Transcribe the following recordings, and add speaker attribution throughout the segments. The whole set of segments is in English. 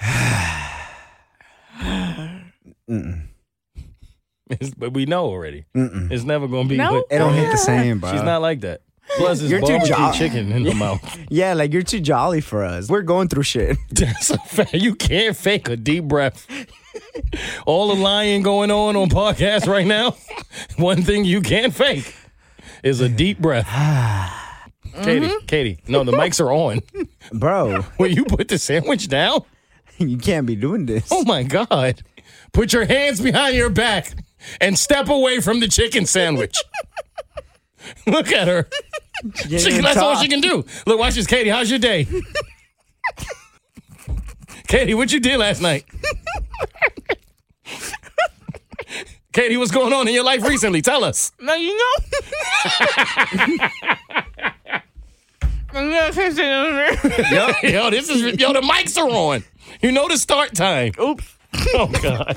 Speaker 1: It's, but we know already.
Speaker 2: Mm-mm.
Speaker 1: It's never gonna be.
Speaker 3: No?
Speaker 1: What,
Speaker 2: It don't hit the same, bro.
Speaker 1: she's not like that. Plus, it's
Speaker 2: You're too
Speaker 1: barbecue
Speaker 2: jo-
Speaker 1: chicken in the mouth.
Speaker 2: Yeah, like you're too jolly for us. We're going through shit.
Speaker 1: That's a fact. You can't fake a deep breath. All the lying going on on podcasts right now. One thing you can't fake is a deep breath. Katie, Katie, no, the mics are on.
Speaker 2: Bro,
Speaker 1: Will you put the sandwich down?
Speaker 2: you can't be doing this.
Speaker 1: Oh my God. Put your hands behind your back and step away from the chicken sandwich. Look at her.
Speaker 2: You
Speaker 1: She-
Speaker 2: can't
Speaker 1: that's all
Speaker 2: talk.
Speaker 1: she can do. Look, watch this, Katie. How's your day? Katie, what you did last night? Katie, what's going on in your life recently? Tell us.
Speaker 3: Now you know. I'm gonna fix it over.
Speaker 1: Yo, yo, this is yo. The mics are on. You know the start time.
Speaker 3: Oops.
Speaker 1: Oh God.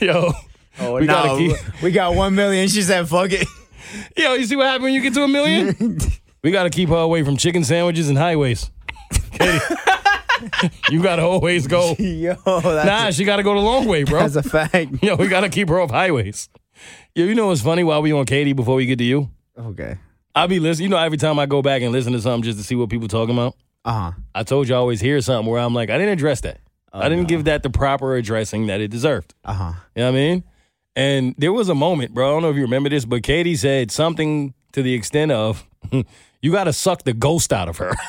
Speaker 1: Yo,
Speaker 2: Oh,
Speaker 1: We gotta
Speaker 2: no.
Speaker 1: keep-
Speaker 2: we got one million. She said, fuck it.
Speaker 1: yo, you see what happened when you get to a million? We gotta keep her away from chicken sandwiches and highways. Katie, you gotta always go.
Speaker 2: Yo, that's,
Speaker 1: Nah, she gotta go the long way, bro.
Speaker 2: that's a fact.
Speaker 1: Yo, we gotta keep her off highways. Yo, you know what's funny? While we on Katie, before we get to you,
Speaker 2: Okay.
Speaker 1: I be listening. You know, every time I go back and listen to something just to see what people talking about,
Speaker 2: Uh huh.
Speaker 1: I told you I always hear something where I'm like, I didn't address that.
Speaker 2: Oh,
Speaker 1: I didn't give that the proper addressing that it deserved.
Speaker 2: Uh huh.
Speaker 1: You know what I mean? And there was a moment, bro. I don't know if you remember this, but Katie said something to the extent of, "You gotta suck the ghost out of her."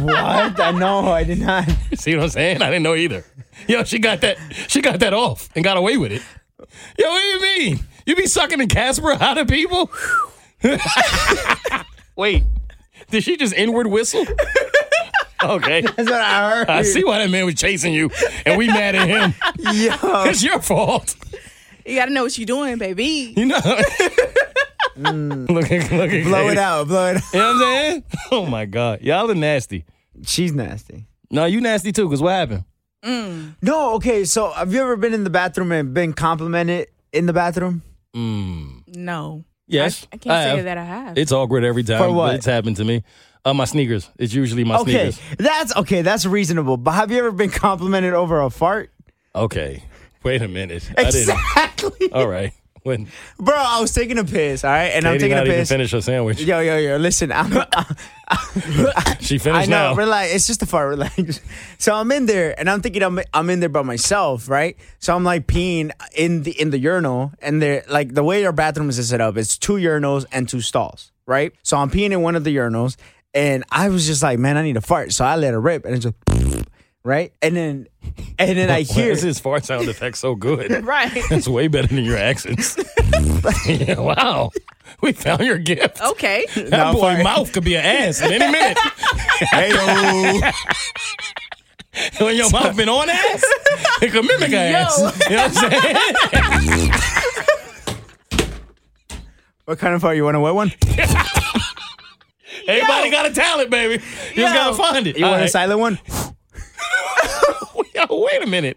Speaker 2: What? I know. I did not.
Speaker 1: See what I'm saying? I didn't know either. Yo, she got that. She got that off and got away with it. Yo, what do you mean? You be sucking the Casper out of people? Wait, did she just inward whistle? Okay,
Speaker 2: That's what I heard.
Speaker 1: I see why that man was chasing you, and we mad at him.
Speaker 2: Yo.
Speaker 1: It's your fault.
Speaker 3: You gotta know what you're doing, baby.
Speaker 1: You know. look at look at
Speaker 2: Mm. Blow it
Speaker 1: Katie.
Speaker 2: out. Blow it out.
Speaker 1: You know what I'm saying? Oh my god, y'all are nasty.
Speaker 2: She's nasty.
Speaker 1: No, you nasty too. Cause what happened?
Speaker 2: No, okay. So, have you ever been in the bathroom and been complimented in the bathroom?
Speaker 3: No.
Speaker 1: Yes,
Speaker 3: I, I can't say
Speaker 1: have.
Speaker 3: that I have.
Speaker 1: It's awkward every time.
Speaker 2: For
Speaker 1: but
Speaker 2: what?
Speaker 1: it's happened to me. Uh, my sneakers. It's usually my
Speaker 2: Okay,
Speaker 1: sneakers.
Speaker 2: that's okay. That's reasonable. But have you ever been complimented over a fart?
Speaker 1: Okay. Wait a minute. I didn't.
Speaker 2: Exactly,
Speaker 1: All right. When
Speaker 2: bro. I was taking a piss. All right, and I'm
Speaker 1: Katie
Speaker 2: taking a
Speaker 1: not even
Speaker 2: piss.
Speaker 1: finish her sandwich.
Speaker 2: Yo, yo, yo! Listen, I'm,
Speaker 1: She
Speaker 2: I
Speaker 1: finished
Speaker 2: know.
Speaker 1: now.
Speaker 2: Relax. It's just a fart. Relax. So I'm in there, and I'm thinking I'm I'm in there by myself, right? So I'm like peeing in the in the urinal, and they're like the way our bathrooms is set up, it's two urinals and two stalls, right? So I'm peeing in one of the urinals, and I was just like, man, I need a fart. So I let it rip, and it's just right, and then and then I
Speaker 1: Why
Speaker 2: hear
Speaker 1: is his fart sound effect so good?
Speaker 3: right.
Speaker 1: That's way better than your accents. Yeah, wow. We found your gift.
Speaker 2: Oh,
Speaker 3: Okay.
Speaker 1: That
Speaker 2: Now
Speaker 1: boy
Speaker 2: fart.
Speaker 1: mouth could be an ass at any minute.
Speaker 2: hey yo.
Speaker 1: when your mouth been on ass, it could mimic an ass. You know what I'm saying?
Speaker 2: What kind of fart? You want a wet one?
Speaker 1: Everybody got a talent, baby. You just
Speaker 3: Yo.
Speaker 1: gotta find it.
Speaker 2: You
Speaker 1: All
Speaker 2: want a
Speaker 1: right.
Speaker 2: silent one?
Speaker 1: Yo, wait a minute.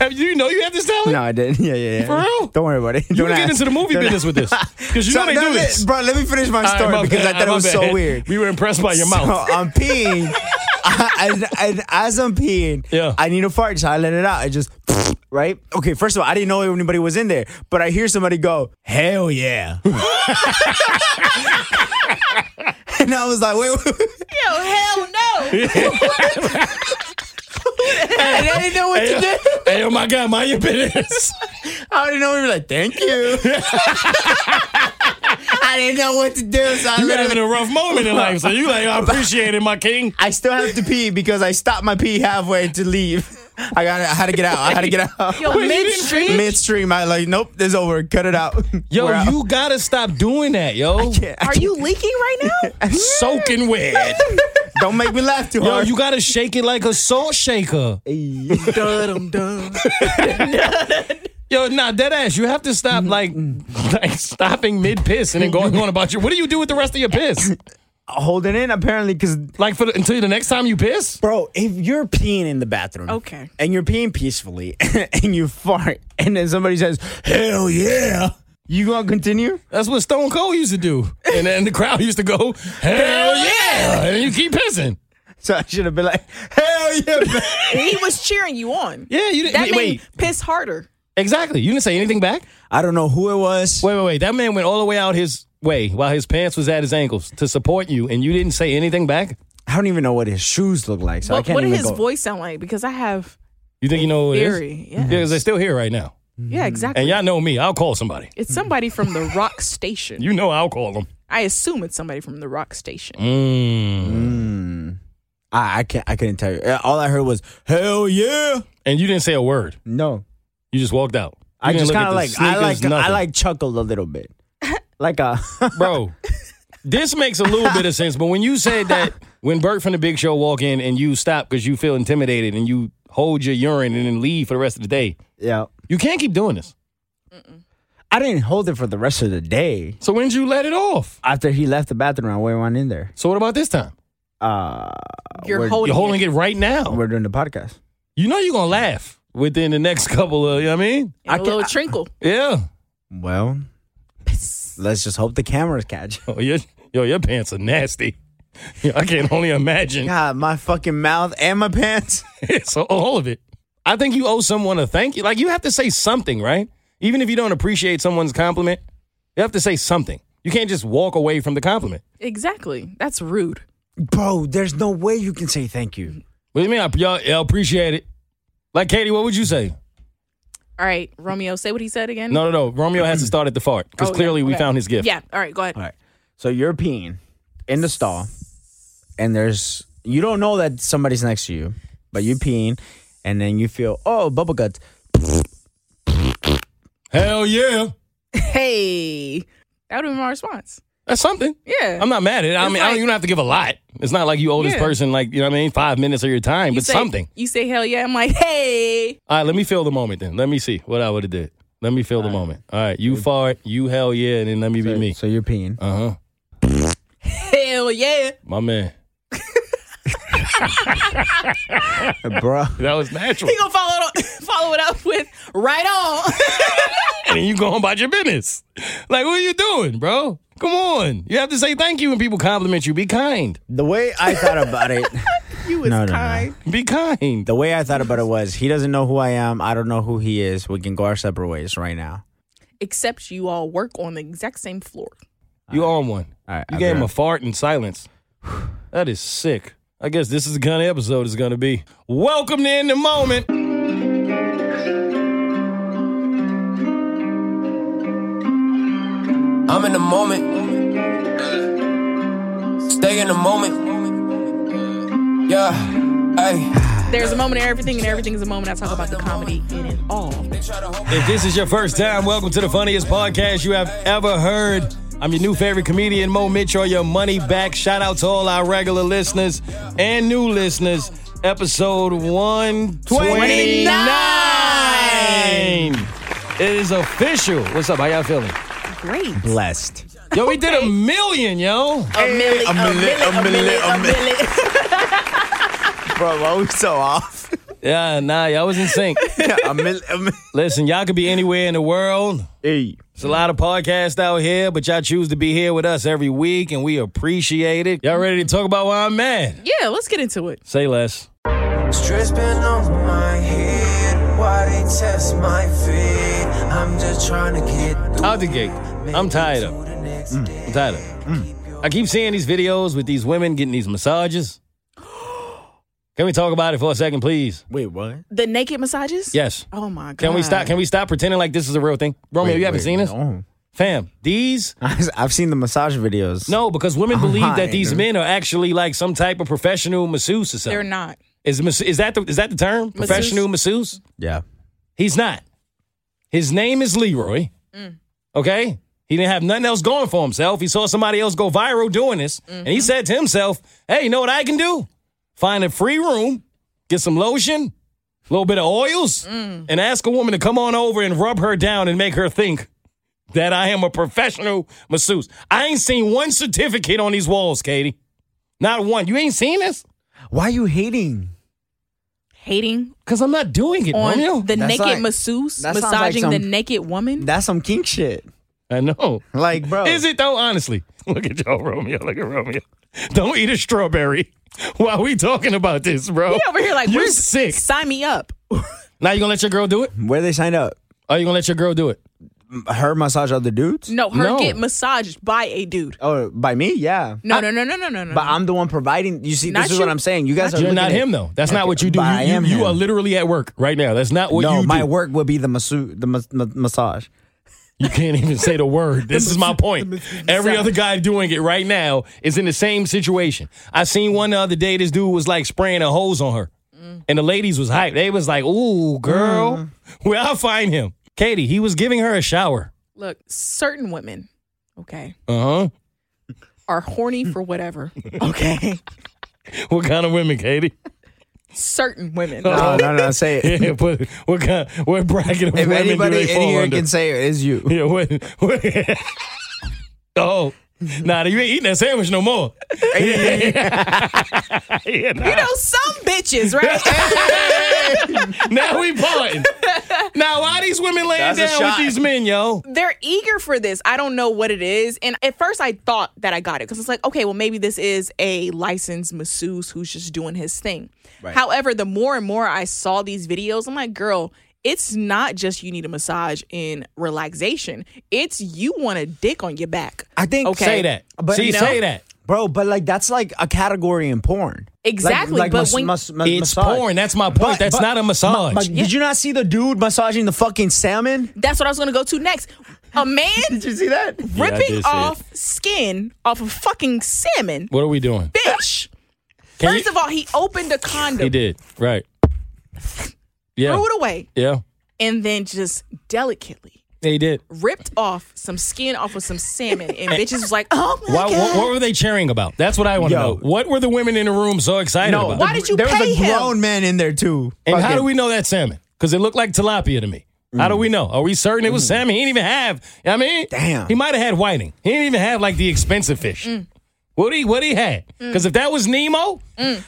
Speaker 1: Have you know you have this talent?
Speaker 2: No, I didn't. Yeah, yeah, yeah.
Speaker 1: For real?
Speaker 2: Don't worry about it.
Speaker 1: You
Speaker 2: Don't
Speaker 1: can get
Speaker 2: ask.
Speaker 1: into the movie
Speaker 2: Don't
Speaker 1: business
Speaker 2: ask.
Speaker 1: with this because you
Speaker 2: So,
Speaker 1: know they
Speaker 2: no,
Speaker 1: do
Speaker 2: let-
Speaker 1: this.
Speaker 2: Bro, let me finish my
Speaker 1: All right,
Speaker 2: story
Speaker 1: my
Speaker 2: because
Speaker 1: bad,
Speaker 2: I thought it
Speaker 1: my
Speaker 2: was so
Speaker 1: bad.
Speaker 2: weird.
Speaker 1: We were impressed by your mouth.
Speaker 2: So I'm peeing. I, I, and as I'm peeing,
Speaker 1: Yeah.
Speaker 2: I need a fart, so I let it out. I just, right? Okay, first of all, I didn't know anybody was in there, but I hear somebody go, hell yeah. and I was like, wait, wait, wait.
Speaker 3: Yo, hell no.
Speaker 2: And I didn't know what to
Speaker 1: Hey,
Speaker 2: do.
Speaker 1: hey, oh my God, mind your business.
Speaker 2: I didn't know. We were like, thank you. I didn't know what to do, so I
Speaker 1: You're
Speaker 2: let
Speaker 1: having
Speaker 2: it
Speaker 1: a rough moment in life, so you like, I appreciate it, my king.
Speaker 2: I still have to pee because I stopped my pee halfway to leave. I got. I had to get out. I had to get out.
Speaker 3: Yo,
Speaker 1: you didn't
Speaker 3: midstream.
Speaker 2: midstream. I like, nope, this is over. Cut it out.
Speaker 1: Yo,
Speaker 2: We're out.
Speaker 1: you gotta stop doing that, yo.
Speaker 2: Yeah, I
Speaker 3: Are
Speaker 2: can't-
Speaker 3: you leaking right now?
Speaker 1: Soaking wet.
Speaker 2: Don't make me laugh too
Speaker 1: Yo,
Speaker 2: hard.
Speaker 1: you gotta shake it like a salt shaker.
Speaker 2: dum dum.
Speaker 1: Yo, nah, dead ass. You have to stop like,
Speaker 2: Mm-hmm.
Speaker 1: like stopping mid piss and then going on about your. What do you do with the rest of your piss?
Speaker 2: Hold it in apparently, because
Speaker 1: Like for the, until the next time you piss.
Speaker 2: bro, if you're peeing in the bathroom,
Speaker 3: Okay.
Speaker 2: and you're peeing peacefully, and you fart, and then somebody says, "Hell yeah." You gonna continue?
Speaker 1: That's what Stone Cold used to do. And then the crowd used to go, Hell yeah! And you keep pissing.
Speaker 2: So I should have been like, hell yeah, man.
Speaker 4: He was cheering you on.
Speaker 1: Yeah, you didn't.
Speaker 4: That
Speaker 1: wait,
Speaker 4: made
Speaker 1: wait.
Speaker 4: me piss harder.
Speaker 1: exactly. You didn't say anything back.
Speaker 2: I don't know who it was.
Speaker 1: Wait, wait, wait. That man went all the way out his way while his pants was at his ankles to support you, and you didn't say anything back.
Speaker 2: I don't even know what his shoes look like, so I
Speaker 4: What,
Speaker 2: can't
Speaker 4: what did
Speaker 2: even
Speaker 4: his
Speaker 2: go.
Speaker 4: voice sound like? Because I have
Speaker 1: You think you know who it is? Mm-hmm.
Speaker 4: theory. Yeah,
Speaker 1: Yeah, because they're still here right now.
Speaker 4: yeah, exactly.
Speaker 1: And y'all know me. I'll call somebody.
Speaker 4: it's somebody from the rock station.
Speaker 1: You know I'll call them.
Speaker 4: I assume it's somebody from the rock station.
Speaker 1: Mm.
Speaker 2: I, I can't. I couldn't tell you. Uh, All I heard was hell yeah.
Speaker 1: And you didn't say a word.
Speaker 2: No,
Speaker 1: You just walked out. You
Speaker 2: I
Speaker 1: didn't
Speaker 2: just
Speaker 1: look at
Speaker 2: kind of
Speaker 1: the
Speaker 2: like I like
Speaker 1: sneakers,
Speaker 2: I
Speaker 1: nothing.
Speaker 2: like chuckled a little bit, like uh, a
Speaker 1: bro. This makes a little bit of sense, but when you said that when Bert from the Big Show walk in and you stop because you feel intimidated and you hold your urine and then leave for the rest of the day,
Speaker 2: yeah.
Speaker 1: you can't keep doing this.
Speaker 2: I didn't hold it for the rest of the day.
Speaker 1: So when'd you let it off?
Speaker 2: After he left the bathroom, I went on in there.
Speaker 1: So what about this time?
Speaker 2: Uh,
Speaker 4: You're
Speaker 2: we're-
Speaker 4: holding.
Speaker 1: You're holding it right now.
Speaker 2: we're doing the podcast.
Speaker 1: You know you're gonna laugh within the next couple of. You know what I mean?
Speaker 4: and
Speaker 2: I
Speaker 4: a
Speaker 2: can't-
Speaker 4: little trinkle.
Speaker 1: Yeah.
Speaker 2: Well, let's just hope the cameras catch.
Speaker 1: Oh, your, yo, your pants are nasty. Yo, I can only imagine.
Speaker 2: God, my fucking mouth and my pants.
Speaker 1: so oh, all of it. I think you owe someone a thank you. Like you have to say something, right? Even if you don't appreciate someone's compliment, you have to say something. You can't just walk away from the compliment.
Speaker 4: Exactly. That's rude.
Speaker 2: Bro, there's no way you can say thank you.
Speaker 1: What do you mean? I, y'all, y'all appreciate it. Like Katie, what would you say?
Speaker 4: Mm. All right, Romeo, say what he said again.
Speaker 1: No, no, no. Romeo has to start at the fart because
Speaker 4: Oh, yeah.
Speaker 1: clearly we
Speaker 4: Okay.
Speaker 1: found his gift.
Speaker 4: Yeah. All right, go ahead.
Speaker 2: All right. So you're peeing in the stall, and there's you don't know that somebody's next to you, but you're peeing, and then you feel oh bubble guts.
Speaker 1: Hell yeah,
Speaker 4: Hey, that would have been my response.
Speaker 1: that's something.
Speaker 4: Yeah.
Speaker 1: I'm not mad at it. I
Speaker 4: It's
Speaker 1: mean, I don't,
Speaker 4: like-
Speaker 1: you don't have to give a lot. It's not like you owe this
Speaker 4: Yeah.
Speaker 1: person like you know what I mean, five minutes of your time,
Speaker 4: You
Speaker 1: but
Speaker 4: say-
Speaker 1: something.
Speaker 4: You say hell yeah. I'm like, hey.
Speaker 1: All right, let me feel the moment then. Let me see what I would have did. Let me feel the moment. All right, you fart, you hell yeah, and then let me be me.
Speaker 2: So you're peeing.
Speaker 1: Uh huh.
Speaker 4: Hell yeah.
Speaker 1: My man.
Speaker 2: Bro,
Speaker 1: That was natural.
Speaker 4: He gonna follow it, follow it up with right on.
Speaker 1: and then you going about your business. Like, what are you doing, bro? Come on. You have to say thank you when people compliment you. Be kind.
Speaker 2: the way I thought about it,
Speaker 4: you was
Speaker 2: No, no, no.
Speaker 4: kind.
Speaker 1: Be kind.
Speaker 2: the way I thought about it was he doesn't know who I am. I don't know who he is. We can go our separate ways right now.
Speaker 4: Except you all work on the exact same floor.
Speaker 1: You on one.
Speaker 2: All right,
Speaker 1: you
Speaker 2: I'll
Speaker 1: gave
Speaker 2: be
Speaker 1: him a
Speaker 2: right-
Speaker 1: fart in silence. That is sick. I guess this is the kind of episode it's going to be. Welcome to In the Moment.
Speaker 5: I'm in the moment. Stay in the moment. Yeah, hey.
Speaker 4: There's a moment in everything, and everything is a moment. I talk about the comedy in it all.
Speaker 1: If this is your first time, welcome to the funniest podcast you have ever heard. I'm your new favorite comedian, Mo Mitchell, your money back. Shout out to all our regular listeners and new listeners. Episode 129. It is official. What's up? How y'all feeling?
Speaker 4: Great.
Speaker 2: blessed.
Speaker 1: Yo, we did a million, yo.
Speaker 4: A milli, a
Speaker 2: milli,
Speaker 4: milli,
Speaker 2: a
Speaker 4: a
Speaker 2: milli, a
Speaker 4: milli, a milli.
Speaker 2: Bro, why we so off?
Speaker 1: Yeah, nah, y'all was in sync.
Speaker 2: a mil- a mil-
Speaker 1: Listen, y'all could be anywhere in the world.
Speaker 2: hey.
Speaker 1: It's a lot of podcasts out here, but y'all choose to be here with us every week, and we appreciate it. Y'all ready to talk about why I'm mad?
Speaker 4: Yeah, let's get into it.
Speaker 1: Say less.
Speaker 5: Stress been on my head. Why they test my feet? I'm just trying to get through
Speaker 1: Out the gate. I'm tired of it.
Speaker 5: the next day.
Speaker 1: I'm tired of it. I keep seeing these videos with these women getting these massages. Can we talk about it for a second, please?
Speaker 2: Wait, what?
Speaker 4: The naked massages?
Speaker 1: Yes.
Speaker 4: Oh my god.
Speaker 1: Can we stop? Can we stop pretending like this is a real thing? Romeo,
Speaker 2: Wait,
Speaker 1: you haven't
Speaker 2: wait,
Speaker 1: seen this,
Speaker 2: No.
Speaker 1: fam. These
Speaker 2: I've seen the massage videos.
Speaker 1: no, because women believe that these
Speaker 2: Fine.
Speaker 1: men are actually like some type of professional masseuse or
Speaker 4: They're
Speaker 1: something.
Speaker 4: not.
Speaker 1: Is mas- is that the, is that the term? Professional masseuse?
Speaker 2: Yeah.
Speaker 1: He's not. His name is Leroy. Okay? He didn't have nothing else going for himself. He saw somebody else go viral doing this. And he said to himself, hey, you know what I can do? Find a free room, get some lotion, a little bit of oils, and ask a woman to come on over and rub her down and make her think that I am a professional masseuse. I ain't seen one certificate on these walls, Katie. Not one. You ain't seen this?
Speaker 2: Why are you hating?
Speaker 4: Hating
Speaker 1: Because I'm not doing it,
Speaker 4: on
Speaker 1: Romeo.
Speaker 4: the
Speaker 2: That's
Speaker 4: naked
Speaker 2: like-
Speaker 4: masseuse
Speaker 2: that sounds like
Speaker 4: massaging the
Speaker 2: some-
Speaker 4: naked woman.
Speaker 2: That's some kink shit.
Speaker 1: I know.
Speaker 2: Like, bro.
Speaker 1: Is it though? Honestly, look at y'all, Romeo. Look at Romeo. Don't eat a strawberry while we talking about this, bro.
Speaker 4: He over here like
Speaker 1: you're
Speaker 4: we're
Speaker 1: sick.
Speaker 4: Sign me up.
Speaker 1: Now you gonna let your girl do it?
Speaker 2: Where they signed up?
Speaker 1: Or you gonna let your girl do it?
Speaker 2: Her massage other dudes?
Speaker 4: No, her
Speaker 1: No.
Speaker 4: get massaged by a dude.
Speaker 2: Oh, by me? Yeah.
Speaker 4: No, no, no, no, no, no, no.
Speaker 2: But I'm the one providing. You see,
Speaker 4: Not
Speaker 2: this is what
Speaker 4: you.
Speaker 2: I'm saying. You guys are
Speaker 1: You're
Speaker 2: looking
Speaker 1: not
Speaker 2: at-
Speaker 1: him though. That's not what you do.
Speaker 2: But
Speaker 1: You,
Speaker 2: I
Speaker 1: you-
Speaker 2: am
Speaker 1: you are
Speaker 2: him.
Speaker 1: literally at work right now. That's not what
Speaker 2: No,
Speaker 1: you
Speaker 2: my
Speaker 1: do.
Speaker 2: work would be the masseuse, the mas- ma- massage.
Speaker 1: You can't even say the word. This is my point. Every other guy doing it right now is in the same situation. I seen one the other day. This dude was like spraying a hose on her,
Speaker 4: Mm.
Speaker 1: and the ladies was hyped. They was like, "Ooh, girl,
Speaker 2: Mm.
Speaker 1: where I find him?" Katie, he was giving her a shower.
Speaker 4: Look, certain women, okay,
Speaker 1: Uh
Speaker 4: are horny for whatever. Okay.
Speaker 1: huh. What kind of women, Katie?
Speaker 4: certain women.
Speaker 2: No, no, no. Say it.
Speaker 1: Yeah, but what kind? What bracket of
Speaker 2: if
Speaker 1: women do
Speaker 2: anybody
Speaker 1: they
Speaker 2: in
Speaker 1: fall
Speaker 2: here
Speaker 1: under?
Speaker 2: can say it, it's you.
Speaker 1: yeah, what? what- oh, nah, you ain't eating that sandwich no more. Yeah, nah.
Speaker 4: You know, some bitches, right?
Speaker 1: now we parting. Now why these women laying
Speaker 2: That's a
Speaker 1: down with
Speaker 2: shot.
Speaker 1: these men, yo?
Speaker 4: They're eager for this. I don't know what it is. And at first, I thought that I got it because it's like, okay, well, maybe this is a licensed masseuse who's just doing his thing. However, the more and more I saw these videos, I'm like, girl, it's not just you need a massage in relaxation, it's you want a dick on your back.
Speaker 2: I think
Speaker 4: Okay.
Speaker 1: Say that.
Speaker 2: But
Speaker 1: See,
Speaker 2: you know-
Speaker 1: say that.
Speaker 2: Bro, but like that's like a category in porn. Like-
Speaker 4: Exactly,
Speaker 2: like
Speaker 4: but
Speaker 2: mas-
Speaker 4: when-
Speaker 2: mas- ma-
Speaker 1: It's
Speaker 2: massage.
Speaker 1: porn. That's my point.
Speaker 2: But-
Speaker 1: That's
Speaker 2: but-
Speaker 1: not a
Speaker 2: ma-
Speaker 1: massage.
Speaker 2: ma- Did you not see the dude massaging the fucking salmon?
Speaker 4: That's what I was going to go to next. A man
Speaker 2: Did you see that?
Speaker 1: I did see
Speaker 4: ripping
Speaker 1: it.
Speaker 4: off skin off a fucking salmon.
Speaker 1: what are we doing?
Speaker 4: Bitch.
Speaker 1: Can
Speaker 4: First
Speaker 1: you-
Speaker 4: of all, he opened a condom,
Speaker 1: he did right. Yeah,
Speaker 4: threw it away,
Speaker 1: yeah,
Speaker 4: and then just delicately
Speaker 1: he did.
Speaker 4: ripped off some skin off of some salmon. And bitches was like, oh my
Speaker 1: Why,
Speaker 4: God.
Speaker 1: what, what were they cheering about? That's what I want to
Speaker 2: Yo.
Speaker 1: know. What were the women in the room so excited about?
Speaker 4: Why did you
Speaker 2: There
Speaker 4: pay
Speaker 2: was a
Speaker 4: him?
Speaker 2: grown man in there too.
Speaker 1: and how
Speaker 2: Fucking-
Speaker 1: do we know that salmon? Because it looked like tilapia to me. How do we know? Are we certain it was salmon? He didn't even have. I mean,
Speaker 2: Damn.
Speaker 1: he might have had whiting. He didn't even have like the expensive fish. What he what he had? Because if that was Nemo,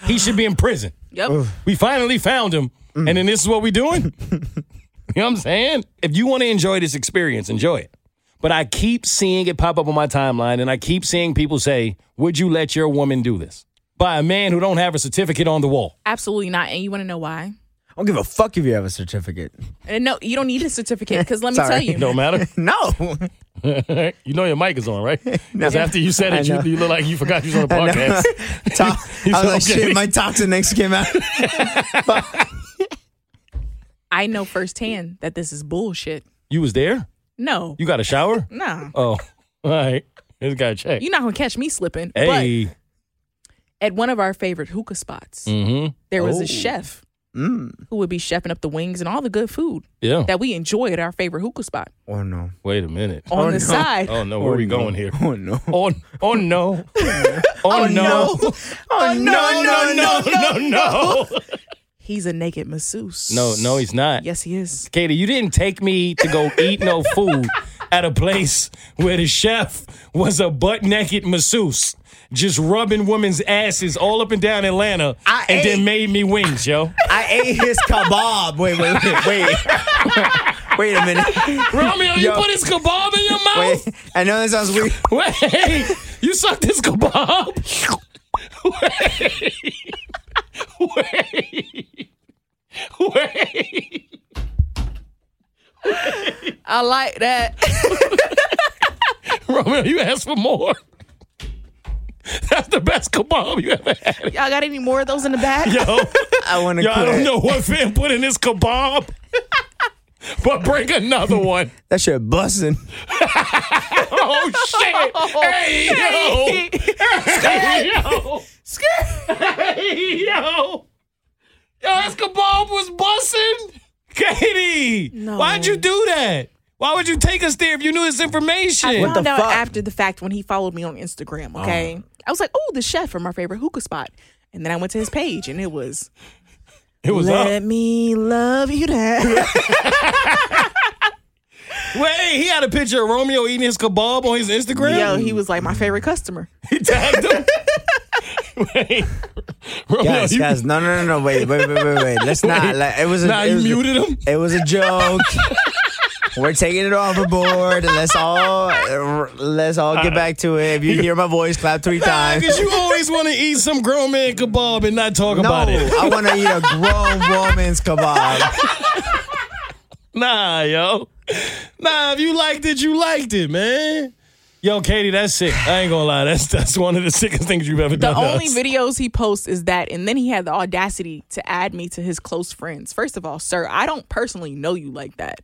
Speaker 1: he should be in prison.
Speaker 4: yep.
Speaker 1: We finally found him, and then this is what we doing. you know what I'm saying? If you want to enjoy this experience, enjoy it. But I keep seeing it pop up on my timeline, and I keep seeing people say, "Would you let your woman do this?" By a man who don't have a certificate on the wall.
Speaker 4: Absolutely not. And you want to know why?
Speaker 2: I don't give a fuck if you have a certificate.
Speaker 4: And no, you don't need a certificate because let me
Speaker 2: Sorry.
Speaker 4: tell you.
Speaker 1: It don't matter.
Speaker 2: No.
Speaker 1: you know your mic is on, right? Because after you said
Speaker 2: I
Speaker 1: it, you,
Speaker 2: know.
Speaker 1: you look like you forgot you was on a
Speaker 2: I know.
Speaker 1: podcast.
Speaker 2: Ta- I
Speaker 1: He's
Speaker 2: was like,
Speaker 1: okay.
Speaker 2: shit, my toxic next came out.
Speaker 4: I know firsthand that this is bullshit.
Speaker 1: you was there?
Speaker 4: No.
Speaker 1: You got a shower?
Speaker 4: no.
Speaker 1: Oh, all right. This guy checked.
Speaker 4: You're not going to catch me slipping.
Speaker 1: Hey.
Speaker 4: But at one of our favorite hookah spots,
Speaker 1: mm-hmm.
Speaker 4: there was
Speaker 2: Oh.
Speaker 4: a chef who would be chefing up the wings and all the good food
Speaker 1: Yeah.
Speaker 4: that we enjoy at our favorite hookah spot
Speaker 2: oh no.
Speaker 1: Wait a minute.
Speaker 4: on
Speaker 2: Oh,
Speaker 4: the
Speaker 2: no.
Speaker 4: side.
Speaker 1: Oh no, where are we going here?
Speaker 2: Oh no.
Speaker 1: Oh, oh no. Oh no. Oh,
Speaker 2: Oh no, no, no.
Speaker 1: no, no.
Speaker 4: He's a naked masseuse.
Speaker 1: No, no, he's not.
Speaker 4: Yes, he is.
Speaker 1: Katie, you didn't take me to go eat no food at a place where the chef was a butt naked masseuse, just rubbing women's asses all up and down Atlanta,
Speaker 2: I
Speaker 1: and then
Speaker 2: ate-
Speaker 1: made me wings, yo.
Speaker 2: I ate his kebab. Wait, wait, wait, wait. Wait a minute.
Speaker 1: Romeo, you
Speaker 2: Yo.
Speaker 1: put this kebab in your
Speaker 2: Wait.
Speaker 1: mouth?
Speaker 2: I know that sounds weird.
Speaker 1: Wait, you suck this kebab? Wait, wait, wait.
Speaker 4: I like that.
Speaker 1: Romeo, you asked for more. That's the best kebab you ever had.
Speaker 4: Y'all got any more of those in the back?
Speaker 1: Yo,
Speaker 2: I want to
Speaker 1: yo
Speaker 2: quit.
Speaker 1: I don't know what Finn put in this kebab, but bring another one.
Speaker 2: That shit busting.
Speaker 1: Oh, shit. Hey, yo. Hey, yo. Hey, yo. Yo, this kebab was busting. Katie,
Speaker 4: No.
Speaker 1: why'd you do that? Why would you take us there if you knew this information?
Speaker 4: I found
Speaker 2: the
Speaker 4: out
Speaker 2: fuck?
Speaker 4: after the fact when he followed me on Instagram, okay? I was like, oh, the chef from our favorite hookah spot. And then I went to his page and it was,
Speaker 1: it was up.
Speaker 4: let me love you that.
Speaker 1: Wait, he had a picture of Romeo eating his kebab on his Instagram?
Speaker 4: Yo, he was like my favorite customer.
Speaker 1: He tagged him. Wait. Romeo,
Speaker 2: Guys,
Speaker 1: you,
Speaker 2: guys, no, no, no, no. Wait, wait, wait, wait, wait. Let's not. Like, it was a.
Speaker 1: nah,
Speaker 2: it
Speaker 1: you
Speaker 2: was a-
Speaker 1: muted him?
Speaker 2: It was a joke. We're taking it off the board. Let's all let's all get back to it. If you hear my voice, clap three times.
Speaker 1: Because you always want to eat some grown man kebab and not talk
Speaker 2: No,
Speaker 1: about it.
Speaker 2: I want to eat a grown woman's kebab.
Speaker 1: Nah, yo. Nah, if you liked it, you liked it, man. Yo, Katie, that's sick. I ain't gonna lie. That's that's one of the sickest things you've ever
Speaker 4: The
Speaker 1: done. to
Speaker 4: only
Speaker 1: us.
Speaker 4: videos he posts is that, and then he had the audacity to add me to his close friends. First of all, sir, I don't personally know you like that.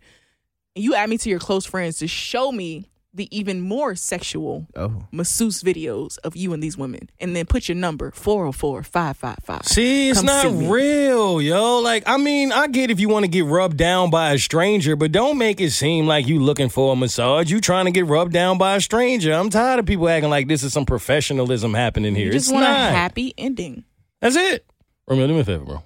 Speaker 4: You add me to your close friends to show me the even more sexual
Speaker 1: Oh.
Speaker 4: masseuse videos of you and these women, and then put your number 404 555.
Speaker 1: See, it's
Speaker 4: Come
Speaker 1: not
Speaker 4: see me.
Speaker 1: real, yo. Like, I mean, I get if you want to get rubbed down by a stranger, but don't make it seem like you looking for a massage. You trying to get rubbed down by a stranger. I'm tired of people acting like this is some professionalism happening here.
Speaker 4: You just
Speaker 1: it's
Speaker 4: want
Speaker 1: not.
Speaker 4: a happy ending.
Speaker 1: That's it. Romeo, do me a favor, bro.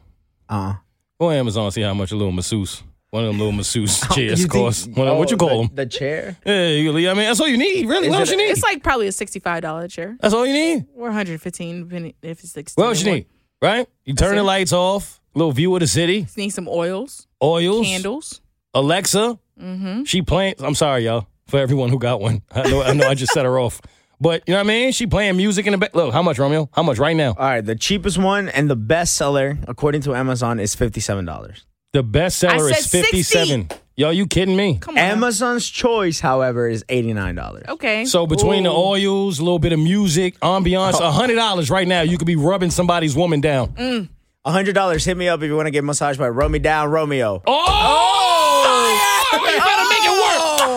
Speaker 2: Uh,
Speaker 1: Go on Amazon see how much a little masseuse, one of them little masseuse
Speaker 4: Oh,
Speaker 1: chairs
Speaker 2: you think-
Speaker 1: costs. One of- what you call
Speaker 2: the,
Speaker 1: them?
Speaker 2: The chair.
Speaker 1: Hey, you- I mean, that's all you need, really. What else you need?
Speaker 4: It's like probably a $65 chair
Speaker 1: That's all you need.
Speaker 4: or 115 depending if it's extended.
Speaker 1: What else you
Speaker 4: one.
Speaker 1: need? Right? You turn the
Speaker 4: it.
Speaker 1: lights off. Little view of the city.
Speaker 4: Need some oils,
Speaker 1: Oils.
Speaker 4: candles.
Speaker 1: Alexa.
Speaker 4: Mm-hmm.
Speaker 1: She playing. I'm sorry, y'all, for everyone who got one. I know. I know. I just set her off. But you know what I mean? She playing music in the back. Look, how much, Romeo? How much right now?
Speaker 2: All right, the cheapest one and the best seller according to Amazon is fifty-seven dollars.
Speaker 1: The best seller
Speaker 4: I
Speaker 1: is
Speaker 4: said
Speaker 1: 57. Yo, you kidding me?
Speaker 4: Come on.
Speaker 2: Amazon's choice, however, is eighty-nine dollars.
Speaker 1: Oh.
Speaker 4: Okay.
Speaker 1: So between the oils, a little bit of music, ambiance, a hundred dollars right now, you could be rubbing somebody's woman down.
Speaker 2: hundred dollars. Hit me up if you want to get massaged by Romy Down Romeo.
Speaker 1: Oh! You gotta make it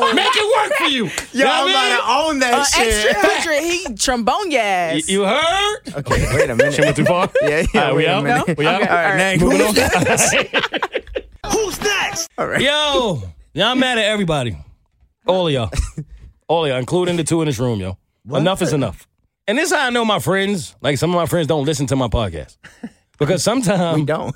Speaker 1: work. Make it work for you. You
Speaker 2: Yo,
Speaker 1: know
Speaker 2: I'm
Speaker 1: what I mean? Uh,
Speaker 2: about to Oh, own that
Speaker 4: Uh, extra
Speaker 2: shit.
Speaker 4: hundred. He trombone
Speaker 1: Y-
Speaker 4: yes.
Speaker 1: You heard?
Speaker 2: Okay, wait a minute.
Speaker 1: Went too far?
Speaker 2: Yeah, yeah,
Speaker 1: All right, we
Speaker 2: wait a
Speaker 1: out?
Speaker 2: minute.
Speaker 1: We out?
Speaker 4: Okay, all right.
Speaker 1: Moving on. Yo, now I'm mad at everybody. All of y'all. All of y'all, including the two in this room, yo. Enough is enough. And this is how I know my friends, like some of my friends don't listen to my podcast. Because sometimes
Speaker 2: You don't.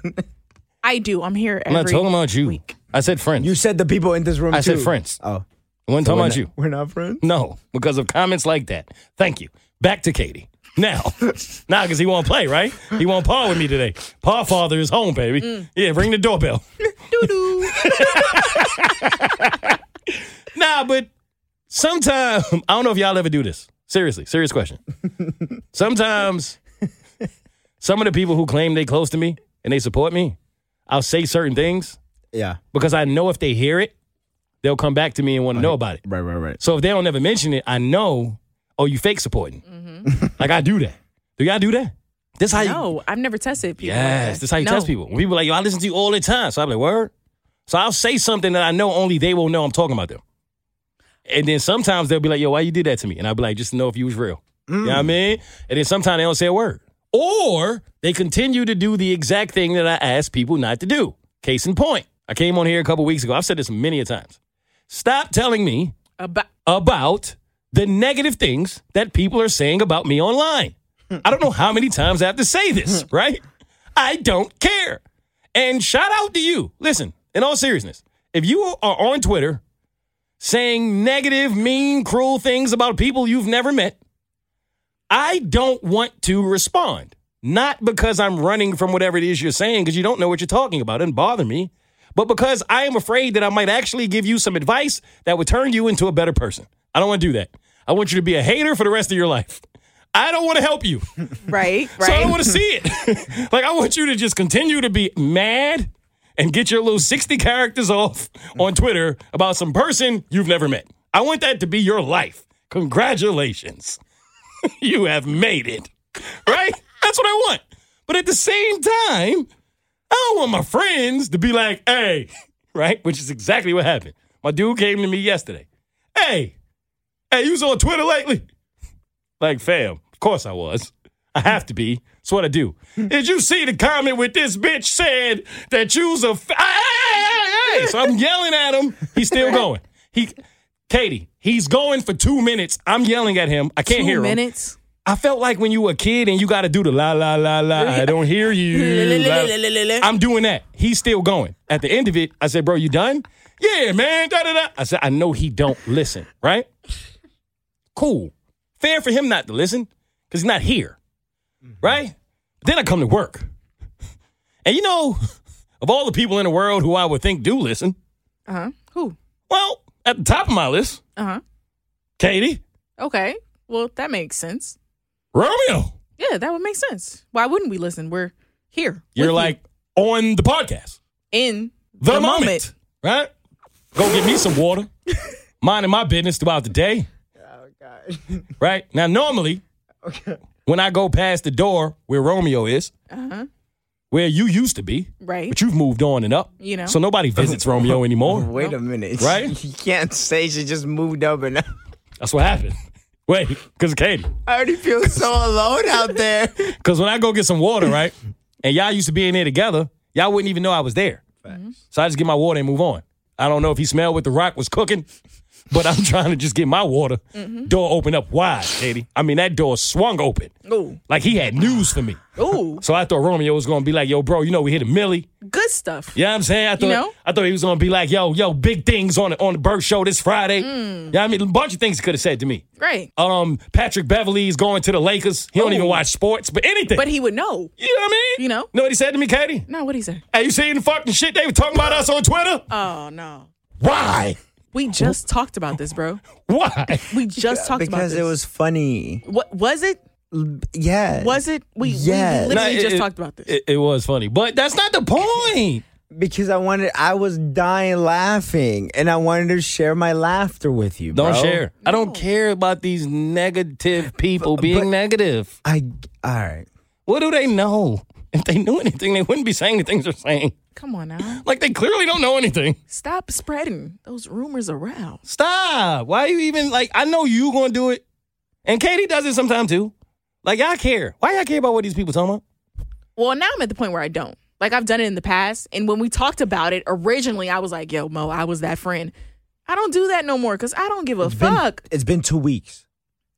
Speaker 4: I do. I'm here every.
Speaker 1: I'm not talking about you.
Speaker 4: week.
Speaker 1: I said friends.
Speaker 2: You said the people in this room.
Speaker 1: I said
Speaker 2: too.
Speaker 1: friends. I
Speaker 2: Oh,
Speaker 1: wasn't talking about
Speaker 2: we're not-
Speaker 1: you.
Speaker 2: We're not friends.
Speaker 1: No, because of comments like that. Thank you. Back to Katie. Now, now, because he won't play, right? He won't par with me today. Par father is home, baby. Yeah, ring the doorbell.
Speaker 4: Doo-doo.
Speaker 1: Nah, but sometimes I don't know if y'all ever do this. Seriously, serious question. Sometimes some of the people who claim they close to me and they support me, I'll say certain things
Speaker 2: Yeah.
Speaker 1: because I know if they hear it, they'll come back to me and want to know about it.
Speaker 2: Right, right, right.
Speaker 1: So if they don't ever mention it, I know, oh, you fake supporting. like I do that. Do y'all do that? This how you
Speaker 4: Mm-hmm. No, I've never tested people. like
Speaker 1: Yes,
Speaker 4: that.
Speaker 1: this how you
Speaker 4: No.
Speaker 1: test people. When people like, yo, I listen to you all the time. So I'm like, word. So I'll say something that I know only they will know I'm talking about them. And then sometimes they'll be like, yo, why you did that to me? And I'll be like, just to know if you was real. You
Speaker 4: Mm.
Speaker 1: know what I mean? And then sometimes they don't say a word. Or they continue to do the exact thing that I asked people not to do. Case in point. I came on here a couple weeks ago. I've said this many a times. Stop telling me
Speaker 4: About
Speaker 1: about the negative things that people are saying about me online. I don't know how many times I have to say this, right? I don't care. And shout out to you. Listen, in all seriousness, if you are on Twitter saying negative, mean, cruel things about people you've never met, I don't want to respond. Not because I'm running from whatever it is you're saying, because you don't know what you're talking about. It doesn't bother me. But because I am afraid that I might actually give you some advice that would turn you into a better person. I don't want to do that. I want you to be a hater for the rest of your life. I don't want to help you.
Speaker 4: right,
Speaker 1: So I don't
Speaker 4: right.
Speaker 1: want to see it. like I want you to just continue to be mad and get your little 60 characters off on Twitter about some person you've never met. I want that to be your life. Congratulations. you have made it. Right? That's what I want. But at the same time, I don't want my friends to be like, hey, right? Which is exactly what happened. My dude came to me yesterday. Hey, hey, you was on Twitter lately? Like, fam, of course I was. I have to be. That's what I do. Did you see the comment with this bitch said that you's a? F- hey, hey, hey, hey. So I'm yelling at him. He's still going. He, Katie, he's going for two minutes. I'm yelling at him. I can't
Speaker 4: Two
Speaker 1: hear him.
Speaker 4: minutes.
Speaker 1: I felt like when you were a kid and you got to do the la la la la. I don't hear you. la- I'm doing that. He's still going. At the end of it, I said, "Bro, you done?" Yeah, man. Da da da. I said, "I know he don't listen, right?" Cool. Fair for him not to listen because he's not here,
Speaker 4: Mm-hmm.
Speaker 1: right? Then I come to work, and you know, of all the people in the world who I would think do listen,
Speaker 4: Uh huh. Who?
Speaker 1: Well, at the top of my list,
Speaker 4: Uh huh.
Speaker 1: Katie,
Speaker 4: Okay. Well, that makes sense.
Speaker 1: Romeo.
Speaker 4: Yeah, that would make sense. Why wouldn't we listen? We're here. with
Speaker 1: You're
Speaker 4: you
Speaker 1: like on the podcast.
Speaker 4: in
Speaker 1: The, moment. Right? Go get me some water. Minding my business throughout the day.
Speaker 4: Oh,
Speaker 1: Right? Now, normally, when I go past the door where Romeo is,
Speaker 4: Uh-huh.
Speaker 1: where you used to be,
Speaker 4: Right.
Speaker 1: but you've moved on and up.
Speaker 4: You know.
Speaker 1: So nobody visits Romeo anymore.
Speaker 2: Wait a minute.
Speaker 1: Right?
Speaker 2: You can't say she just moved up and
Speaker 1: That's what happened. Wait, because Katie.
Speaker 2: I already feel so alone out there.
Speaker 1: Because when I go get some water, right, and y'all used to be in there together, y'all wouldn't even know I was there. So I just get my water and move on. I don't know if he smelled what the rock was cooking, but I'm trying to just get my water. Door open up wide, Katie. I mean, that door swung open.
Speaker 4: Ooh.
Speaker 1: Like he had news for me.
Speaker 4: Ooh.
Speaker 1: So I thought Romeo was going to be like, yo, bro, you know, we hit a Millie.
Speaker 4: Good stuff.
Speaker 1: You know what I'm saying? I thought,
Speaker 4: know?
Speaker 1: I thought he was going to be like, yo, yo, big things on the, on the birth show this Friday. You know what I mean? A bunch of things he could have said to me.
Speaker 4: Great.
Speaker 1: Um, Patrick Beverly's going to the Lakers. He don't even watch sports, but anything.
Speaker 4: But he would know.
Speaker 1: You know what I mean?
Speaker 4: You know?
Speaker 1: Know what he said to me, Katie?
Speaker 4: No, what he say?
Speaker 1: Hey, you seen the fucking shit they were talking about us on Twitter?
Speaker 4: Oh no.
Speaker 1: Why?
Speaker 4: We just talked about this, bro.
Speaker 1: Why?
Speaker 4: We just talked about
Speaker 2: because
Speaker 4: this.
Speaker 2: it was funny.
Speaker 4: what was it?
Speaker 2: Yeah.
Speaker 4: Was it? We,
Speaker 2: Yes.
Speaker 4: we literally
Speaker 1: Nah, it-
Speaker 4: just
Speaker 1: it-
Speaker 4: talked about this.
Speaker 1: It, it was funny, but that's not the point.
Speaker 2: Because I wanted I was dying laughing and I wanted to share my laughter with you.
Speaker 1: Don't
Speaker 2: bro.
Speaker 1: share. I don't care about these negative people being negative.
Speaker 2: I all right.
Speaker 1: What do they know? If they knew anything, they wouldn't be saying the things they're saying.
Speaker 4: Come on now.
Speaker 1: Like they clearly don't know anything.
Speaker 4: Stop spreading those rumors around.
Speaker 1: Stop. Why you even like? I know you gonna do it, and Katie does it sometimes too. Like y'all care. Why y'all care about what these people talking about?
Speaker 4: Well, now I'm at the point where I don't. Like I've done it in the past, and when we talked about it originally, I was like, "Yo, Mo, I was that friend." I don't do that no more because I don't give a
Speaker 2: Been-
Speaker 4: fuck.
Speaker 2: it's been two weeks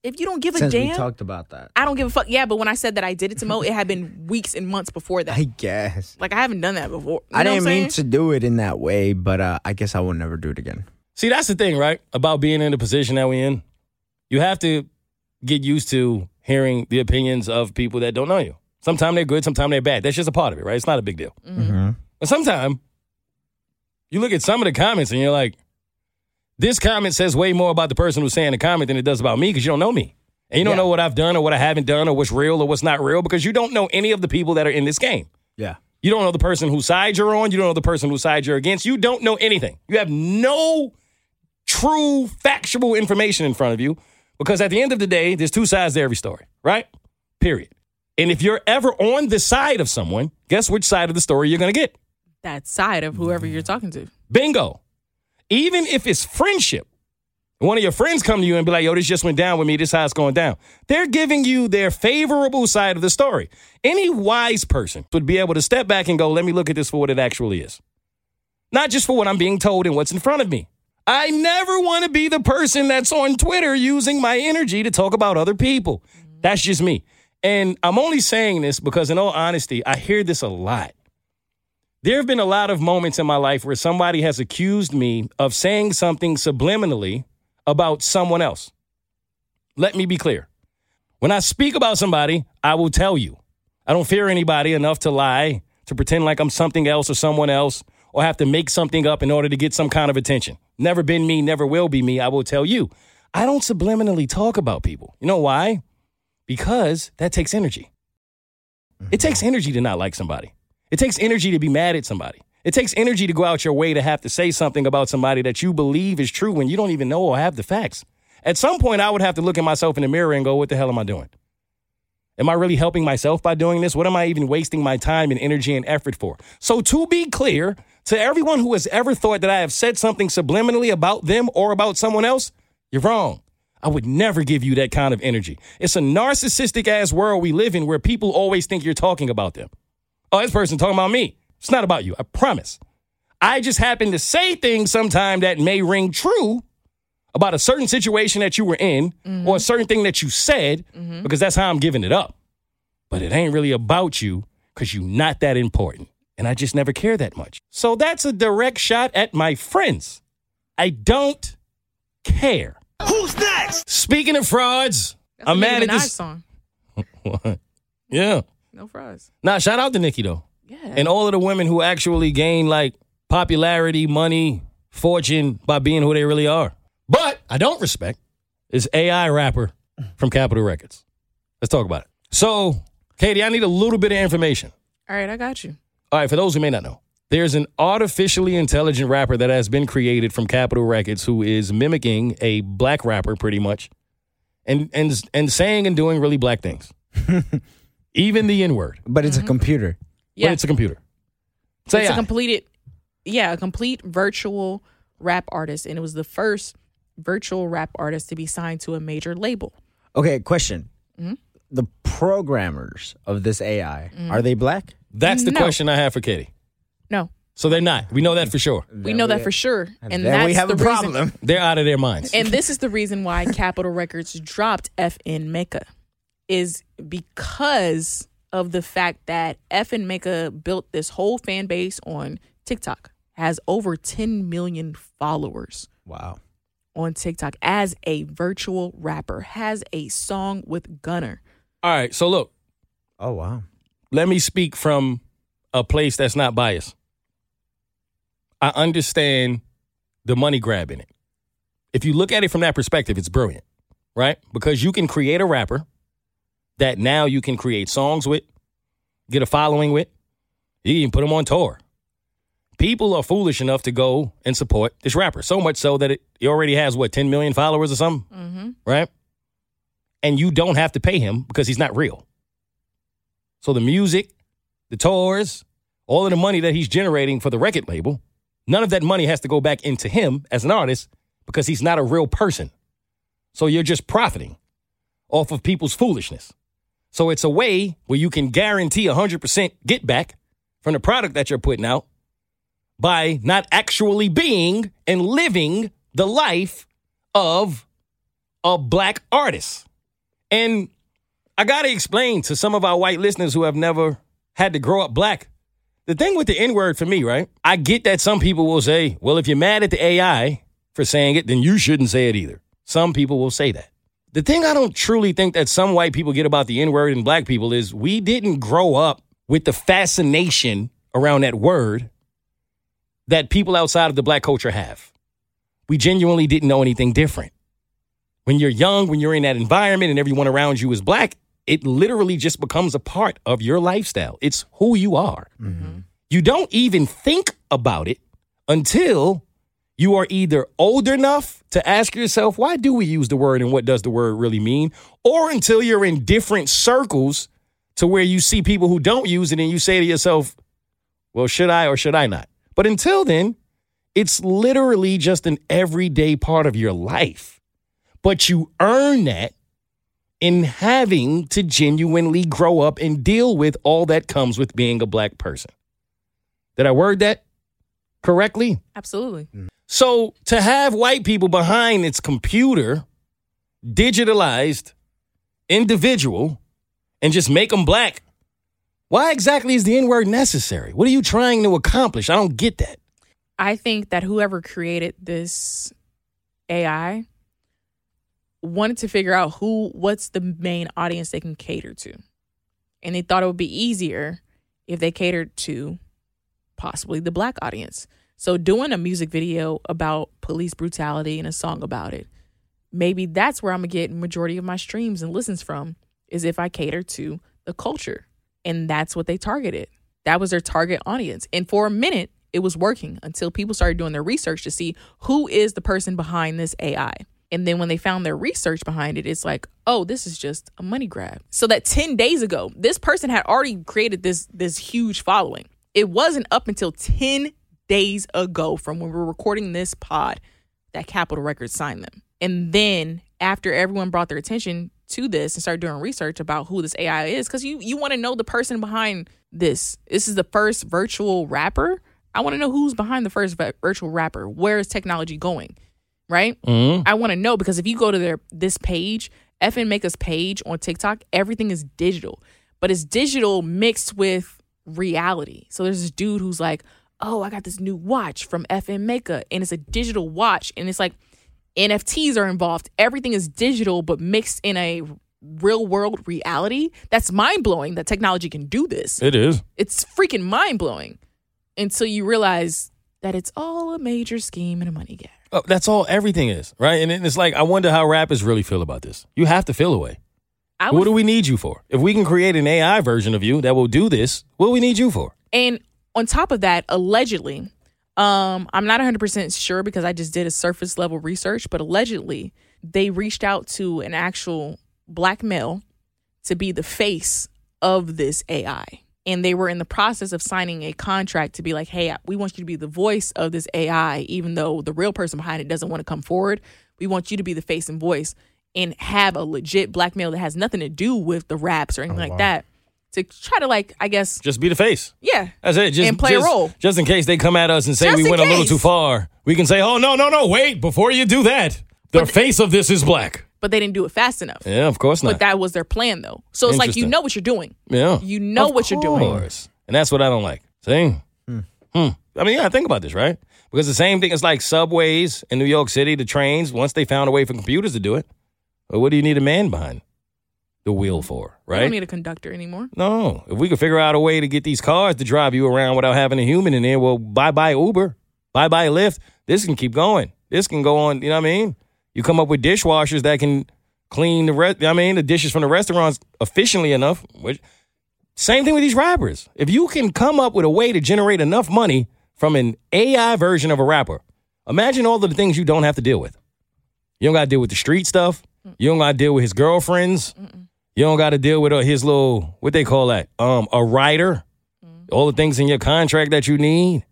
Speaker 4: If you don't give a
Speaker 2: since we
Speaker 4: damn,
Speaker 2: talked about that.
Speaker 4: I don't give a fuck. Yeah, but when I said that I did it to Mo, it had been weeks and months before that.
Speaker 2: I guess.
Speaker 4: like I haven't done that before. You
Speaker 2: I
Speaker 4: know what
Speaker 2: didn't
Speaker 4: I'm
Speaker 2: mean
Speaker 4: saying?
Speaker 2: to do it in that way, but uh, I guess I will never do it again.
Speaker 1: See, that's the thing, right? About being in the position that we're in. You have to get used to hearing the opinions of people that don't know you. Sometimes they're good, sometimes they're bad. That's just a part of it, right? It's not a big deal.
Speaker 4: Mm-hmm.
Speaker 2: Mm-hmm.
Speaker 1: But sometimes you look at some of the comments and you're like, this comment says way more about the person who's saying the comment than it does about me because you don't know me. And you don't
Speaker 2: Yeah.
Speaker 1: know what I've done or what I haven't done or what's real or what's not real because you don't know any of the people that are in this game.
Speaker 2: Yeah.
Speaker 1: You don't know the person whose side you're on. You don't know the person whose side you're against. You don't know anything. You have no true factual information in front of you because at the end of the day, there's two sides to every story, right? Period. And if you're ever on the side of someone, guess which side of the story you're going to get?
Speaker 4: that side of whoever you're talking to.
Speaker 1: Bingo. Even if it's friendship, one of your friends come to you and be like, yo, this just went down with me. This is how it's going down. They're giving you their favorable side of the story. Any wise person would be able to step back and go, let me look at this for what it actually is. Not just for what I'm being told and what's in front of me. I never want to be the person that's on Twitter using my energy to talk about other people. That's just me. And I'm only saying this because, in all honesty, I hear this a lot. There have been a lot of moments in my life where somebody has accused me of saying something subliminally about someone else. Let me be clear. When I speak about somebody, I will tell you. I don't fear anybody enough to lie, to pretend like I'm something else or someone else, or have to make something up in order to get some kind of attention. Never been me, never will be me. I will tell you. I don't subliminally talk about people. You know why? Because that takes energy. It takes energy to not like somebody. It takes energy to be mad at somebody. It takes energy to go out your way to have to say something about somebody that you believe is true when you don't even know or have the facts. At some point, I would have to look at myself in the mirror and go, What the hell am I doing? Am I really helping myself by doing this? What am I even wasting my time and energy and effort for? So, to be clear, to everyone who has ever thought that I have said something subliminally about them or about someone else, you're wrong. I would never give you that kind of energy. It's a narcissistic ass world we live in where people always think you're talking about them. Oh, this person talking about me. It's not about you. I promise. I just happen to say things sometime that may ring true about a certain situation that you were in or a certain thing that you said
Speaker 4: Mm-hmm.
Speaker 1: because that's how I'm giving it up. But it ain't really about you because you're not that important. And I just never care that much. So that's a direct shot at my friends. I don't care. Who's next? Speaking of frauds,
Speaker 4: That's
Speaker 1: I'm
Speaker 4: a
Speaker 1: mad
Speaker 4: Nicki
Speaker 1: at
Speaker 4: Minaj
Speaker 1: this.
Speaker 4: song.
Speaker 1: yeah.
Speaker 4: No fries.
Speaker 1: Nah, shout out to Nikki though
Speaker 4: Yeah.
Speaker 1: and all of the women who actually gain like popularity, money, fortune by being who they really are. But I don't respect is AI rapper from Capitol Records. Let's talk about it. So, Katie, I need a little bit of information.
Speaker 4: All right, I got you.
Speaker 1: All right, for those who may not know, there's an artificially intelligent rapper that has been created from Capitol Records who is mimicking a black rapper pretty much and and and saying and doing really black things. Even the N-word.
Speaker 2: But
Speaker 4: Mm-hmm.
Speaker 2: it's a computer.
Speaker 1: Yeah.
Speaker 4: Yeah.
Speaker 1: But it's a computer. It's,
Speaker 4: it's
Speaker 1: AI.
Speaker 4: a completed yeah a complete virtual rap artist and it was the first virtual rap artist to be signed to a major label
Speaker 2: Okay, question.
Speaker 4: Mm-hmm.
Speaker 2: The programmers of this AI
Speaker 4: Mm.
Speaker 2: are they black?
Speaker 1: That's the
Speaker 4: No.
Speaker 1: question I have for Katie.
Speaker 4: no
Speaker 1: So they're not. We know that for sure.
Speaker 4: we know that for sure and
Speaker 2: then
Speaker 4: that's
Speaker 2: we have
Speaker 4: the
Speaker 2: a
Speaker 4: reason-
Speaker 2: problem.
Speaker 1: They're out of their minds.
Speaker 4: and this is the reason why capitol records dropped fn mecca is because of the fact that fn mecca built this whole fan base on tiktok has over 10 million followers
Speaker 2: Wow.
Speaker 4: on tiktok as a virtual rapper has a song with gunner
Speaker 1: All right. So look,
Speaker 2: Oh wow.
Speaker 1: let me speak from a place that's not biased. I understand the money grab in it. If you look at it from that perspective, it's brilliant, right? Because you can create a rapper that now you can create songs with, get a following with, you can even put them on tour. People are foolish enough to go and support this rapper, so much so that it, it already has, what, 10 million followers or something, right? And you don't have to pay him because he's not real. So the music, the tours, all of the money that he's generating for the record label, none of that money has to go back into him as an artist because he's not a real person. So you're just profiting off of people's foolishness. So it's a way where you can guarantee 100% get back from the product that you're putting out by not actually being and living the life of a black artist. And I gotta explain to some of our white listeners who have never had to grow up black. The thing with the N word for me, right? I get that some people will say, well, if you're mad at the AI for saying it, then you shouldn't say it either. Some people will say that. The thing I don't truly think that some white people get about the N word and black people is we didn't grow up with the fascination around that word that people outside of the black culture have. We genuinely didn't know anything different when you're young, when you're in that environment and everyone around you is black, it literally just becomes a part of your lifestyle. It's who you are. You don't even think about it until you are either old enough to ask yourself, why do we use the word and what does the word really mean? Or until you're in different circles to where you see people who don't use it and you say to yourself, well, should I or should I not? But until then, it's literally just an everyday part of your life but you earn that in having to genuinely grow up and deal with all that comes with being a black person. Did I word that correctly?
Speaker 4: absolutely
Speaker 1: So to have white people behind its computer, digitalized individual, and just make them black, why exactly is the N word necessary? What are you trying to accomplish? I don't get that.
Speaker 4: I think that whoever created this AI wanted to figure out who what's the main audience they can cater to. And they thought it would be easier if they catered to possibly the black audience. So doing a music video about police brutality and a song about it. Maybe that's where I'm going to get majority of my streams and listens from is if I cater to the culture. And that's what they targeted. That was their target audience. And for a minute, it was working until people started doing their research to see who is the person behind this AI. And then when they found their research behind it, it's like, oh, this is just a money grab. So that 10 days ago, this person had already created this this huge following. It wasn't up until 10 days ago from when we were recording this pod that Capitol Records signed them. And then after everyone brought their attention to this and started doing research about who this AI is, because you you want to know the person behind this. This is the first virtual rapper. I want to know who's behind the first vi- virtual rapper. Where is technology going? Right.
Speaker 1: Mm-hmm.
Speaker 4: I want to know because if you go to their this page, FN Maker's page on TikTok, everything is digital, but it's digital mixed with reality. So there's this dude who's like, "Oh, I got this new watch from FN Maker, and it's a digital watch, and it's like NFTs are involved. Everything is digital, but mixed in a real world reality. That's mind blowing that technology can do this.
Speaker 1: It is.
Speaker 4: It's freaking mind blowing until you realize that it's all a major scheme and a money grab.
Speaker 1: Oh, that's all everything is, right? And then it's like, I wonder how rappers really feel about this. You have to feel away.
Speaker 4: I
Speaker 1: What
Speaker 4: would,
Speaker 1: do we need you for? If we can create an AI version of you that will do this, what do we need you for?
Speaker 4: and on top of that, allegedly, um, I'm not 100% sure because I just did a surface level research, but allegedly, they reached out to an actual black male to be the face of this AI. And they were in the process of signing a contract to be like, hey, we want you to be the voice of this AI, even though the real person behind it doesn't want to come forward. We want you to be the face and voice and have a legit black male that has nothing to do with the raps or anything like that to try to, like, I guess,
Speaker 1: Just be the face.
Speaker 4: yeah.
Speaker 1: That's it. Just,
Speaker 4: And play a
Speaker 1: just,
Speaker 4: role.
Speaker 1: Just in case they come at us and say
Speaker 4: Just
Speaker 1: we
Speaker 4: in
Speaker 1: went a little
Speaker 4: case.
Speaker 1: too far, we can say, oh, no, no, no, wait, before you do that, the face of this is black.
Speaker 4: but they didn't do it fast enough.
Speaker 1: Yeah, of course not.
Speaker 4: But that was their plan, though. So it's like you
Speaker 1: Interesting.
Speaker 4: know what you're doing.
Speaker 1: yeah.
Speaker 4: You know
Speaker 1: Of
Speaker 4: what you're doing.
Speaker 1: course. And that's what I don't like. See? Hmm. I mean, yeah, think about this, right? Because the same thing is like subways in New York City, the trains, once they found a way for computers to do it, well, what do you need a man behind the wheel for,
Speaker 4: I
Speaker 1: right?
Speaker 4: don't need a conductor anymore.
Speaker 1: no. If we could figure out a way to get these cars to drive you around without having a human in there, well, bye bye Uber, bye bye Lyft. This can keep going. This can go on, you know what I mean? You come up with dishwashers that can clean the rest, I mean, the dishes from the restaurants efficiently enough, which same thing with these rappers. If you can come up with a way to generate enough money from an AI version of a rapper, imagine all of the things you don't have to deal with. You don't got to deal with the street stuff. You don't got to deal with his girlfriends. You don't got to deal with uh, his little what they call that um a writer. All the things in your contract that you need.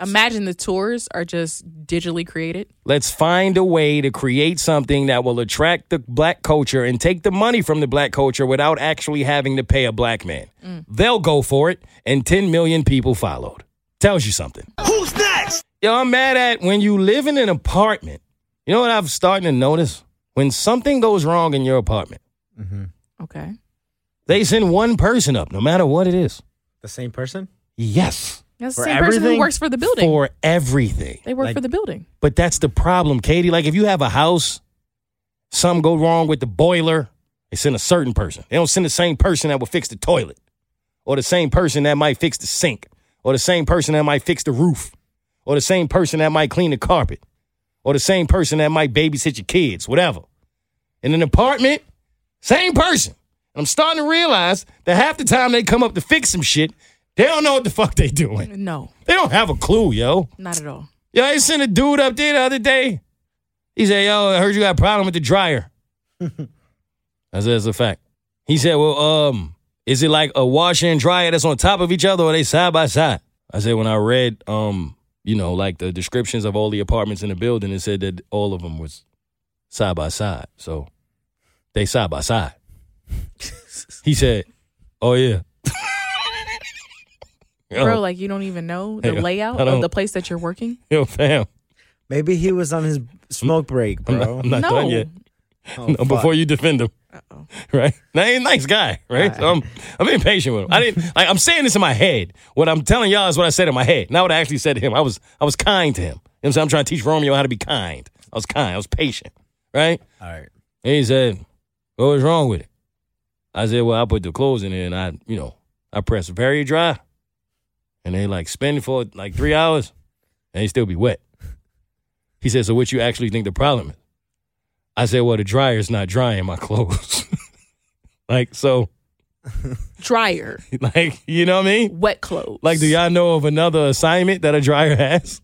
Speaker 4: Imagine the tours are just digitally created.
Speaker 1: Let's find a way to create something that will attract the black culture and take the money from the black culture without actually having to pay a black man. They'll go for it, and 10 million people followed. Tells you something. Who's next? Yo, I'm mad at when you live in an apartment. You know what I've starting to notice? When something goes wrong in your apartment,
Speaker 4: Okay.
Speaker 1: they send one person up, no matter what it is.
Speaker 2: The same person?
Speaker 1: Yes.
Speaker 4: That's
Speaker 2: For
Speaker 4: the same person who
Speaker 2: everything?
Speaker 4: works for the building.
Speaker 1: For everything.
Speaker 4: they work
Speaker 2: like-
Speaker 4: for the building.
Speaker 1: But that's the problem, Katie. Like if you have a house, something go wrong with the boiler, they send a certain person. They don't send the same person that will fix the toilet, or the same person that might fix the sink, or the same person that might fix the roof, or the same person that might clean the carpet, or the same person that might babysit your kids, whatever. In an apartment, same person. And I'm starting to realize that half the time they come up to fix some shit, they don't know what the fuck they doing.
Speaker 4: No,
Speaker 1: They don't have a clue, yo.
Speaker 4: not at all.
Speaker 1: Yo, I sent a dude up there the other day. He said, Yo, I heard you got a problem with the dryer. I said, That's a fact. He said, Well, um, is it like a washer and dryer that's on top of each other or they side by side? I said, When I read, um, you know, like the descriptions of all the apartments in the building, it said that all of them was side by side. So they side by side. he said, Oh, yeah. yo,
Speaker 4: Bro, like you don't even know the
Speaker 1: Oh. Hey, I
Speaker 4: layout
Speaker 1: don't-
Speaker 4: of the place that you're working.
Speaker 1: yo, fam.
Speaker 2: Maybe he was on his smoke break,
Speaker 1: I'm not,
Speaker 2: bro.
Speaker 1: I'm not
Speaker 4: no.
Speaker 1: done yet.
Speaker 2: Oh,
Speaker 1: No,
Speaker 2: fuck.
Speaker 1: before you defend him. Right? Now he's a nice guy, right? So I'm I'm impatient with him. I didn't like I'm saying this in my head. What I'm telling y'all is what I said in my head. Not what I actually said to him. I was I was kind to him. You know what I'm saying? I'm trying to teach Romeo how to be kind. I was kind. I was patient. Right?
Speaker 2: All right.
Speaker 1: And he said, What was wrong with it? I said, Well, I put the clothes in there and I, you know, I pressed very dry. And they like spin for like three hours and they still be wet. He said, So what you actually think the problem is? I said, Well, the dryer's not drying my clothes. like, so,
Speaker 4: Dryer,
Speaker 1: like, you know what I mean?
Speaker 4: wet clothes.
Speaker 1: Like, do y'all know of another assignment that a dryer has?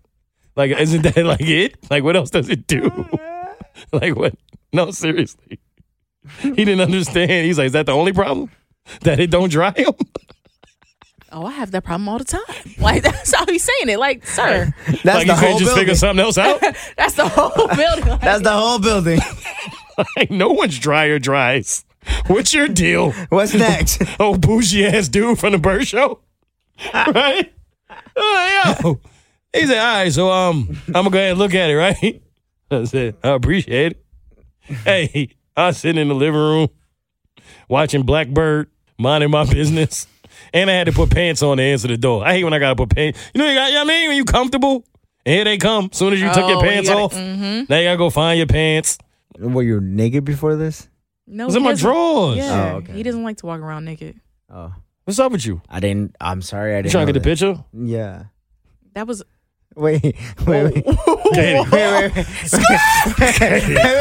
Speaker 1: Like, isn't that like it? Like, what else does it do? like, what? No, seriously. He didn't understand. He's like, is that the only problem? That it don't dry him?
Speaker 4: Oh, I have that problem all the time. Like that's how he's saying it. Like, sir,
Speaker 2: That's
Speaker 1: like,
Speaker 2: the
Speaker 1: you couldn't
Speaker 2: whole
Speaker 1: just figure
Speaker 2: building.
Speaker 1: something else out?
Speaker 4: that's the whole building. Like,
Speaker 2: That's the whole building.
Speaker 1: like, no one's dryer dries. What's your deal?
Speaker 2: What's next?
Speaker 1: Oh, bougie ass dude from the bird show, right? Oh, yo. He said, "All right, so um, I'm gonna go ahead and look at it, right?" I said, "I appreciate it." Hey, I was sitting in the living room watching Blackbird, minding my business, and I had to put pants on to answer the door. I hate when I gotta put pants. You know, you got, you know what I mean, when you comfortable, and here they come. Soon as you took your
Speaker 4: Oh, you
Speaker 1: pants
Speaker 4: gotta-
Speaker 1: off, now you gotta go find your pants.
Speaker 2: Were you naked before this?
Speaker 4: no,
Speaker 1: It's
Speaker 4: he
Speaker 1: in my
Speaker 4: doesn't-
Speaker 1: drawers.
Speaker 4: Yeah,
Speaker 2: Oh, okay.
Speaker 4: he doesn't like to walk around naked.
Speaker 2: Oh,
Speaker 1: What's up with you?
Speaker 2: I didn't. I'm sorry. I
Speaker 1: You
Speaker 2: didn't.
Speaker 1: trying to
Speaker 2: know
Speaker 1: get the picture?
Speaker 2: that. Yeah.
Speaker 4: That was
Speaker 2: Wait, wait, wait, wait,
Speaker 1: Katie,
Speaker 2: wait, wait. Wait, wait, wait,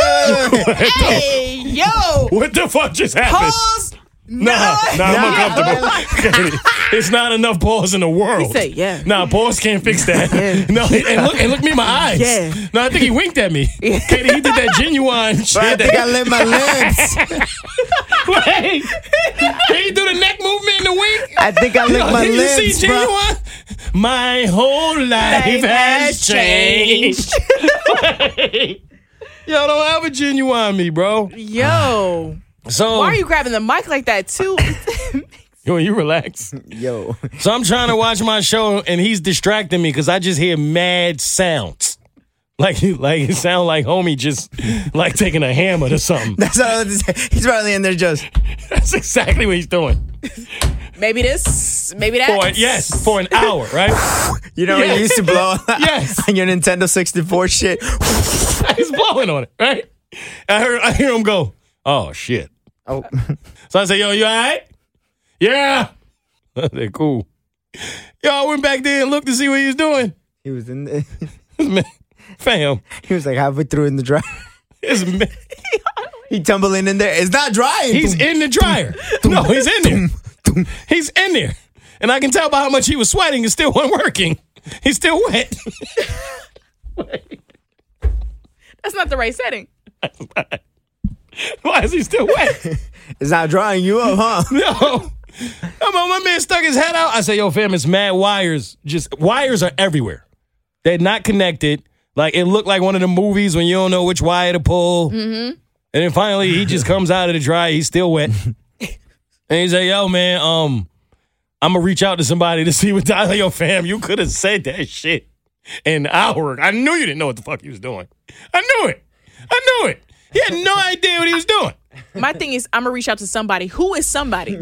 Speaker 2: wait.
Speaker 4: Hey, yo!
Speaker 1: what the fuck just happened?
Speaker 4: Pause!
Speaker 1: Nah, nah,
Speaker 2: Nah.
Speaker 1: I'm uncomfortable. Katie, it's not enough pause in the world.
Speaker 4: He said, yeah.
Speaker 1: Nah, pause can't fix that. No, and look, and look me in my eyes.
Speaker 4: Yeah.
Speaker 1: No, I think he winked at me. Katie, he did that genuine shit.
Speaker 2: I think I
Speaker 1: that,
Speaker 2: lit my lips.
Speaker 1: Hey, he do the neck movement in the wink.
Speaker 2: I think I lit my
Speaker 1: Did you
Speaker 2: lips,
Speaker 1: see
Speaker 2: bro.
Speaker 1: genuine? My whole life
Speaker 4: Life
Speaker 1: has
Speaker 4: has
Speaker 1: changed. Yo, don't have a genuine me, bro.
Speaker 4: Yo!
Speaker 1: So
Speaker 4: Why are you grabbing the mic like that, too?
Speaker 1: Yo, you relax.
Speaker 2: Yo,
Speaker 1: So I'm trying to watch my show and he's distracting me because I just hear mad sounds. Like like it sound like homie just like taking a hammer to something.
Speaker 2: that's all I was gonna say. He's probably in there just.
Speaker 1: That's exactly what he's doing.
Speaker 4: maybe this, maybe that.
Speaker 1: For yes, for an hour, right?
Speaker 2: You know,
Speaker 1: Yes.
Speaker 2: you used to blow
Speaker 1: Yes.
Speaker 2: on your Nintendo 64 shit.
Speaker 1: He's blowing on it, right? I heard I hear him go, oh shit.
Speaker 2: Oh,
Speaker 1: So I say, yo, you all right? Yeah. I said, cool. Yo, I went back there and looked to see what he was doing.
Speaker 2: he was in. The,
Speaker 1: Man, fam,
Speaker 2: he was like halfway through in the dryer.
Speaker 1: it's ma-
Speaker 2: He tumbling in there. It's not drying.
Speaker 1: He's in the dryer. No, he's in there. He's in there. And I can tell by how much he was sweating, it still wasn't working. He's still wet.
Speaker 4: That's not the right setting.
Speaker 1: Why is he still wet?
Speaker 2: It's not drying you up, huh?
Speaker 1: No. I'm on, my man stuck his head out. I say, yo, fam, it's mad wires. Just wires are everywhere. They're not connected. Like it looked like one of the movies when you don't know which wire to pull. Mm-hmm. And then finally he just comes out of the dryer. He's still wet. and he's like, yo, man, um, I'm gonna reach out to somebody to see what the, I like, yo, fam, you could have said that shit an hour. ago. I knew you didn't know what the fuck you was doing. I knew it. I knew it. He had no idea what he was doing.
Speaker 4: My thing is, I'm gonna reach out to somebody. Who is somebody?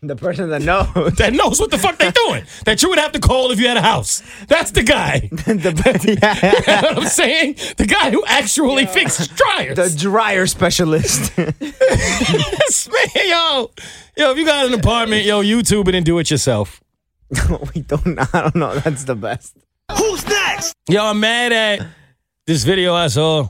Speaker 2: The person that knows.
Speaker 1: that knows what the fuck they doing. That you would have to call if you had a house. That's the guy. You
Speaker 2: the, yeah,
Speaker 1: know what I'm saying? The guy who actually fixes dryers.
Speaker 2: the dryer specialist.
Speaker 1: Yes, man, yo, yo, if you got an apartment, yo, YouTube it and do it yourself.
Speaker 2: we don't. I don't know. That's the best.
Speaker 1: Yo, I'm mad at this video I saw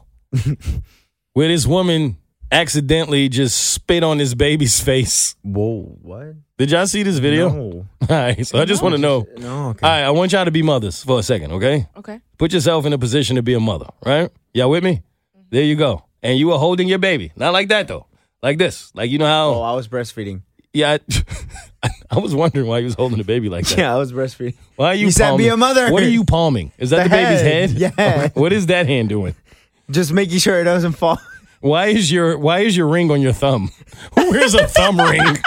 Speaker 1: where this woman accidentally just spit on this baby's face.
Speaker 2: Whoa, what?
Speaker 1: Did y'all see this video?
Speaker 2: No.
Speaker 1: All right, so I just want to know.
Speaker 2: No, okay.
Speaker 1: All right, I want y'all to be mothers for a second, okay?
Speaker 4: Okay.
Speaker 1: put yourself in a position to be a mother, right? Y'all with me?
Speaker 2: Mm-hmm.
Speaker 1: There you go. And you are holding your baby. Not like that though. Like this. Like you know how
Speaker 2: Oh, I was breastfeeding.
Speaker 1: yeah I, I was wondering why you was holding the baby like that.
Speaker 2: Yeah, I was breastfeeding.
Speaker 1: Why are you
Speaker 2: You said
Speaker 1: palming-
Speaker 2: be a mother.
Speaker 1: What are you palming? Is that the,
Speaker 2: The
Speaker 1: baby's head?
Speaker 2: head. Yeah.
Speaker 1: What is that hand doing?
Speaker 2: Just making sure it doesn't fall.
Speaker 1: Why is your why is your ring on your thumb? Who wears a thumb ring?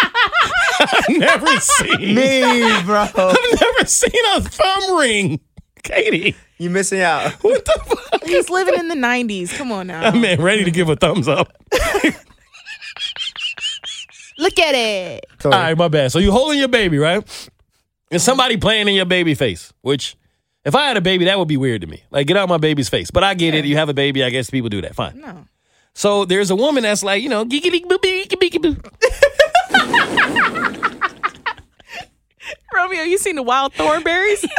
Speaker 1: I've never seen
Speaker 2: Me, bro.
Speaker 1: I've never seen a thumb ring. Katie.
Speaker 2: You missing out.
Speaker 1: What the fuck?
Speaker 4: He's living in the 90s. Come on now.
Speaker 1: That man ready to give a thumbs up.
Speaker 4: Look at it.
Speaker 1: All right, my bad. So you holding your baby, right? And somebody playing in your baby face, which if I had a baby, that would be weird to me. Like, get out my baby's face. But I get it. You have a baby. I guess people do that. Fine.
Speaker 4: No.
Speaker 1: So there's a woman that's like, you know, giggity boo boo giggity boo.
Speaker 4: Romeo, you seen the wild thornberries?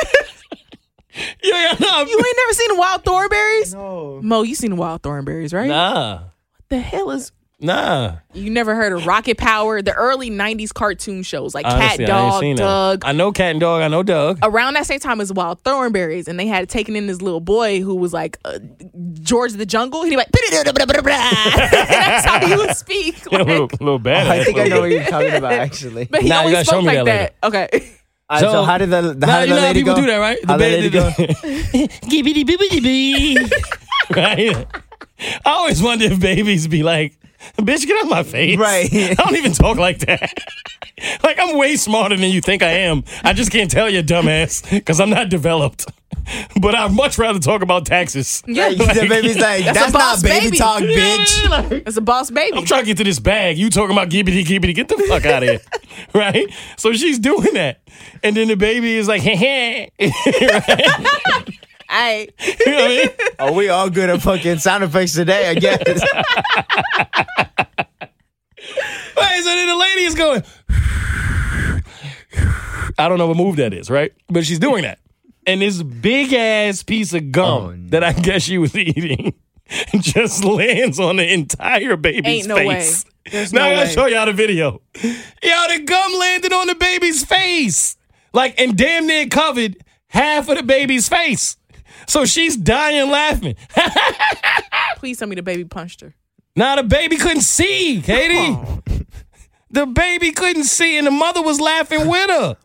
Speaker 1: Yeah, yeah, no.
Speaker 4: you ain't never seen the wild thornberries?
Speaker 2: No.
Speaker 4: Mo, you seen the wild thornberries, right?
Speaker 1: Nah,
Speaker 4: The hell is
Speaker 1: nah.
Speaker 4: you never heard of Rocket Power, the early 90s cartoon shows like
Speaker 1: Honestly,
Speaker 4: Cat
Speaker 1: I ain't
Speaker 4: Dog,
Speaker 1: seen
Speaker 4: Doug.
Speaker 1: That. I know cat and dog. I know Doug.
Speaker 4: Around that same time as Wild Thornberries, and they had taken in this little boy who was like uh, George the Jungle. He like that's how he would speak.
Speaker 1: Yeah, a
Speaker 4: Like,
Speaker 1: little, little bad.
Speaker 2: I think I know what you're talking about, actually.
Speaker 4: but he
Speaker 1: Nah, you gotta
Speaker 4: always
Speaker 1: show
Speaker 4: spoke
Speaker 1: me
Speaker 4: like
Speaker 1: that
Speaker 4: that. Okay,
Speaker 2: All right, so, how did the, the how did
Speaker 1: you know
Speaker 2: the
Speaker 1: how
Speaker 2: lady
Speaker 1: people
Speaker 2: go?
Speaker 1: do that, right?
Speaker 2: How the lady go?
Speaker 1: Gibbity bibbity bee. Right? I always wonder if babies be like, bitch, get out my face.
Speaker 2: Right.
Speaker 1: I don't even talk like that. like, I'm way smarter than you think I am. I just can't tell you, dumbass, because I'm not developed. But I'd much rather talk about taxes.
Speaker 4: Yeah.
Speaker 2: the baby's like, that's,
Speaker 4: a
Speaker 2: not
Speaker 4: boss
Speaker 2: baby,
Speaker 4: baby."
Speaker 2: talk,
Speaker 1: Yeah,
Speaker 2: bitch.
Speaker 1: like-
Speaker 4: that's a boss baby.
Speaker 1: I'm trying to get to this bag. You talking about gibbity gibbity? Get the fuck out of here, right? So she's doing that, and then the baby is like, heh heh. you
Speaker 4: I
Speaker 1: know what I mean?
Speaker 2: Are we all good at fucking sound effects today? I guess.
Speaker 1: Right, so then the lady is going. I don't know what move that is, right? But she's doing that. and this big ass piece of gum that I guess she was eating just lands on the entire baby's
Speaker 4: Ain't no way.
Speaker 1: face.
Speaker 4: There's
Speaker 1: now
Speaker 4: no
Speaker 1: I gotta
Speaker 4: way.
Speaker 1: show y'all the video. Yo, the gum landed on the baby's face. Like, and damn near covered half of the baby's face. So she's dying laughing.
Speaker 4: Please tell me the baby punched her.
Speaker 1: Now the baby couldn't see, Katie. The baby couldn't see, and the mother was laughing with her.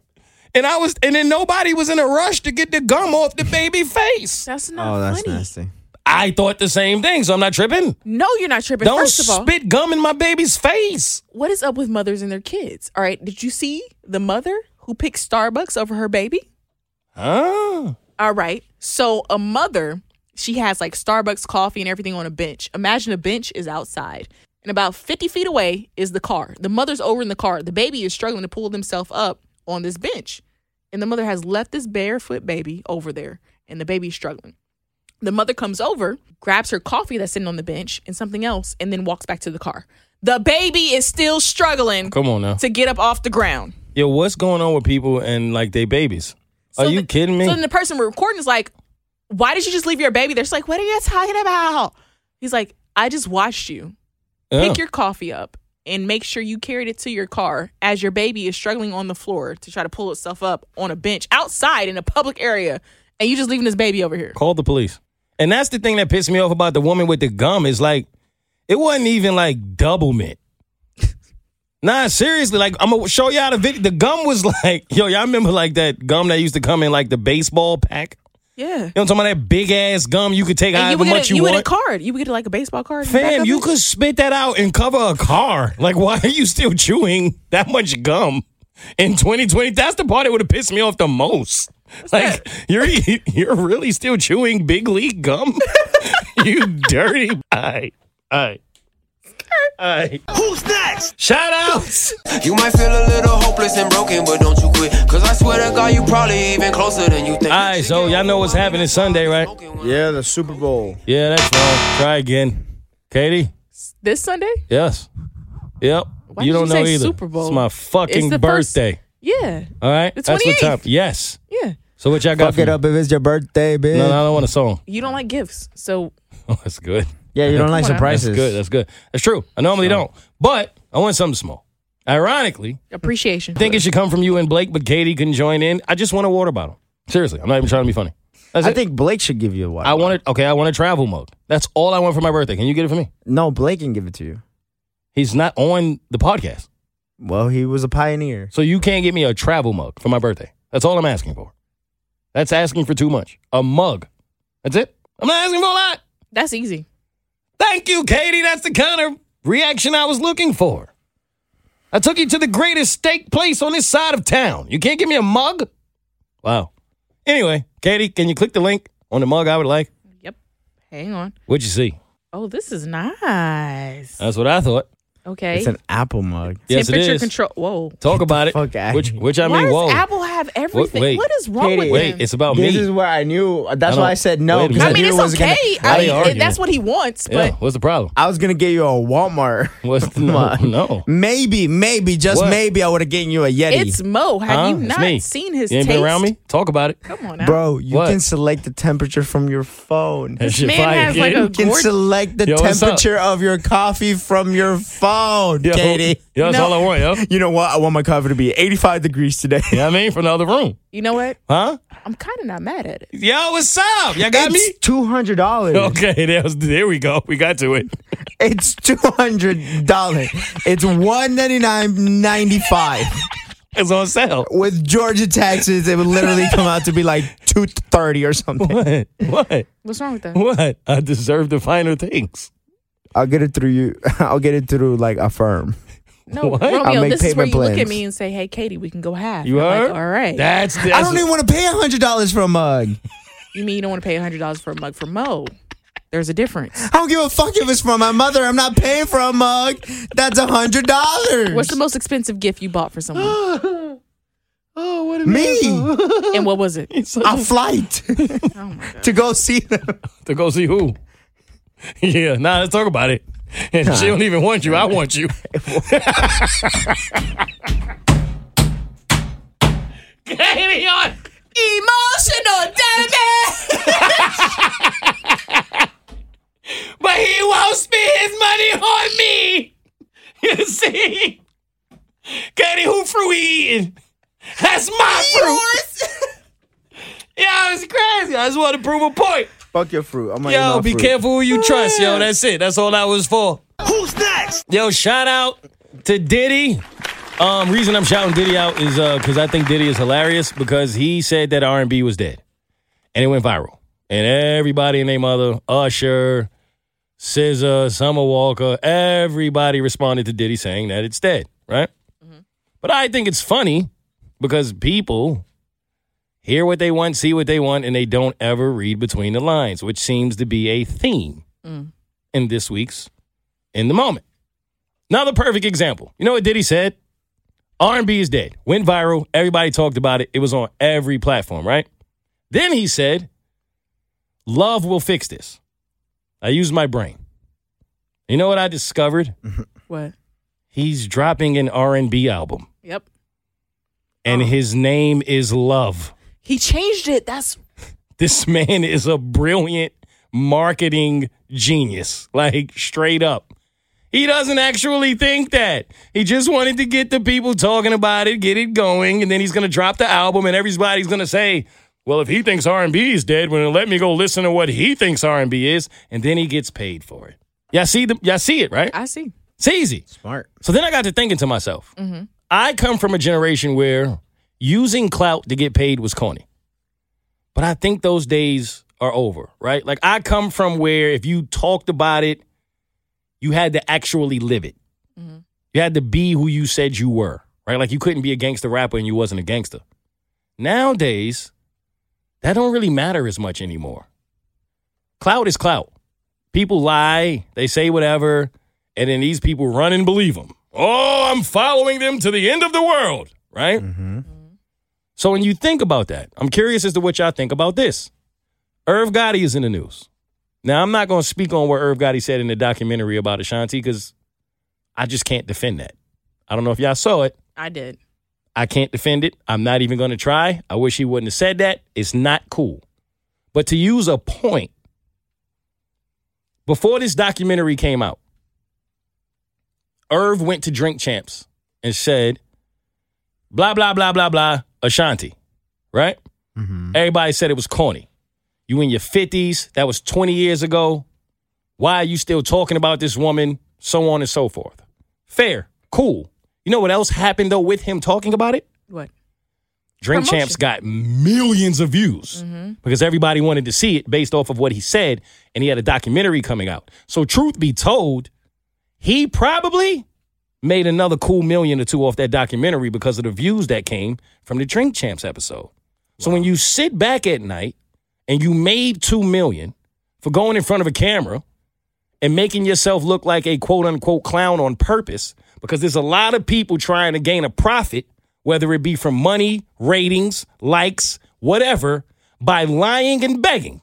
Speaker 1: And I was, and then nobody was in a rush to get the gum off the baby face.
Speaker 4: That's not
Speaker 2: Oh, that's
Speaker 4: funny.
Speaker 2: nasty.
Speaker 1: I thought the same thing, so I'm not tripping.
Speaker 4: No, you're not tripping.
Speaker 1: Don't
Speaker 4: First of all,
Speaker 1: spit gum in my baby's face.
Speaker 4: what is up with mothers and their kids? All right, did you see the mother who picked Starbucks over her baby?
Speaker 1: Huh?
Speaker 4: All right, so a mother, she has like Starbucks coffee and everything on a bench. Imagine a bench is outside, and about 50 feet away is the car. The mother's over in the car. The baby is struggling to pull themselves up on this bench, and the mother has left this barefoot baby over there, and the baby's struggling. The mother comes over, grabs her coffee that's sitting on the bench and something else, and then walks back to the car. The baby is still struggling
Speaker 1: Come on now.
Speaker 4: to get up off the ground.
Speaker 1: Yo, what's going on with people and like they babies? Are
Speaker 4: So
Speaker 1: you
Speaker 4: the-
Speaker 1: kidding me?
Speaker 4: So then the person recording is like, "Why did you just leave your baby?" They're just like, "What are you talking about?" He's like, "I just watched you
Speaker 1: Yeah.
Speaker 4: pick your coffee up and make sure you carried it to your car as your baby is struggling on the floor to try to pull itself up on a bench outside in a public area, and you just leaving this baby over here."
Speaker 1: Call the police. And that's the thing that pissed me off about the woman with the gum is like, it wasn't even like double mint. nah, seriously, like I'm gonna show y'all the video. The gum was like, yo, y'all remember like that gum that used to come in like the baseball pack?
Speaker 4: Yeah.
Speaker 1: You know what I'm talking about? That big ass gum you could take
Speaker 4: And you
Speaker 1: however
Speaker 4: would get
Speaker 1: much
Speaker 4: a, you
Speaker 1: you
Speaker 4: would get a
Speaker 1: want.
Speaker 4: card. You would get like a baseball card. in the back
Speaker 1: Fam,
Speaker 4: of
Speaker 1: you
Speaker 4: it.
Speaker 1: could spit that out and cover a car. Like, why are you still chewing that much gum in 2020? That's the part that would have pissed me off the most. like, you're you're really still chewing big league gum? you dirty. All right, all right, all right. Who's next? Shout outs.
Speaker 5: You might feel a little hopeless and broken, but don't you quit. Cause I swear to God, you probably even closer than you think.
Speaker 1: All right, so y'all know what's happening Sunday, right?
Speaker 2: Yeah, the Super Bowl.
Speaker 1: Yeah, that's wrong. Try again, Katie.
Speaker 4: this Sunday.
Speaker 1: Yes. Yep.
Speaker 4: Why
Speaker 1: you
Speaker 4: did
Speaker 1: don't
Speaker 4: you
Speaker 1: know
Speaker 4: say
Speaker 1: either.
Speaker 4: Super Bowl?
Speaker 1: It's my fucking
Speaker 4: It's the first-
Speaker 1: birthday.
Speaker 4: Yeah,
Speaker 1: All right,
Speaker 4: The
Speaker 1: that's what
Speaker 4: 28th.
Speaker 1: time. Yes.
Speaker 4: yeah.
Speaker 1: So what y'all got?
Speaker 2: Fuck
Speaker 1: for
Speaker 2: it
Speaker 1: me?
Speaker 2: up if it's your birthday, bitch.
Speaker 1: No, no, I don't want a song.
Speaker 4: You don't like gifts, so
Speaker 1: Oh, that's good.
Speaker 2: Yeah, you don't like
Speaker 4: on.
Speaker 1: That's
Speaker 2: surprises.
Speaker 1: good. That's good. That's true. I normally don't, but I want something small. Ironically,
Speaker 4: appreciation.
Speaker 1: I think it should come from you and Blake, but Katie couldn't join in. I just want a water bottle. Seriously, I'm not even trying to be funny. That's
Speaker 2: I
Speaker 1: it.
Speaker 2: think Blake should give you a water.
Speaker 1: I want it. Okay, I want a travel mug. That's all I want for my birthday. Can you get it for me?
Speaker 2: no, Blake can give it to you.
Speaker 1: He's not on the podcast,
Speaker 2: Well, he was a pioneer.
Speaker 1: so you can't get me a travel mug for my birthday. That's all I'm asking for. That's asking for too much. A mug. That's it. I'm not asking for a lot.
Speaker 4: That's easy.
Speaker 1: Thank you, Katie. That's the kind of reaction I was looking for. I took you to the greatest steak place on this side of town. You can't give me a mug? Wow. Anyway, Katie, can you click the link on the mug I would like?
Speaker 4: Yep. Hang on.
Speaker 1: What'd you see?
Speaker 4: Oh, this is nice.
Speaker 1: That's what I thought.
Speaker 4: Okay.
Speaker 2: It's an Apple mug.
Speaker 1: Yes, it
Speaker 4: Temperature
Speaker 1: is.
Speaker 4: control. Whoa.
Speaker 1: Talk about it.
Speaker 2: fuck outta
Speaker 1: Which,
Speaker 2: here.
Speaker 1: which I
Speaker 4: Why
Speaker 1: mean,
Speaker 4: does
Speaker 1: whoa.
Speaker 4: Apple have everything?
Speaker 1: wait.
Speaker 4: what is wrong with
Speaker 1: Wait,
Speaker 4: them?
Speaker 1: it's about
Speaker 2: This
Speaker 1: Oh, me.
Speaker 2: is where I knew. That's
Speaker 1: don't-
Speaker 2: why I said
Speaker 1: wait a
Speaker 2: no. 'cause
Speaker 1: minute.
Speaker 4: I mean,
Speaker 2: knew
Speaker 4: it's
Speaker 2: it wasn't gonna-
Speaker 4: okay.
Speaker 1: Why
Speaker 4: I
Speaker 1: they
Speaker 4: mean,
Speaker 1: arguing?
Speaker 4: that's what he wants,
Speaker 1: yeah,
Speaker 4: but
Speaker 1: what's the problem?
Speaker 2: I was gonna get you a Walmart.
Speaker 1: What's the, no,
Speaker 2: Come on.
Speaker 1: no.
Speaker 2: Maybe, maybe, just
Speaker 1: What?
Speaker 2: maybe, I would have gotten you a Yeti,
Speaker 4: it's Mo. Have
Speaker 1: Huh?
Speaker 4: you
Speaker 1: It's
Speaker 4: not
Speaker 1: me.
Speaker 4: seen his
Speaker 1: You ain't
Speaker 4: taste?
Speaker 1: been around me? Talk about it.
Speaker 4: Come on, now.
Speaker 2: bro. You
Speaker 1: What?
Speaker 2: can select the temperature from your phone.
Speaker 1: That shit
Speaker 4: man
Speaker 1: fire,
Speaker 4: has, like,
Speaker 1: kid.
Speaker 4: a-
Speaker 2: You can
Speaker 4: Gord-
Speaker 2: select the
Speaker 1: Yo, what's up?
Speaker 2: temperature of your coffee from your phone,
Speaker 1: Yo,
Speaker 2: Katie.
Speaker 1: Yo, that's
Speaker 4: No.
Speaker 1: all I want, yo. You
Speaker 2: You know what? I want my coffee to be 85 degrees today.
Speaker 1: know what I mean? From the other room.
Speaker 4: You know what?
Speaker 1: Huh?
Speaker 4: I'm kind of not mad at it.
Speaker 1: Yo, what's up? Y'all got me?
Speaker 2: It's two hundred dollars.
Speaker 1: Okay, that was, there we go. We got to it.
Speaker 2: It's two hundred dollars. it's one ninety nine ninety five.
Speaker 1: It's on sale.
Speaker 2: With Georgia taxes, it would literally come out to be like two thirty or something.
Speaker 1: What? What?
Speaker 4: What's wrong with that?
Speaker 1: What? I deserve the finer things.
Speaker 2: I'll get it through you. I'll get it through like a firm.
Speaker 4: No,
Speaker 1: What?
Speaker 2: I'll
Speaker 4: Romeo,
Speaker 2: make
Speaker 4: this is where you
Speaker 2: payment
Speaker 4: look at
Speaker 2: plans.
Speaker 4: me and say, hey, Katie, we can go half.
Speaker 1: You
Speaker 4: I'm like,
Speaker 1: heard?
Speaker 4: all right.
Speaker 1: That's, that's
Speaker 2: I don't even want to pay hundred dollars for a mug.
Speaker 4: you mean you don't want to pay $100 for a mug for Mo? There's a difference.
Speaker 2: I don't give a fuck if it's from my mother. I'm not paying for a mug. That's a hundred dollars.
Speaker 4: What's the most expensive gift you bought for someone?
Speaker 1: Oh, what a
Speaker 2: me?
Speaker 4: and what was it?
Speaker 2: A flight
Speaker 4: Oh
Speaker 2: to go see them.
Speaker 1: to go see who? Yeah, nah, let's talk about it. And she don't even want you. I want you. Katie, on
Speaker 4: Emotional
Speaker 1: trying to see. Cuddy, who fruit he eating? That's my fruit. Yeah, it's crazy. I just want to prove a point.
Speaker 2: Fuck your fruit. I'm like,
Speaker 1: Yo, be careful who you trust. Yo, that's it. That's all I was for. Who's next? Yo, shout out to Diddy. Um, reason I'm shouting Diddy out is uh because I think Diddy is hilarious because he said that R and B was dead, and it went viral, and everybody and their mother, Usher, SZA, Summer Walker, everybody responded to Diddy saying that it's dead, right? But I think it's funny because people hear what they want, see what they want, and they don't ever read between the lines, which seems to be a theme in this week's In the Moment. Another perfect example. You know what Diddy said? R&B is dead. Went viral. Everybody talked about it. It was on every platform, right? Then he said, "Love will fix this." I used my brain. You know what I discovered?
Speaker 4: What?
Speaker 1: He's dropping an R&B album,
Speaker 4: Yep.
Speaker 1: and his name is Love.
Speaker 4: He changed it. That's
Speaker 1: this man is a brilliant marketing genius. Like straight up. He doesn't actually think that. He just wanted to get the people talking about it, get it going, and then he's going to drop the album and everybody's going to say, "Well, if he thinks R&B is dead, well, then let me go listen to what he thinks R&B is," and then he gets paid for it. Y'all see the y'all see it, right?
Speaker 4: I see.
Speaker 1: It's easy.
Speaker 2: smart.
Speaker 1: So then I got to thinking to myself, I come from a generation where using clout to get paid was corny. But I think those days are over, right? Like I come from where if you talked about it, you had to actually live it. You had to be who you said you were, right? Like you couldn't be a gangster rapper and you wasn't a gangster. Nowadays, that don't really matter as much anymore. Clout is clout. People lie, they say whatever, and then these people run and believe them. Oh, I'm following them to the end of the world, right? So when you think about that, I'm curious as to what y'all think about this. Irv Gotti is in the news. Now, I'm not going to speak on what Irv Gotti said in the documentary about Ashanti because I just can't defend that. I don't know if y'all saw it.
Speaker 4: I did.
Speaker 1: I can't defend it. I'm not even going to try. I wish he wouldn't have said that. It's not cool. But to use a point, before this documentary came out, Irv went to Drink Champs and said, blah, blah, blah, blah, blah, Ashanti, right? Everybody said it was corny. You in your 50s, that was 20 years ago. Why are you still talking about this woman? So on and so forth. Fair, cool. You know what else happened though with him talking about it?
Speaker 4: What?
Speaker 1: Drink Champs got millions of views because everybody wanted to see it based off of what he said, and he had a documentary coming out. So, truth be told, he probably made another cool million or two off that documentary because of the views that came from the Drink Champs episode. So, when you sit back at night and you made two million for going in front of a camera and making yourself look like a quote unquote clown on purpose because there's a lot of people trying to gain a profit, whether it be from money, ratings, likes, whatever, by lying and begging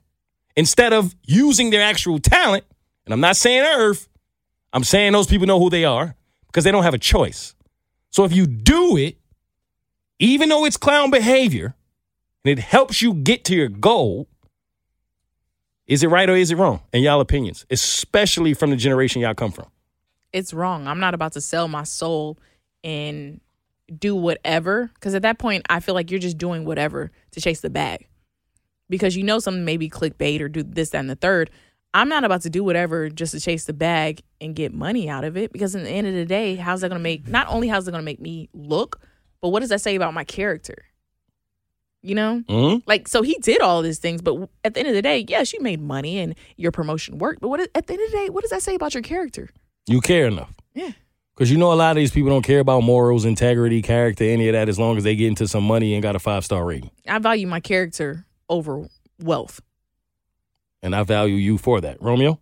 Speaker 1: instead of using their actual talent. And I'm not saying Irv, I'm saying those people know who they are because they don't have a choice. So if you do it, even though it's clown behavior and it helps you get to your goal, is it right or is it wrong? In y'all opinions, especially from the generation y'all come from.
Speaker 4: It's wrong. I'm not about to sell my soul and do whatever. Because at that point, I feel like you're just doing whatever to chase the bag. Because you know something maybe clickbait or do this, that, and the third. I'm not about to do whatever just to chase the bag and get money out of it. Because in the end of the day, how's that going to make, not only how's it going to make me look, but what does that say about my character? You know?
Speaker 1: Mm-hmm.
Speaker 4: Like, so he did all these things, but at the end of the day, yes, you made money and your promotion worked. But what is, at the end of the day, what does that say about your character?
Speaker 1: You care enough.
Speaker 4: Yeah.
Speaker 1: Because you know a lot of these people don't care about morals, integrity, character, any of that, as long as they get into some money and got a five star rating.
Speaker 4: I value my character over wealth.
Speaker 1: And I value you for that. Romeo?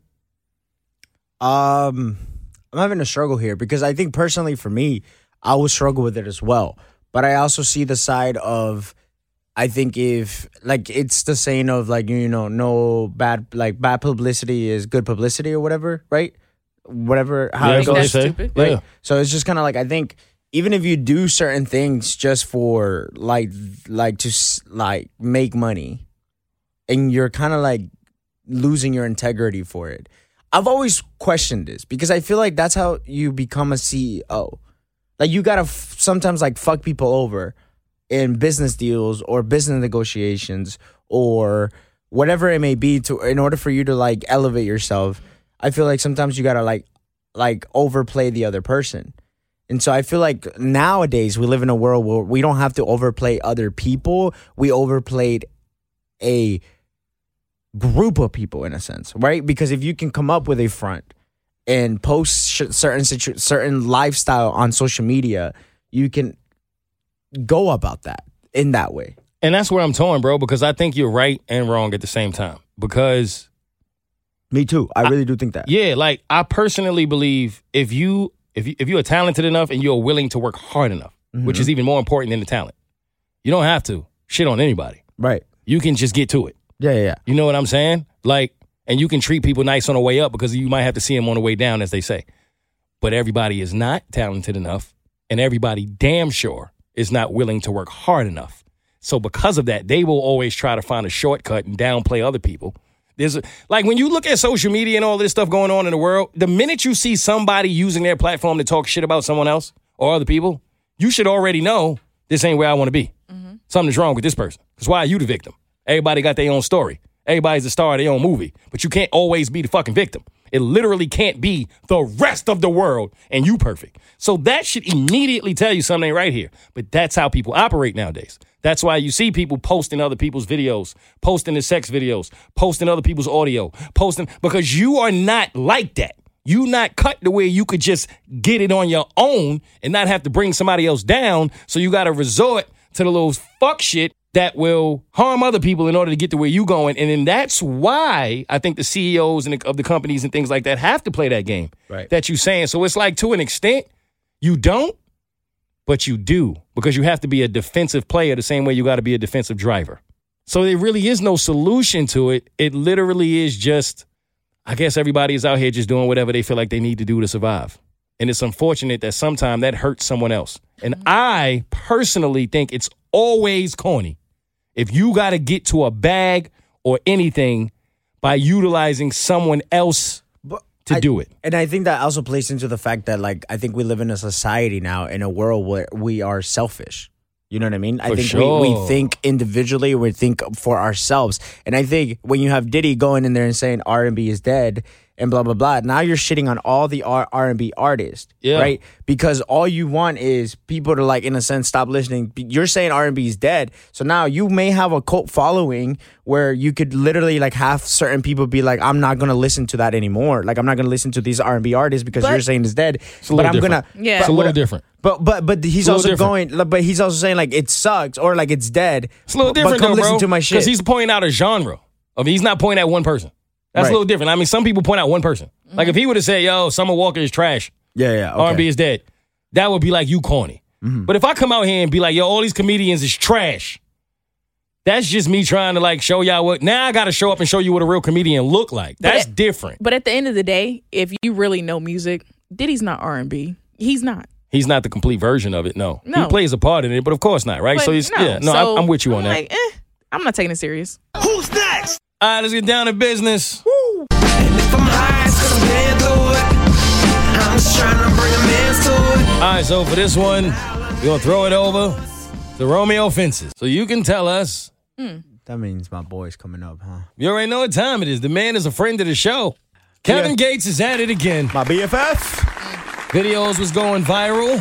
Speaker 2: Um, I'm having a struggle here because I think personally for me, I would struggle with it as well. But I also see the side of, I think if like it's the saying of like you know no bad like bad publicity is good publicity or whatever, right? Whatever how
Speaker 1: Yeah,
Speaker 2: it
Speaker 1: that's what
Speaker 2: goes.
Speaker 1: they
Speaker 4: that's
Speaker 1: say.
Speaker 4: stupid.
Speaker 1: Yeah.
Speaker 2: Like, so it's just kind of like I think even if you do certain things just for like like to s- like make money, and you're kind of like losing your integrity for it. I've always questioned this because I feel like that's how you become a CEO. Like you gotta f- sometimes like fuck people over in business deals or business negotiations or whatever it may be to in order for you to like elevate yourself. I feel like sometimes you gotta like like overplay the other person. And so I feel like nowadays we live in a world where we don't have to overplay other people. We overplayed a group of people in a sense, right? Because if you can come up with a front and post sh- certain situ- certain lifestyle on social media, you can go about that in that way.
Speaker 1: And that's where I'm torn, bro, because I think you're right and wrong at the same time. Because
Speaker 2: Me too. I really do think that.
Speaker 1: yeah, like I personally believe if you if you, if you are talented enough and you're willing to work hard enough, which is even more important than the talent, you don't have to shit on anybody.
Speaker 2: Right.
Speaker 1: You can just get to it.
Speaker 2: Yeah, yeah, yeah.
Speaker 1: You know what I'm saying? Like, and you can treat people nice on the way up because you might have to see them on the way down, as they say. But everybody is not talented enough, and everybody damn sure is not willing to work hard enough. So because of that, they will always try to find a shortcut and downplay other people. There's a, like when you look at social media and all this stuff going on in the world, the minute you see somebody using their platform to talk shit about someone else or other people, you should already know this ain't where I want to be. Something's wrong with this person. Because why are you the victim? Everybody got their own story. Everybody's the star of their own movie. But you can't always be the fucking victim. It literally can't be the rest of the world and you perfect. So that should immediately tell you something ain't right here. But that's how people operate nowadays. That's why you see people posting other people's videos, posting the sex videos, posting other people's audio, posting because you are not like that. You not cut the way you could just get it on your own and not have to bring somebody else down. So you got to resort to the little fuck shit that will harm other people in order to get to where you going. And then that's why I think the CEOs and the, of the companies and things like that have to play that game
Speaker 2: Right.
Speaker 1: that you saying. So it's like to an extent, you don't, but you do because you have to be a defensive player the same way you got to be a defensive driver. So there really is no solution to it. It literally is just, I guess everybody is out here just doing whatever they feel like they need to do to survive. And it's unfortunate that sometimes that hurts someone else. And I personally think it's always corny if you got to get to a bag or anything by utilizing someone else
Speaker 2: But
Speaker 1: to
Speaker 2: I-
Speaker 1: do it.
Speaker 2: And I think that also plays into the fact that like I think we live in a society now in a world where we are selfish. You know what I mean? I
Speaker 1: For
Speaker 2: think we, we
Speaker 1: sure.
Speaker 2: think individually, we think for ourselves. And I think when you have Diddy going in there and saying R and B is dead and blah blah blah, now you're shitting on all the R and B artists,
Speaker 1: Yeah.
Speaker 2: right? Because all you want is people to like, in a sense, stop listening. B- You're saying R and B is dead, so now you may have a cult following where you could literally like have certain people be like, "I'm not gonna listen to that anymore. Like, I'm not gonna listen to these R and B artists because
Speaker 4: But-
Speaker 2: you're saying it's dead."
Speaker 1: a
Speaker 2: but
Speaker 1: little
Speaker 2: I'm
Speaker 1: different.
Speaker 2: gonna,
Speaker 4: Yeah.
Speaker 2: but
Speaker 4: It's a
Speaker 1: little
Speaker 2: what-
Speaker 1: different.
Speaker 2: But but but he's
Speaker 1: a little
Speaker 2: also
Speaker 1: different.
Speaker 2: going, but he's also saying like it sucks or like it's dead.
Speaker 1: It's a little
Speaker 2: but-
Speaker 1: different,
Speaker 2: But come
Speaker 1: though,
Speaker 2: listen
Speaker 1: bro.
Speaker 2: to my shit.
Speaker 1: Because he's pointing out a genre. I mean, he's not pointing at one person. That's a
Speaker 2: Right.
Speaker 1: little different. I mean, some people point out one person. Like
Speaker 4: Mm-hmm.
Speaker 1: if he would have said, "Yo, Summer Walker is trash,"
Speaker 2: yeah yeah okay. Mm-hmm.
Speaker 1: R and B is dead. That would be like you corny. But if I come out here and be like, "Yo, all these comedians is trash," that's just me trying to like show y'all what. Now I got to show up and show you what a real comedian look like. That's
Speaker 4: it-
Speaker 1: different.
Speaker 4: But at the end of the day, if you really know music, Diddy's not R and B. He's not.
Speaker 1: He's not the complete version of it. No,
Speaker 4: No.
Speaker 1: he plays a part in it, but of course not, right?
Speaker 4: But
Speaker 1: so it's
Speaker 4: no.
Speaker 1: yeah, no,
Speaker 4: So
Speaker 1: I'm, I'm with you on
Speaker 4: I'm
Speaker 1: that.
Speaker 4: Like, eh, I'm not taking it serious.
Speaker 1: all right, let's get down to business.
Speaker 5: If I'm high, it's cause I'm paying through it. I'm just trying to bring a man's to it.
Speaker 1: All right, so for this one, we're gonna throw it over to Romeo Fences. So you can tell us.
Speaker 2: that means my boy's coming up, huh?
Speaker 1: You already know what time it is. The man is a friend of the show. Kevin
Speaker 2: Yeah.
Speaker 1: Gates is at it again.
Speaker 2: My BFF.
Speaker 1: Videos was going viral.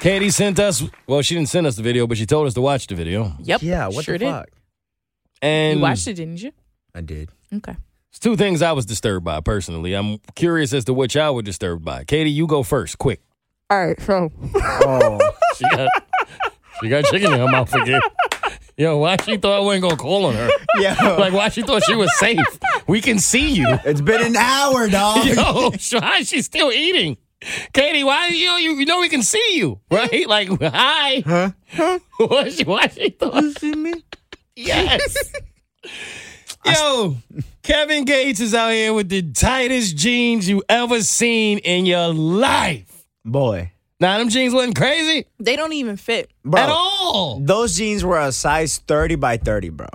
Speaker 1: Katie sent us. Well, she didn't send us the video, but she told us to watch the video.
Speaker 4: Yep.
Speaker 2: Yeah, what
Speaker 4: sure
Speaker 2: the
Speaker 4: did.
Speaker 2: fuck?
Speaker 1: And
Speaker 4: You watched it, didn't you?
Speaker 2: I did.
Speaker 4: Okay.
Speaker 1: it's two things I was disturbed by personally. I'm curious as to what y'all were disturbed by. Katie, you go first, quick.
Speaker 4: All right. So
Speaker 2: Oh,
Speaker 1: She got, she got chicken in her mouth again. Yo, why she thought I wasn't gonna call on her?
Speaker 2: yeah.
Speaker 1: Like, why she thought she was safe? We can see you.
Speaker 2: It's been an hour, dog.
Speaker 1: Yo, so how is she still eating? Katie, why you know, you, you know we can see you, right? Like, hi. Huh? Why she, why she thought? You see me? Yes. Yo, Kevin Gates is out here with the tightest jeans you ever seen in your life.
Speaker 2: Boy,
Speaker 1: Now, them jeans wasn't crazy
Speaker 4: they don't even fit.
Speaker 2: bro,
Speaker 1: at all.
Speaker 2: those jeans were a size thirty by thirty, bro.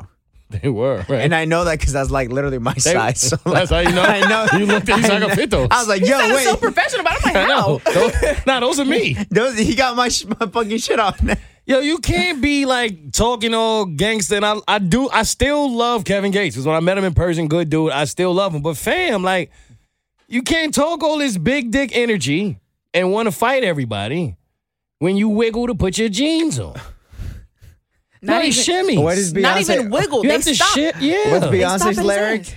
Speaker 1: They were, right?
Speaker 2: And I know that because that's like literally my size. So
Speaker 1: That's how you know.
Speaker 2: I know.
Speaker 1: You looked at he's
Speaker 2: I
Speaker 1: like, I
Speaker 2: know.
Speaker 1: fit those.
Speaker 2: I was like, yo,
Speaker 4: That's
Speaker 2: wait.
Speaker 4: so professional, but I'm like,
Speaker 1: I know.
Speaker 4: how?
Speaker 1: Those, nah, those are me.
Speaker 2: Those, he got my, sh- my fucking shit off.
Speaker 1: Yo, you can't be like talking all gangster. And I, I do, I still love Kevin Gates because when I met him in person, good dude, I still love him. But fam, like, you can't talk all this big dick energy and want to fight everybody when you wiggle to put your jeans on. Not
Speaker 4: even-
Speaker 1: shimmies.
Speaker 2: What is Beyonce?
Speaker 4: Not even wiggle.
Speaker 1: you
Speaker 4: They
Speaker 1: have to
Speaker 4: stop.
Speaker 1: shit. Yeah.
Speaker 2: What's
Speaker 4: stop
Speaker 2: Beyonce's
Speaker 4: and
Speaker 2: lyric?
Speaker 4: say.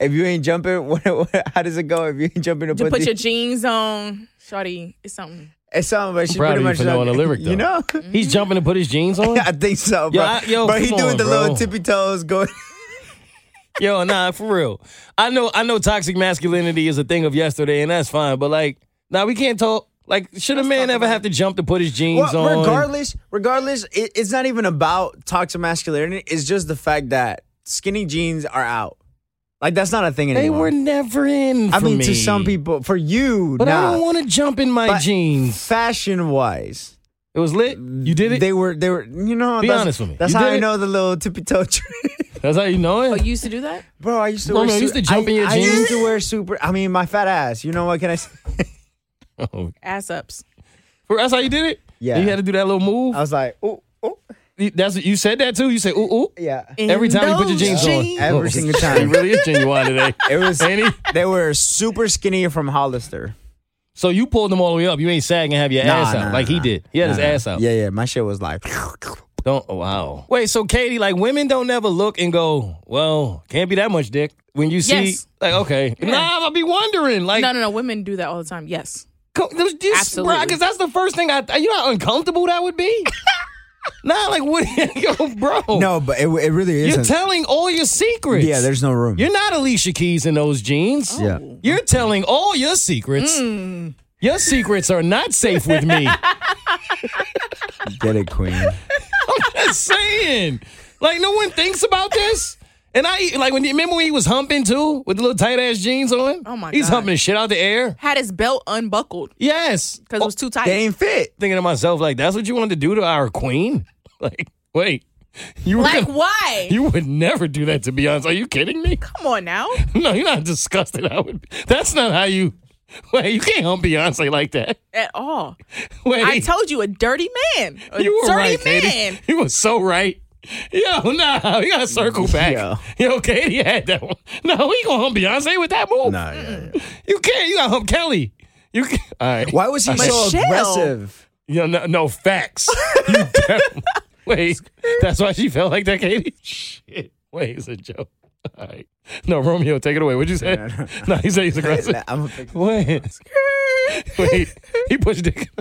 Speaker 2: If you ain't jumping, what, what, how does it go? If you ain't jumping to,
Speaker 4: To
Speaker 2: put,
Speaker 4: put
Speaker 2: the,
Speaker 4: your jeans on, shorty, it's something.
Speaker 2: it's something, but she
Speaker 1: proud
Speaker 2: pretty
Speaker 1: of you
Speaker 2: much
Speaker 1: for knowing
Speaker 2: like-
Speaker 1: the lyric,
Speaker 2: You know,
Speaker 1: though. He's jumping to put his jeans on.
Speaker 2: I think so,
Speaker 1: Yo,
Speaker 2: bro.
Speaker 1: I- yo,
Speaker 2: but he
Speaker 1: come
Speaker 2: doing
Speaker 1: on,
Speaker 2: the
Speaker 1: bro.
Speaker 2: little tippy toes going.
Speaker 1: Yo, nah, for real. I know, I know, toxic masculinity is a thing of yesterday, and that's fine. But like, nah, we can't talk. Like, should a man ever have to jump to put his jeans
Speaker 2: Well,
Speaker 1: on?
Speaker 2: regardless, regardless, it, it's not even about toxic masculinity. It's just the fact that skinny jeans are out. Like that's not a thing
Speaker 1: they
Speaker 2: anymore.
Speaker 1: were never in.
Speaker 2: I
Speaker 1: for
Speaker 2: mean,
Speaker 1: me.
Speaker 2: to some people, for you,
Speaker 1: but I
Speaker 2: nah.
Speaker 1: don't want to jump in my
Speaker 2: But
Speaker 1: jeans.
Speaker 2: Fashion wise,
Speaker 1: It was lit. You did it.
Speaker 2: they were they were. You know,
Speaker 1: Be
Speaker 2: that's,
Speaker 1: honest with me.
Speaker 2: That's
Speaker 1: You
Speaker 2: how
Speaker 1: did
Speaker 2: I
Speaker 1: it?
Speaker 2: know the little tippy toe. trick.
Speaker 1: that's how you know
Speaker 4: But
Speaker 1: it.
Speaker 4: Oh, you used to do that?
Speaker 2: Bro, I used to
Speaker 1: No,
Speaker 2: wear.
Speaker 1: no, you used
Speaker 2: su-
Speaker 1: to jump
Speaker 2: I,
Speaker 1: in your
Speaker 2: I
Speaker 1: jeans.
Speaker 2: used to wear super. I mean, my fat ass. You know what can I say?
Speaker 1: Oh.
Speaker 4: Ass ups.
Speaker 1: That's how you did it.
Speaker 2: Yeah. Uh,
Speaker 1: you had to do that little move.
Speaker 2: I was like, ooh, ooh,
Speaker 1: You- That's what you said that too. You said ooh ooh
Speaker 2: yeah.
Speaker 1: every
Speaker 4: In
Speaker 1: time you put your
Speaker 4: those
Speaker 1: jeans,
Speaker 4: jeans.
Speaker 1: on.
Speaker 2: Every
Speaker 1: Oh,
Speaker 2: single time.
Speaker 1: he really is genuine today.
Speaker 2: It was.
Speaker 1: Ain't he?
Speaker 2: They were super skinny from Hollister.
Speaker 1: So you pulled them all the way up. You ain't sagging, have your
Speaker 2: Nah,
Speaker 1: ass out
Speaker 2: nah,
Speaker 1: like he
Speaker 2: nah.
Speaker 1: did. He had his
Speaker 2: Nah.
Speaker 1: ass out.
Speaker 2: Uh-huh. Yeah, yeah. My shit was like.
Speaker 1: Don't oh, wow. Wait, so Katie, like women don't never look and go, well, can't be that much dick when you see
Speaker 4: Yes.
Speaker 1: like okay. Nah, I'll be wondering like
Speaker 4: No, no, no. Women do that all the time. Yes.
Speaker 1: co- this, this,
Speaker 4: Absolutely.
Speaker 1: bruh, cuz that's the first thing I you know how uncomfortable that would be? nah, like what yo, bro.
Speaker 2: No, but it, it really
Speaker 1: You're
Speaker 2: isn't.
Speaker 1: telling all your secrets.
Speaker 2: yeah, there's no room.
Speaker 1: You're not Alicia Keys in those jeans.
Speaker 2: Yeah.
Speaker 1: You're telling all your secrets.
Speaker 4: Mm.
Speaker 1: Your secrets are not safe with me.
Speaker 2: Get it, queen.
Speaker 1: just saying. Like no one thinks about this. And I like when remember when he was humping too with the little tight ass jeans on.
Speaker 4: Oh, my
Speaker 1: He's
Speaker 4: God.
Speaker 1: humping the shit out the air.
Speaker 4: Had his belt unbuckled
Speaker 1: Yes.
Speaker 4: because it was too tight.
Speaker 2: They ain't fit.
Speaker 1: Thinking to myself like that's what you wanted to do to our queen. Like wait, you were
Speaker 4: Like,
Speaker 1: gonna-
Speaker 4: why?
Speaker 1: you would never do that to Beyonce. Are you kidding me?
Speaker 4: Come on now.
Speaker 1: No, you're not disgusted. I would. That's not how you. Wait, you can't hump Beyonce like that.
Speaker 4: At all.
Speaker 1: Wait,
Speaker 4: I told you, a dirty man. A
Speaker 1: You were
Speaker 4: dirty
Speaker 1: right,
Speaker 4: man.
Speaker 1: Katie. You were so right. Yo, nah, we gotta circle back.
Speaker 2: Yo.
Speaker 1: Yo, Katie had that one. No, we gonna hump Beyonce with that move.
Speaker 2: Nah, yeah, yeah.
Speaker 1: You can't. You gotta hump Kelly. You can all right?
Speaker 2: Why was he so
Speaker 4: Michelle.
Speaker 2: aggressive?
Speaker 1: Yo, no, no facts. you def- wait, that's why she felt like that, Katie. Shit. Wait, it's a joke. All right. No, Romeo, take it away. What'd you say? No, he said he's aggressive.
Speaker 2: Nah, I'm a big-
Speaker 1: Wait. Wait. He pushed dick.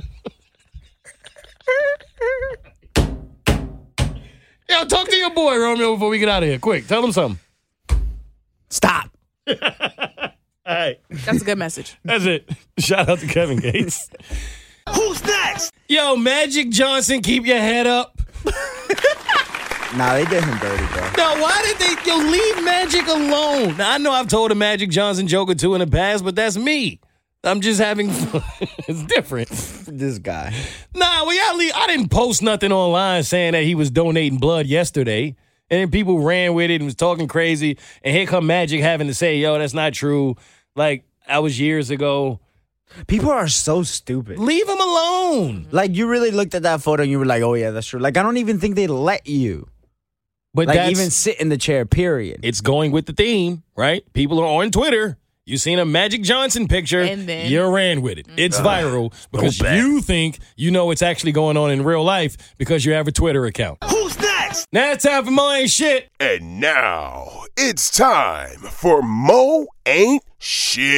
Speaker 1: Yo, talk to your boy, Romeo, before we get out of here. Quick, tell him something.
Speaker 2: Stop.
Speaker 1: All right.
Speaker 4: That's a good message.
Speaker 1: That's it. Shout out to Kevin Gates. Who's next? Yo, Magic Johnson, keep your head up.
Speaker 2: Nah, they did him dirty, bro.
Speaker 1: Now, why did they yo leave Magic alone? Now I know I've told a Magic Johnson joke or two in the past, but that's me. I'm just having fun. it's different.
Speaker 2: This guy.
Speaker 1: Nah, well, y'all leave. I didn't post nothing online saying that he was donating blood yesterday. And then people ran with it and was talking crazy. And here come Magic having to say, yo, that's not true. Like, I was years ago.
Speaker 2: People are so stupid.
Speaker 1: Leave him alone.
Speaker 2: Like you really looked at that photo and you were like, "Oh yeah, that's true." Like I don't even think they let you
Speaker 1: But
Speaker 2: like
Speaker 1: that's,
Speaker 2: even sit in the chair. Period.
Speaker 1: it's going with the theme, right? People are on Twitter. You seen a Magic Johnson picture,
Speaker 4: And then- Mm-hmm.
Speaker 1: you ran with it. It's viral because you think you know what's actually going on in real life because you have a Twitter account. Who's next? Now it's time for my ain't shit.
Speaker 6: And now it's time for Mo Ain't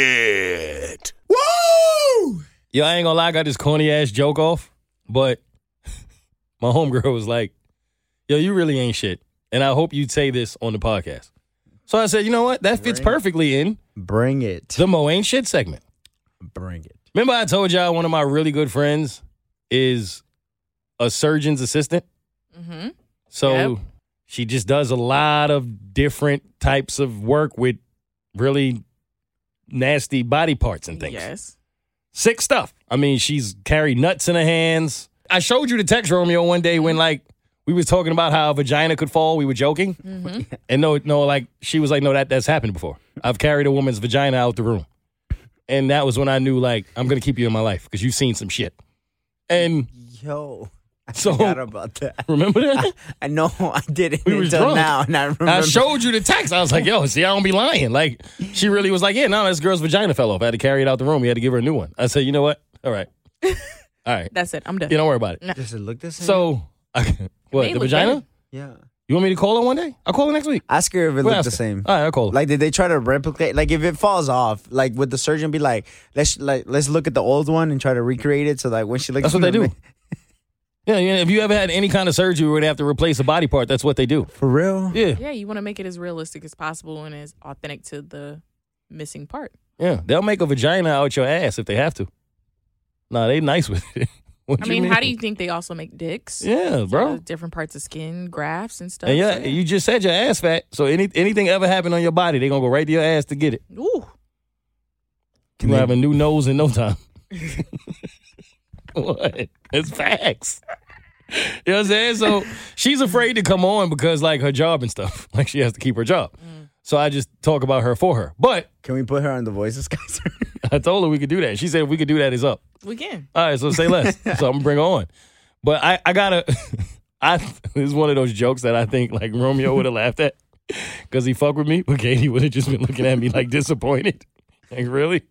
Speaker 6: Shit. Woo!
Speaker 1: Yo, I ain't gonna lie, I got this corny ass joke off, but my homegirl was like, Yo, you really ain't shit. And I hope you say this on the podcast. So I said, you know what? That fits perfectly in
Speaker 2: Bring it.
Speaker 1: the Mo Ain't Shit segment.
Speaker 2: Bring it.
Speaker 1: Remember, I told y'all one of my really good friends is a surgeon's assistant.
Speaker 4: Mm-hmm.
Speaker 1: So
Speaker 4: Yep.
Speaker 1: she just does a lot of different types of work with really nasty body parts and things.
Speaker 4: Yes.
Speaker 1: Sick stuff. I mean, she's carried nuts in her hands. I showed you the text, Romeo, one day when like we was talking about how a vagina could fall. We were joking, and no, no, like she was like, no, that that's happened before. I've carried a woman's vagina out the room, and that was when I knew like I'm gonna keep you in my life because you've seen some shit. And
Speaker 2: Yo, I
Speaker 1: So-
Speaker 2: forgot about that.
Speaker 1: remember that
Speaker 2: I know I didn't
Speaker 1: We was
Speaker 2: until
Speaker 1: drunk.
Speaker 2: now, and I remember.
Speaker 1: I showed you the text. I was like, yo, see, I don't be lying. Like she really was like, yeah, no, this girl's vagina fell off. I had to carry it out the room. We had to give her a new one. I said, you know what? All right, all right.
Speaker 4: That's it. I'm done.
Speaker 1: You don't worry about it.
Speaker 2: Does it look the same?
Speaker 1: So, what
Speaker 4: They
Speaker 1: the
Speaker 4: look
Speaker 1: vagina?
Speaker 4: good.
Speaker 2: yeah.
Speaker 1: You want me to call her one day? I'll call her next week.
Speaker 2: Ask her if it
Speaker 1: We'll
Speaker 2: looked
Speaker 1: ask
Speaker 2: the
Speaker 1: her. Uh,
Speaker 2: same.
Speaker 1: All right, I'll call her.
Speaker 2: Like, did they try to replicate? Like, if it falls off, like, would the surgeon be like, let's like let's look at the old one and try to recreate it? So like, when she looks,
Speaker 1: That's what
Speaker 2: in
Speaker 1: they
Speaker 2: the
Speaker 1: do.
Speaker 2: mi-
Speaker 1: Yeah, yeah, if you ever had any kind of surgery where they have to replace a body part, that's what they do.
Speaker 2: For real?
Speaker 1: Yeah,
Speaker 4: Yeah, you want to make it as realistic as possible and as authentic to the missing part.
Speaker 1: yeah. They'll make a vagina out your ass if they have to. Nah, they nice with it. What
Speaker 4: I mean, how do you think they also make dicks?
Speaker 1: Yeah,
Speaker 4: Uh,
Speaker 1: bro.
Speaker 4: different parts of skin, grafts and stuff.
Speaker 1: And yeah,
Speaker 4: so
Speaker 1: you just said your ass fat. So any, anything ever happened on your body, they gonna go right to your ass to get it.
Speaker 4: Ooh.
Speaker 1: You gonna have a new nose in no time. what? It's facts. You know what I'm saying? So she's afraid to come on because like her job and stuff. Like she has to keep her job. So I just talk about her for her. But
Speaker 2: Can we put her on the voices, guys?
Speaker 1: I told her we could do that. She said if we could do that, it's up.
Speaker 4: We can.
Speaker 1: All right, so say less. so I'm gonna bring her on. But I, I gotta I this is one of those jokes that I think like Romeo would have laughed at. Cause he fucked with me, but Katie would have just been looking at me like disappointed. Like, really?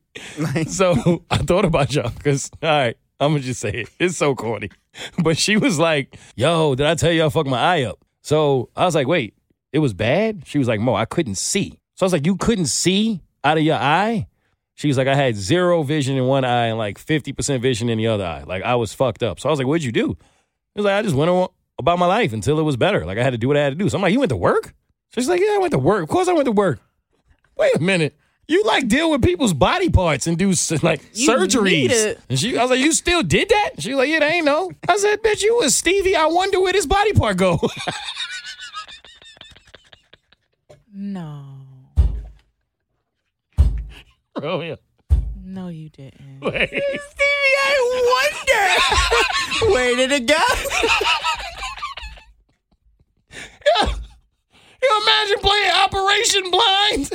Speaker 1: so I thought about y'all, because all right, I'm gonna just say it. It's so corny. But she was like, yo, did I tell you I fucked my eye up? So I was like, wait, it was bad? She was like, Mo, I couldn't see. So I was like, you couldn't see out of your eye? She was like, I had zero vision in one eye and like 50% vision in the other eye. Like I was fucked up. So I was like, what'd you do? It was like, I just went on about my life until it was better. Like I had to do what I had to do. So I'm like, you went to work? She's like, yeah, I went to work. Of course I went to work. Wait a minute. You like deal with people's body parts and do s- like
Speaker 4: You need
Speaker 1: surgeries.
Speaker 4: it.
Speaker 1: And she, I was like, you still did that? She was like, yeah, they ain't no. I said, bitch, you was Stevie. I wonder where this body part go.
Speaker 4: No.
Speaker 1: Bro, yeah.
Speaker 4: No, you didn't.
Speaker 1: Wait.
Speaker 2: Where did it go?
Speaker 1: You imagine playing Operation Blind?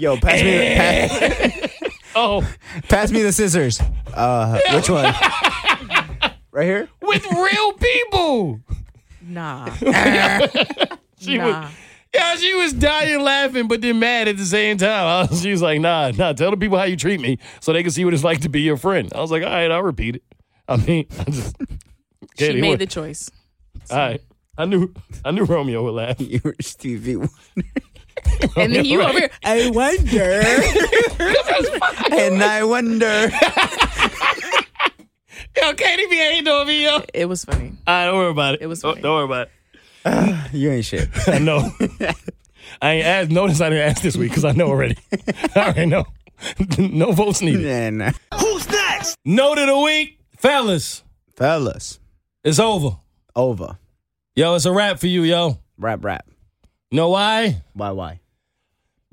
Speaker 2: Yo, pass me, the- pass,
Speaker 1: oh,
Speaker 2: pass me the scissors. Uh, which one? right here.
Speaker 1: with real people.
Speaker 4: Nah.
Speaker 1: She
Speaker 4: nah.
Speaker 1: was, yeah, she was dying laughing, but then mad at the same time. I was- she was like, nah, nah, tell the people how you treat me so they can see what it's like to be your friend. I was like, all right, I'll repeat it. I mean, I just.
Speaker 4: she
Speaker 1: Katie,
Speaker 4: made
Speaker 1: what-
Speaker 4: the choice.
Speaker 1: all right. I knew, I knew Romeo would laugh.
Speaker 2: You were Stevie.
Speaker 4: And then you
Speaker 1: right.
Speaker 4: over here.
Speaker 2: I wonder. and I wonder.
Speaker 1: Yo, Katie be hating on me, yo. All
Speaker 4: It was funny.
Speaker 1: right, don't worry about it.
Speaker 4: It was
Speaker 1: Don't-
Speaker 4: funny.
Speaker 1: don't worry about it.
Speaker 2: You ain't shit.
Speaker 1: I know. I ain't asked. Notice I didn't ask this week because I know already. I already know. no votes needed.
Speaker 2: And
Speaker 1: Note of the week, fellas.
Speaker 2: fellas,
Speaker 1: It's over.
Speaker 2: over.
Speaker 1: Yo, it's a wrap for you, yo.
Speaker 2: Rap, rap.
Speaker 1: You know why?
Speaker 2: Why, why?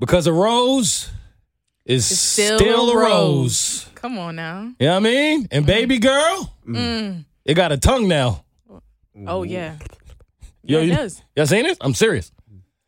Speaker 1: Because a rose is
Speaker 4: It's
Speaker 1: still, a rose.
Speaker 4: Come on now.
Speaker 1: You know what I mean?
Speaker 4: Mm-hmm.
Speaker 1: And baby girl,
Speaker 4: Mm.
Speaker 1: it got a tongue now.
Speaker 4: Oh yeah.
Speaker 1: Yo,
Speaker 4: Yeah, it
Speaker 1: you,
Speaker 4: does.
Speaker 1: Y'all seen this? I'm serious.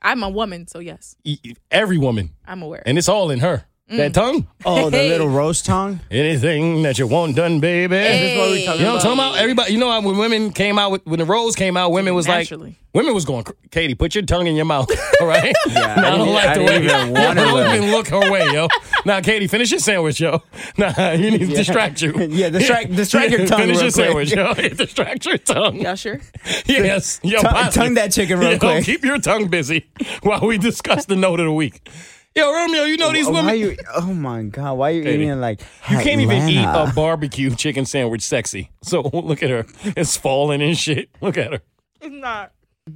Speaker 4: I'm a woman, so yes,
Speaker 1: E- e- Every woman,
Speaker 4: I'm aware.
Speaker 1: and it's all in her.
Speaker 4: Mm.
Speaker 1: That tongue?
Speaker 2: Oh, the
Speaker 4: Hey.
Speaker 2: little roast tongue.
Speaker 1: Anything that you want done, baby. You know what I'm talking about? Everybody, you know how when women came out, with, when the rose came out, women was
Speaker 4: Naturally.
Speaker 1: like, women was going, cr- Katie, put your tongue in your mouth, all right? Yeah, I don't
Speaker 2: didn't-
Speaker 1: like
Speaker 2: I
Speaker 1: the way
Speaker 2: didn't even wanna
Speaker 1: Y'all
Speaker 2: look.
Speaker 1: women look her way, yo. Now, Katie, finish your sandwich, yo. Nah, you need to distract you.
Speaker 2: Yeah, distract- distract your tongue
Speaker 1: Finish
Speaker 2: real
Speaker 1: your
Speaker 2: quick.
Speaker 1: sandwich, yo. distract your tongue.
Speaker 4: Y'all sure?
Speaker 1: Yes, yo,
Speaker 2: Tongue-
Speaker 1: positive.
Speaker 2: tongue that chicken real
Speaker 1: Yo,
Speaker 2: quick.
Speaker 1: Keep your tongue busy while we discuss the note of the week. Yo, Romeo, you know these
Speaker 2: Oh,
Speaker 1: women.
Speaker 2: why you, oh my God. Why are you
Speaker 1: Katie.
Speaker 2: eating like.
Speaker 1: You can't even eat a
Speaker 2: Atlanta?
Speaker 1: barbecue chicken sandwich sexy. So look at her. It's falling and shit. Look at her.
Speaker 4: It's not.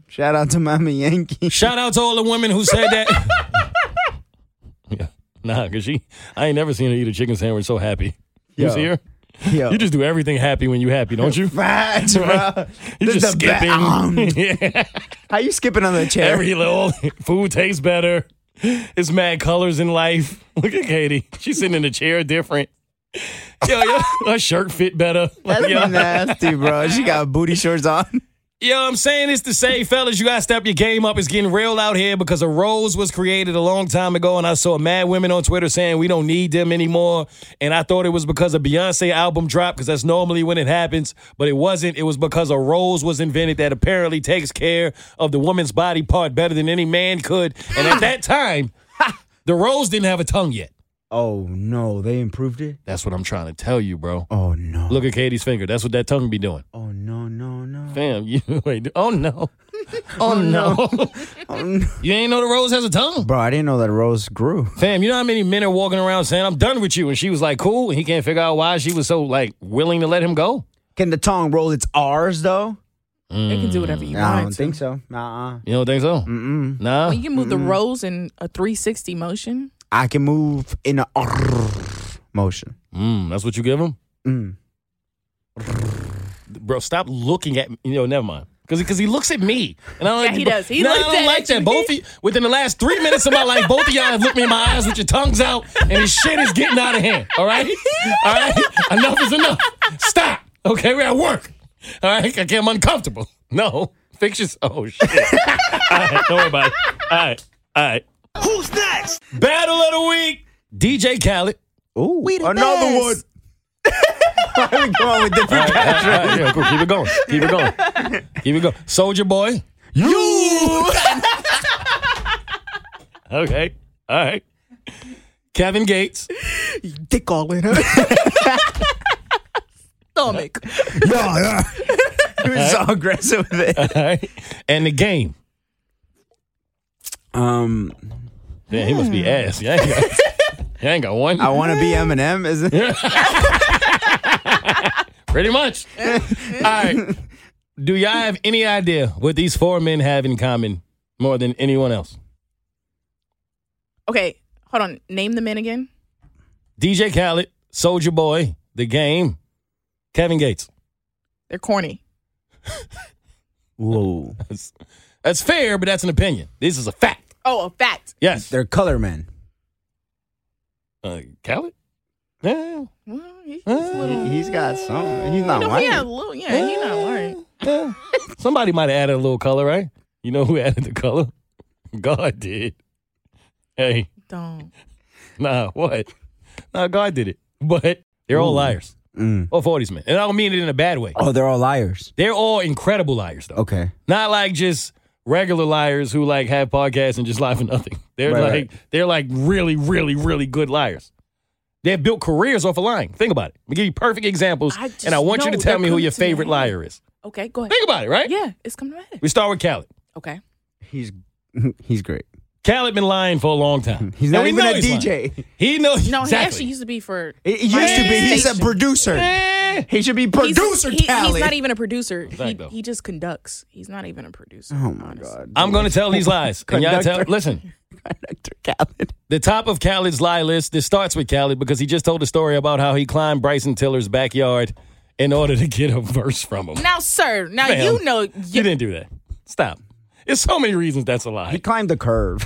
Speaker 2: Shout out to Mama Yankee.
Speaker 1: Shout out to all the women who said that. yeah. Nah, cause she I ain't never seen her eat a chicken sandwich so happy. You
Speaker 2: Yo.
Speaker 1: see her?
Speaker 2: Yo.
Speaker 1: You just do everything happy when you happy, don't you?
Speaker 2: Facts, bro.
Speaker 1: You
Speaker 2: This
Speaker 1: just
Speaker 2: the best.
Speaker 1: skipping.
Speaker 2: Um,
Speaker 1: yeah.
Speaker 2: How you skipping on the chair?
Speaker 1: Every little food tastes better. It's mad colors in life. Look at Katie. She's sitting in a chair different. yo, yo, her shirt fit better. Like, yo,
Speaker 2: nasty, bro. She got booty shorts on.
Speaker 1: yo, I'm saying this to say, fellas, you gotta step your game up. It's getting real out here because a rose was created a long time ago, and I saw mad women on Twitter saying we don't need them anymore. And I thought it was because a Beyonce album dropped, because that's normally when it happens, but it wasn't. It was because a rose was invented that apparently takes care of the woman's body part better than any man could. And at that time, the rose didn't have a tongue yet.
Speaker 2: Oh no, they improved it.
Speaker 1: That's what I'm trying to tell you, bro.
Speaker 2: Oh no.
Speaker 1: Look at Katie's finger. That's what that tongue be doing.
Speaker 2: Oh no, no, no.
Speaker 1: Fam, you wait. Oh no. Oh no. you ain't know the rose has a tongue.
Speaker 2: Bro, I didn't know that Rose grew.
Speaker 1: Fam, you know how many men are walking around saying, I'm done with you. And she was like, cool. And he can't figure out why she was so like willing to let him go.
Speaker 2: Can the tongue roll its R's though?
Speaker 4: They can do whatever you
Speaker 2: Mm. I
Speaker 4: want.
Speaker 2: don't think so. Nah.
Speaker 1: You don't think so? Mm-mm. Nah.
Speaker 4: You can move the rose in a 360 motion.
Speaker 2: I can move in a R motion.
Speaker 1: Mm, that's what you give him?
Speaker 2: Mm.
Speaker 1: Bro, stop looking at me. You know, never mind. Because cause he looks at me. And I don't
Speaker 4: Yeah,
Speaker 1: like
Speaker 4: he
Speaker 1: bro-
Speaker 4: does. He
Speaker 1: no, I
Speaker 4: looks
Speaker 1: don't
Speaker 4: at
Speaker 1: like
Speaker 4: you.
Speaker 1: that. Both of you, within the last three minutes of my life, both of y'all have looked me in my eyes with your tongues out, and this shit is getting out of hand. All right? All right? Enough is enough. Stop. Okay, we're at work. All right? I am uncomfortable. No. Fix your. Oh, shit. All right, don't worry about it. All right. All right. Who's next? Battle of the week DJ Khaled.
Speaker 2: Ooh,
Speaker 4: the
Speaker 2: another
Speaker 4: best.
Speaker 2: one. Why we come on with different
Speaker 1: All right, all right, all right, yeah, cool. Keep it going. Keep it going. Keep it going. Soldier Boy.
Speaker 2: You.
Speaker 1: Okay. All right. Kevin Gates.
Speaker 2: Dick all in her.
Speaker 4: Stomach.
Speaker 2: yeah, yeah. He was so aggressive with it.
Speaker 1: All right. And the game.
Speaker 2: Um,
Speaker 1: Yeah, he must be ass. Yeah, ain't got, you ain't got one.
Speaker 2: I want to be Eminem. Is it?
Speaker 1: Pretty much. All right. Do y'all have any idea what these four men have in common more than anyone else?
Speaker 4: Okay, hold on. Name the men again.
Speaker 1: DJ Khaled, Soldier Boy, The Game, Kevin Gates.
Speaker 4: They're corny.
Speaker 2: Whoa.
Speaker 1: That's fair, but that's an opinion. This is a fact.
Speaker 4: Oh, a fact.
Speaker 1: Yes.
Speaker 2: They're color men.
Speaker 1: Uh, Khaled? Yeah.
Speaker 4: Well, he-
Speaker 1: Uh,
Speaker 2: He's got some. He's not
Speaker 4: no,
Speaker 2: white.
Speaker 4: he had a little, yeah, he not white.
Speaker 1: Yeah. Somebody might have added a little color, right? You know who added the color? God did. Hey,
Speaker 4: Don't.
Speaker 1: nah, what? Nah, God did it. But they're all liars.
Speaker 2: Mm.
Speaker 1: All 40s men. And I don't mean it in a bad way.
Speaker 2: Oh, they're all liars.
Speaker 1: They're all incredible liars, though.
Speaker 2: Okay.
Speaker 1: Not like just regular liars who like have podcasts and just lie for nothing. They're
Speaker 2: Right,
Speaker 1: like
Speaker 2: right.
Speaker 1: they're like really, really, really good liars. They've built careers off of lying. Think about it. We give you perfect examples,
Speaker 4: I just
Speaker 1: and I want you to
Speaker 4: know
Speaker 1: tell
Speaker 4: that
Speaker 1: me who
Speaker 4: comes
Speaker 1: your
Speaker 4: to my
Speaker 1: favorite
Speaker 4: head.
Speaker 1: liar is.
Speaker 4: Okay, go ahead.
Speaker 1: Think about it, right?
Speaker 4: Yeah, it's coming to my head.
Speaker 1: We start with Khaled.
Speaker 4: Okay.
Speaker 2: He's he's great.
Speaker 1: Khaled been lying for a long time.
Speaker 2: He's
Speaker 1: And
Speaker 2: not
Speaker 1: we
Speaker 2: even
Speaker 1: know
Speaker 2: a
Speaker 1: he's lying.
Speaker 2: DJ.
Speaker 1: He knows
Speaker 4: No, he
Speaker 1: exactly.
Speaker 4: actually used to be for.
Speaker 2: It used to be. He's a producer.
Speaker 1: Eh.
Speaker 2: He should be
Speaker 4: He's-
Speaker 2: producer
Speaker 4: he-
Speaker 2: Khaled.
Speaker 4: He's not even a producer. He,
Speaker 1: Exacto.
Speaker 4: he just conducts. He's not even a producer.
Speaker 2: oh my god.
Speaker 1: I'm gonna tell these lies. Can y'all tell?
Speaker 2: Conductor.
Speaker 1: Listen,
Speaker 2: Conductor Khaled.
Speaker 1: the top of Khaled's lie list. This starts with Khaled because he just told a story about how he climbed Bryson Tiller's backyard in order to get a verse from him.
Speaker 4: Now, sir, now
Speaker 1: Ma'am,
Speaker 4: you know.
Speaker 1: You didn't do that. Stop. There's so many reasons that's a
Speaker 2: He
Speaker 1: lie.
Speaker 2: climbed the curve.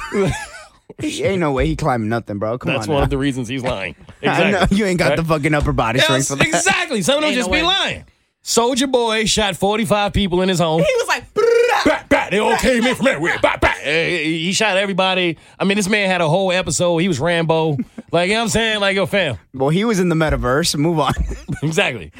Speaker 2: he ain't no way he climbed nothing, bro. Come
Speaker 1: That's
Speaker 2: on.
Speaker 1: one
Speaker 2: now.
Speaker 1: of the reasons he's lying.
Speaker 2: I know
Speaker 1: Exactly.
Speaker 2: you ain't got the fucking upper body strength
Speaker 1: Yes,
Speaker 2: for that.
Speaker 1: exactly. Some of them
Speaker 4: Ain't no
Speaker 1: just be
Speaker 4: way.
Speaker 1: lying. Soldier Boy shot 45 people in his home.
Speaker 4: He was like, "Brrrah."
Speaker 1: Bah, bah, they all came in from everywhere. Bah, bah. Eh, He shot everybody. I mean, this man had a whole episode. He was Rambo. Like, you know what I'm saying? Like, yo, fam.
Speaker 2: Well, he was in the metaverse. Move on.
Speaker 1: Exactly.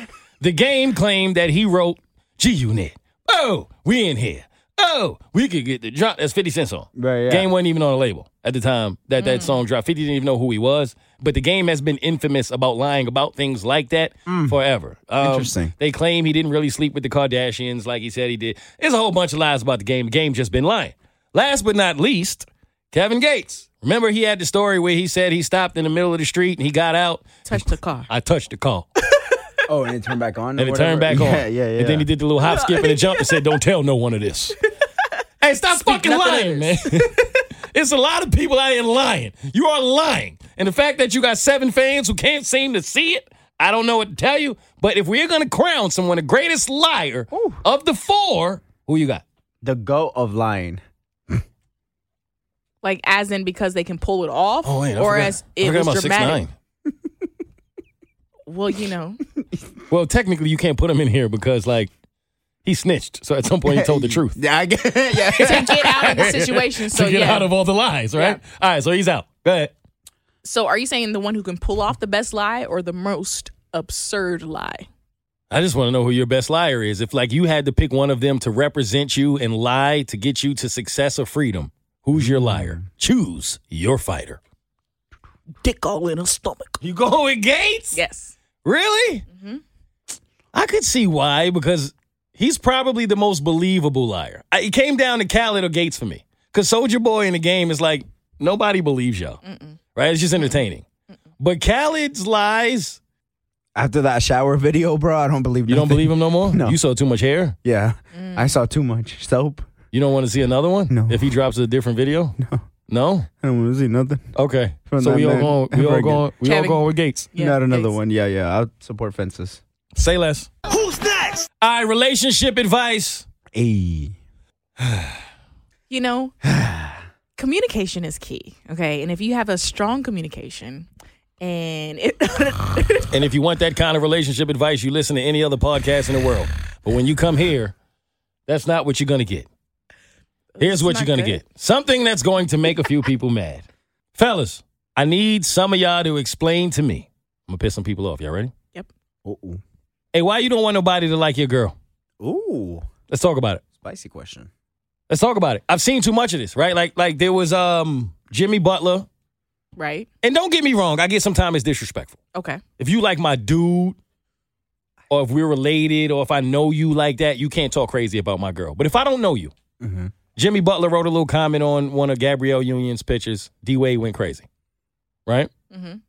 Speaker 1: The game claimed that he wrote G Unit. Oh, we in here. Oh, we could get the drop. That's 50 Cent song.
Speaker 2: Right, yeah. Mm.
Speaker 1: Game wasn't even on a label at the time that that song dropped. 50 didn't even know who he was. But the game has been infamous about lying about things like that forever. Um,
Speaker 2: Mm. Interesting.
Speaker 1: They claim he didn't really sleep with the Kardashians like he said he did. There's a whole bunch of lies about the game. The game just been lying. Last but not least, Kevin Gates. Remember he had the story where he said he stopped in the middle of the street and he got out.
Speaker 4: touch the car.
Speaker 1: I touched the car.
Speaker 2: Oh, and it turned back on. or
Speaker 1: And it
Speaker 2: whatever?
Speaker 1: turned back on.
Speaker 2: Yeah, yeah, yeah.
Speaker 1: And then he did the little hop, skip, and a jump and said, Don't tell no one of this. hey, stop fucking
Speaker 4: nothing
Speaker 1: lying, man. it's a lot of people out here lying. You are lying. And the fact that you got seven fans who can't seem to see it, I don't know what to tell you. But if we're going to crown someone the greatest liar of the four, who you got?
Speaker 2: the goat of lying.
Speaker 4: Like, as in because they can pull it off,
Speaker 1: Oh, wait, I
Speaker 4: or
Speaker 1: forgot.
Speaker 4: as
Speaker 1: I
Speaker 4: it
Speaker 1: forgot
Speaker 4: was
Speaker 1: about
Speaker 4: dramatic.
Speaker 1: 6ix9ine.
Speaker 4: Well, you know,
Speaker 1: Well, technically, you can't put him in here because like he snitched. So at some point, he told the truth.
Speaker 2: Yeah, I get yeah.
Speaker 4: to get out of the situation. So
Speaker 1: to get
Speaker 4: yeah.
Speaker 1: out of all the lies, right? All right, so he's out. Go ahead.
Speaker 4: so are you saying the one who can pull off the best lie or the most absurd lie?
Speaker 1: I just want to know who your best liar is. If like you had to pick one of them to represent you and lie to get you to success or freedom, who's your liar? Choose your fighter.
Speaker 4: Dick all in her stomach.
Speaker 1: You go with Gates?
Speaker 4: Yes.
Speaker 1: Really? I could see why because he's probably the most believable liar. I, it came down to Khaled or Gates for me because Soldier Boy in the game is like nobody believes y'all, right? It's just entertaining. But Khaled's lies,
Speaker 2: After that shower video, bro, I don't believe
Speaker 1: you don't
Speaker 2: nothing.
Speaker 1: believe him no more.
Speaker 2: No.
Speaker 1: You saw too much hair.
Speaker 2: Yeah, I saw too much soap.
Speaker 1: You don't want to see another one.
Speaker 2: No.
Speaker 1: If he drops a different video. No. No.
Speaker 2: I don't want to see nothing.
Speaker 1: Okay.
Speaker 2: From
Speaker 1: so
Speaker 2: that
Speaker 1: we all
Speaker 2: man
Speaker 1: going. We
Speaker 2: ever
Speaker 1: all
Speaker 2: again.
Speaker 1: going. We all
Speaker 4: Kevin-
Speaker 1: going with Gates.
Speaker 4: Yeah,
Speaker 2: Not another
Speaker 4: Gates.
Speaker 2: one. Yeah, yeah. I'll support fences.
Speaker 1: Say less. Who's next? All right. Relationship advice.
Speaker 2: Hey.
Speaker 4: You know, communication is key. Okay, and if you have a strong communication, and it,
Speaker 1: And if you want that kind of relationship advice, you listen to any other podcast in the world. But when you come here, that's not what you're going to get. Here's what
Speaker 4: not
Speaker 1: you're going to
Speaker 4: good.
Speaker 1: get something that's going to make a few people mad. Fellas, I need some of y'all to explain to me. I'm going to piss some people off. Y'all ready?
Speaker 2: Ooh.
Speaker 1: Hey, why you don't want nobody to like your girl?
Speaker 2: Ooh.
Speaker 1: Let's talk about it.
Speaker 2: Spicy question.
Speaker 1: Let's talk about it. I've seen too much of this, right? Like like there was um Jimmy Butler.
Speaker 4: right?
Speaker 1: And don't get me wrong, I get sometimes it's disrespectful.
Speaker 4: Okay,
Speaker 1: If you like my dude, or if we're related, or if I know you like that, you can't talk crazy about my girl. But if I don't know you, Jimmy Butler wrote a little comment on one of Gabrielle Union's pictures. D Wade went crazy, right?
Speaker 4: Mhm.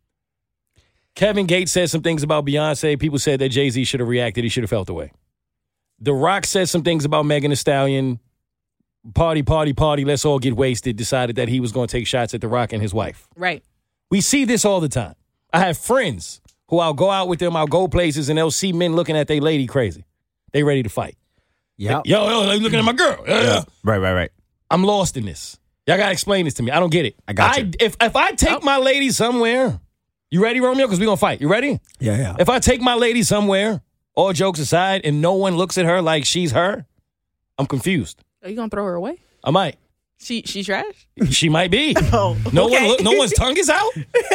Speaker 1: Kevin Gates said some things about Beyonce. People said that Jay Z should have reacted. He should have felt the way. The Rock said some things about Megan Thee Stallion. Party, party, party. Let's all get wasted. Decided that he was going to take shots at The Rock and his wife.
Speaker 4: right.
Speaker 1: We see this all the time. I have friends who I'll go out with them, I'll go places, and they'll see men looking at their lady crazy. They ready to fight.
Speaker 2: Yeah.
Speaker 1: Yo, yo, they looking at my girl. Yeah, yeah.
Speaker 2: Right, right, right.
Speaker 1: I'm lost in this. Y'all gotta explain this to me. I don't get it.
Speaker 2: I got you. Oh.
Speaker 1: If if I take my lady somewhere, you ready, Romeo? Because we gonna fight. You ready?
Speaker 2: Yeah, yeah.
Speaker 1: If I take my lady somewhere, all jokes aside, and no one looks at her like she's her, I'm confused.
Speaker 4: Are you gonna throw her away?
Speaker 1: I might.
Speaker 4: She she trash.
Speaker 1: She might be. no
Speaker 4: okay.
Speaker 1: one, look, no one's tongue is out.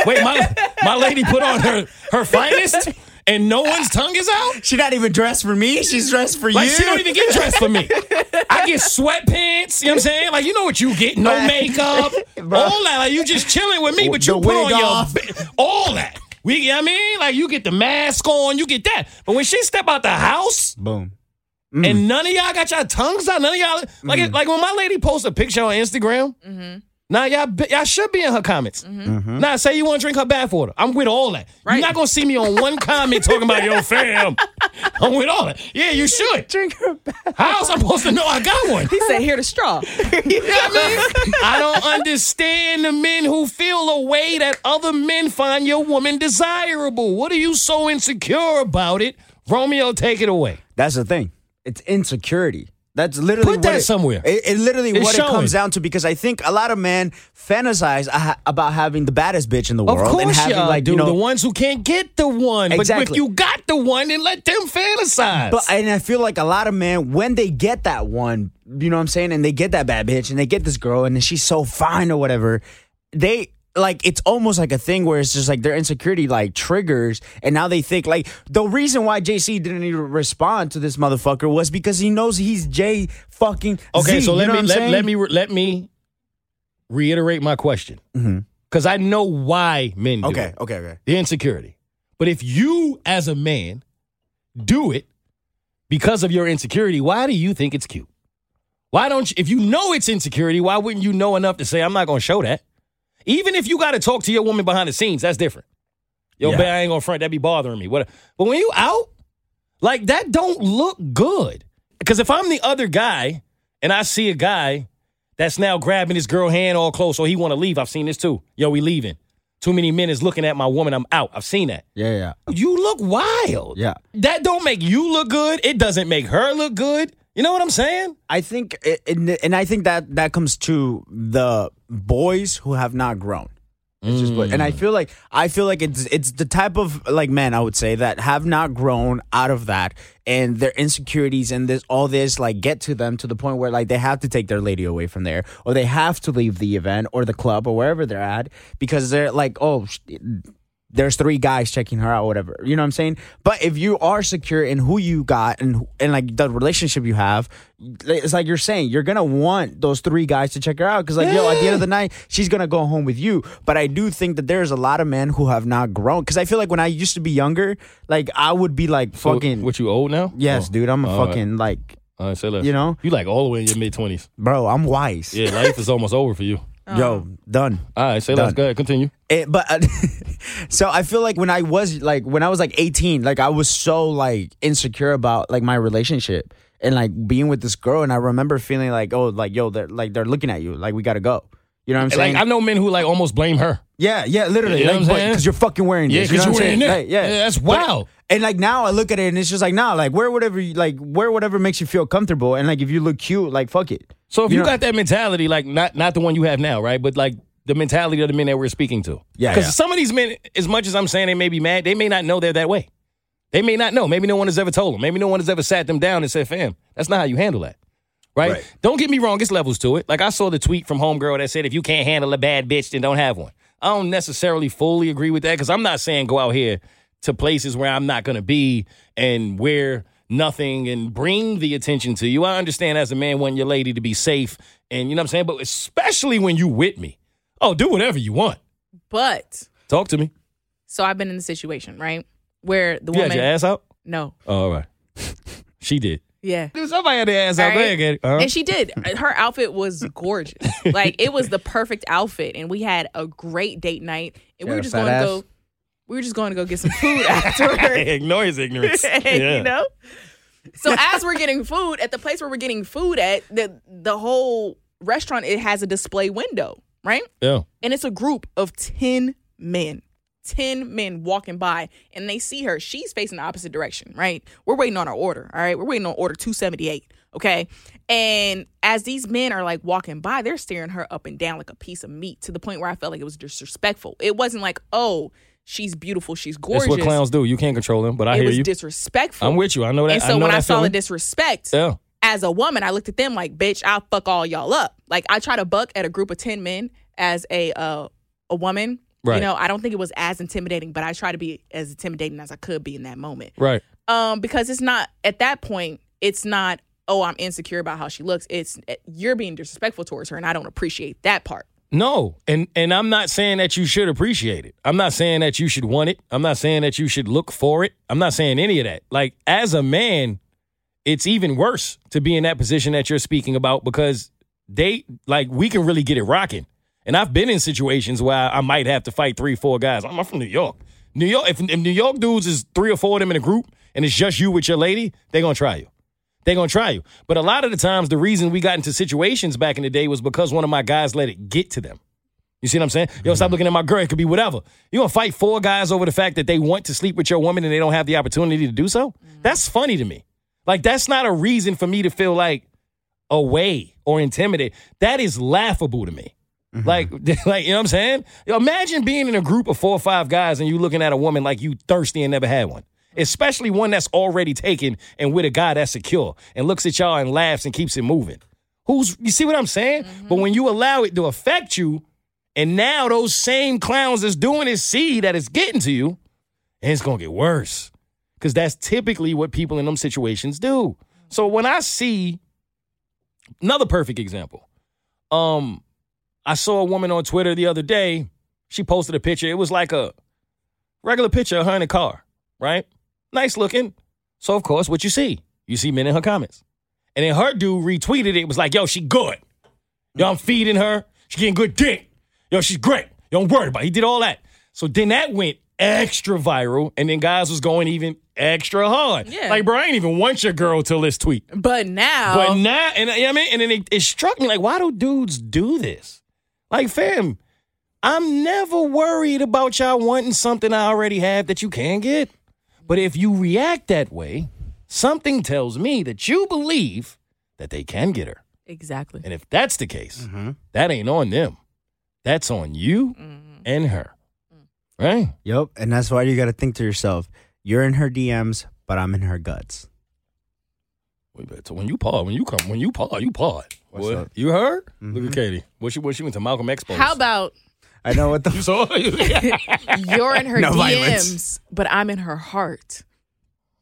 Speaker 1: Wait, my my lady put on her her finest, and no one's tongue is out.
Speaker 2: She's not even dressed for me. She's dressed for
Speaker 1: Like
Speaker 2: you.
Speaker 1: she don't even get dressed for me. I get sweatpants. You know what I'm saying? Like you know what you get? No
Speaker 2: Right.
Speaker 1: makeup.
Speaker 2: Bro.
Speaker 1: All that. Like you just chilling with me, but you
Speaker 2: The
Speaker 1: put on
Speaker 2: wig off.
Speaker 1: your ba- all that. We, you know what I mean, like you get the mask on, you get that. But when she step out the house,
Speaker 2: Boom.
Speaker 1: and none of y'all got your tongues out, none of y'all like it like when my lady posts a picture on Instagram. Now y'all be- y'all should be in her comments. Now say you want to drink her bathwater. I'm with all that.
Speaker 4: Right.
Speaker 1: You're not gonna see me on one comment talking about yo fam. I'm with all that. Yeah, you should.
Speaker 2: Drink her back.
Speaker 1: How am I supposed to know I got one?
Speaker 4: He said, "Here the straw."
Speaker 1: I don't understand the men who feel a way that other men find your woman desirable. What are you so insecure about it? Romeo, take it away.
Speaker 2: That's the thing. It's insecurity. That's
Speaker 1: Put
Speaker 2: literally what
Speaker 1: that
Speaker 2: it-
Speaker 1: somewhere.
Speaker 2: It, it literally
Speaker 1: It's
Speaker 2: what
Speaker 1: showing.
Speaker 2: it comes down to because I think a lot of men fantasize a- about having the baddest bitch in the
Speaker 1: Of
Speaker 2: world and
Speaker 1: course,
Speaker 2: having
Speaker 1: y'all
Speaker 2: like
Speaker 1: do.
Speaker 2: you know
Speaker 1: the ones who can't get the one. But if
Speaker 2: Exactly.
Speaker 1: you got the one, then let them fantasize.
Speaker 2: But and I feel like a lot of men, when they get that one, you know what I'm saying, and they get that bad bitch, and they get this girl, and she's so fine or whatever, they like it's almost like a thing where it's just like their insecurity like triggers, and now they think like the reason why JC didn't even respond to this motherfucker was because he knows he's J fucking
Speaker 1: okay,
Speaker 2: Z,
Speaker 1: so
Speaker 2: you
Speaker 1: let
Speaker 2: know
Speaker 1: me
Speaker 2: what I'm
Speaker 1: let,
Speaker 2: saying?
Speaker 1: let me re- let me reiterate my question because I know why men. Do
Speaker 2: Mm-hmm. Okay,
Speaker 1: it.
Speaker 2: okay, okay.
Speaker 1: the insecurity. But if you, as a man, do it because of your insecurity, why do you think it's cute? Why don't you, if you know it's insecurity, why wouldn't you know enough to say, I'm not going to show that? Even if you got to talk to your woman behind the scenes, that's different. Yo,
Speaker 2: Yeah.
Speaker 1: babe, I ain't going to front. That be bothering me. What? But when you out, like that don't look good. Because if I'm the other guy and I see a guy that's now grabbing his girl hand all close, or he want to leave, I've seen this too. Yo, we leaving. Too many men is looking at my woman. I'm out. I've seen that.
Speaker 2: Yeah, yeah,
Speaker 1: You look wild.
Speaker 2: yeah.
Speaker 1: That don't make you look good. It doesn't make her look good. You know what I'm saying?
Speaker 2: I think, it, and, and I think that that comes to the boys who have not grown. It's just what, and I feel like I feel like it's it's the type of like men I would say that have not grown out of that and their insecurities and this all this like get to them to the point where like they have to take their lady away from there or they have to leave the event or the club or wherever they're at because they're like oh sh- there's three guys checking her out, whatever. You know what I'm saying? But if you are secure in who you got and who- and like the relationship you have, it's like you're saying you're gonna want those three guys to check her out because like yo, at the end of the night, she's gonna go home with you. But I do think that there's a lot of men who have not grown because I feel like when I used to be younger, like I would be like
Speaker 1: So,
Speaker 2: fucking
Speaker 1: What you old now?
Speaker 2: yes,
Speaker 1: Oh,
Speaker 2: dude, I'm a
Speaker 1: all right.
Speaker 2: fucking like
Speaker 1: All right, say less.
Speaker 2: you know?
Speaker 1: you like all the way in your mid twenties.
Speaker 2: bro, I'm wise.
Speaker 1: Yeah, life is almost over for you.
Speaker 2: Yo, done.
Speaker 1: All right, say less.
Speaker 2: Done.
Speaker 1: Go ahead, continue.
Speaker 2: It, but uh, so I feel like when I was like when I was like 18, like I was so like insecure about like my relationship and like being with this girl, and I remember feeling like oh like yo they're like they're looking at you like we gotta go. You know what I'm saying?
Speaker 1: Like I know men who like almost blame her.
Speaker 2: yeah, yeah, literally.
Speaker 1: You know what I'm saying?
Speaker 2: Because you're fucking wearing
Speaker 1: Yeah,
Speaker 2: this. you know
Speaker 1: 'cause
Speaker 2: what
Speaker 1: you're wearing
Speaker 2: I'm saying?
Speaker 1: it.
Speaker 2: Like,
Speaker 1: Yeah, that's
Speaker 2: But-
Speaker 1: wild.
Speaker 2: and like now I look at it and it's just like nah, like wear whatever you like, wear whatever makes you feel comfortable, and like if you look cute, like fuck it.
Speaker 1: So if
Speaker 2: You
Speaker 1: you,
Speaker 2: know-
Speaker 1: got that mentality, like not not the one you have now, right? But like the mentality of the men that we're speaking to.
Speaker 2: Yeah,
Speaker 1: Because
Speaker 2: yeah.
Speaker 1: some of these men, as much as I'm saying they may be mad, they may not know they're that way. They may not know. Maybe no one has ever told them. Maybe no one has ever sat them down and said, fam, that's not how you handle that. Right?
Speaker 6: Right.
Speaker 1: Don't get me wrong, it's levels to it. Like I saw the tweet from Homegirl that said, if you can't handle a bad bitch, then don't have one. I don't necessarily fully agree with that because I'm not saying go out here to places where I'm not going to be and wear nothing and bring the attention to you. I understand as a man wanting your lady to be safe and you know what I'm saying? But especially when you with me. Oh, do whatever you want.
Speaker 4: But
Speaker 1: Talk to me.
Speaker 4: so I've been in the situation, right? Where the
Speaker 1: You
Speaker 4: woman
Speaker 1: had your ass out?
Speaker 4: No.
Speaker 1: Oh, all right. she did.
Speaker 4: Yeah.
Speaker 1: Dude, somebody had their ass out.
Speaker 4: All
Speaker 1: Go
Speaker 4: right.
Speaker 1: ahead, Katie. Uh-huh.
Speaker 4: And she did. Her outfit was gorgeous. like it was the perfect outfit, and we had a great date night. And we
Speaker 2: Got
Speaker 4: were
Speaker 2: a
Speaker 4: just
Speaker 2: fat
Speaker 4: going to
Speaker 2: ass?
Speaker 4: go. We were just going to go get some food afterwards.
Speaker 1: Ignore his ignorance. Yeah.
Speaker 4: you know. So as we're getting food at the place where we're getting food at, the the whole restaurant it has a display window, right?
Speaker 1: Yeah.
Speaker 4: and it's a group of 10 men 10 men walking by and they see her she's facing the opposite direction right we're waiting on our order all right we're waiting on order 278 okay and as these men are like walking by they're staring her up and down like a piece of meat to the point where i felt like it was disrespectful it wasn't like oh she's beautiful she's gorgeous
Speaker 1: That's what clowns do. You can't control them, but I
Speaker 4: it
Speaker 1: hear
Speaker 4: was
Speaker 1: you.
Speaker 4: disrespectful
Speaker 1: I'm with you. I know that.
Speaker 4: and
Speaker 1: I
Speaker 4: so
Speaker 1: know
Speaker 4: when
Speaker 1: that
Speaker 4: i saw
Speaker 1: feeling.
Speaker 4: the disrespect
Speaker 1: Yeah.
Speaker 4: as a woman, I looked at them like, bitch, I'll fuck all y'all up. Like I try to buck at a group of ten men as a uh, a woman.
Speaker 1: Right.
Speaker 4: You know, I don't think it was as intimidating, but I try to be as intimidating as I could be in that moment.
Speaker 1: Right.
Speaker 4: Um, because it's not at that point, it's not, oh, I'm insecure about how she looks. It's eh, you're being disrespectful towards her and I don't appreciate that part.
Speaker 1: No, and and I'm not saying that you should appreciate it. I'm not saying that you should want it. I'm not saying that you should look for it. I'm not saying any of that. Like as a man, it's even worse to be in that position that you're speaking about because they like we can really get it rocking. And I've been in situations where I might have to fight three, four guys. I'm from New York. New York. If, if New York dudes is three or four of them in a group, and it's just you with your lady, they're gonna try you they're gonna try you. But a lot of the times, the reason we got into situations back in the day was because one of my guys let it get to them. You see what I'm saying? Yo, stop looking at my girl. It could be whatever. You gonna fight four guys over the fact that they want to sleep with your woman and they don't have the opportunity to do so? That's funny to me. Like that's not a reason for me to feel like away or intimidated. That is laughable to me. Like, like you know what I'm saying? Yo, Imagine being in a group of four or five guys and you looking at a woman like you thirsty and never had one. Especially one that's already taken and with a guy that's secure and looks at y'all and laughs and keeps it moving. Who's you see what I'm saying? But when you allow it to affect you, and now those same clowns that's doing it see that it's getting to you, and it's gonna get worse. Cause that's typically what people in them situations do. So when I see another perfect example. Um, I saw a woman on Twitter the other day. She posted a picture. It was like a regular picture of her in a car, right? Nice looking. So of course, what you see, you see men in her comments, and then her dude retweeted it. it was like, "Yo, she good. Yo, I'm feeding her. She getting good dick. Yo, she's great. Yo, don't worry about." It. He did all that. So then that went extra viral, and then guys was going even extra hard.
Speaker 4: Yeah.
Speaker 1: Like, bro, I ain't even want your girl till this tweet.
Speaker 4: But now
Speaker 1: But now, and you know what I mean, and then it, it struck me like, why do dudes do this? Like, fam, I'm never worried about y'all wanting something I already have that you can get. But if you react that way, something tells me that you believe that they can get her.
Speaker 4: Exactly.
Speaker 2: Mm. Mm-hmm.
Speaker 1: And if that's the case, that ain't on them. That's on you
Speaker 4: Mm-hmm.
Speaker 1: and her.
Speaker 4: Mm.
Speaker 1: Right?
Speaker 2: Yep. And that's why you got to think to yourself, you're in her DMs, but I'm in her guts.
Speaker 1: Wait, but so when you pod, when you come, when you pod, you pod.
Speaker 2: What's
Speaker 1: What?
Speaker 2: up? Mm-hmm.
Speaker 1: You heard? Look at Katie. What she what she went to Malcolm X post.
Speaker 4: How about
Speaker 2: I know what the
Speaker 1: you saw?
Speaker 4: you're in her
Speaker 2: No
Speaker 4: DMs,
Speaker 2: violence.
Speaker 4: but I'm in her heart?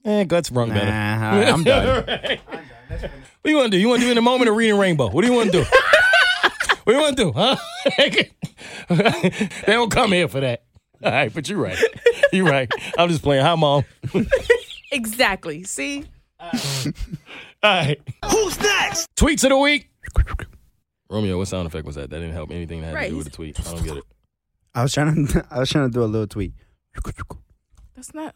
Speaker 1: eh, guts rung
Speaker 2: Nah,
Speaker 1: better.
Speaker 2: I- I'm done.
Speaker 1: What do you want to do? You want to do in a moment of reading Rainbow? What do you want to do? what do you want to do? Huh? they don't come here for that. All right, but you're right. You're right. I'm just playing. Hi, mom.
Speaker 4: Exactly. See?
Speaker 1: All right. Who's next? Tweets of the week. Romeo, what sound effect was that? That didn't help anything that had to
Speaker 4: Right.
Speaker 1: do with the tweet. I don't get it.
Speaker 2: I was trying to I was trying to do a little tweet. All
Speaker 4: That's not.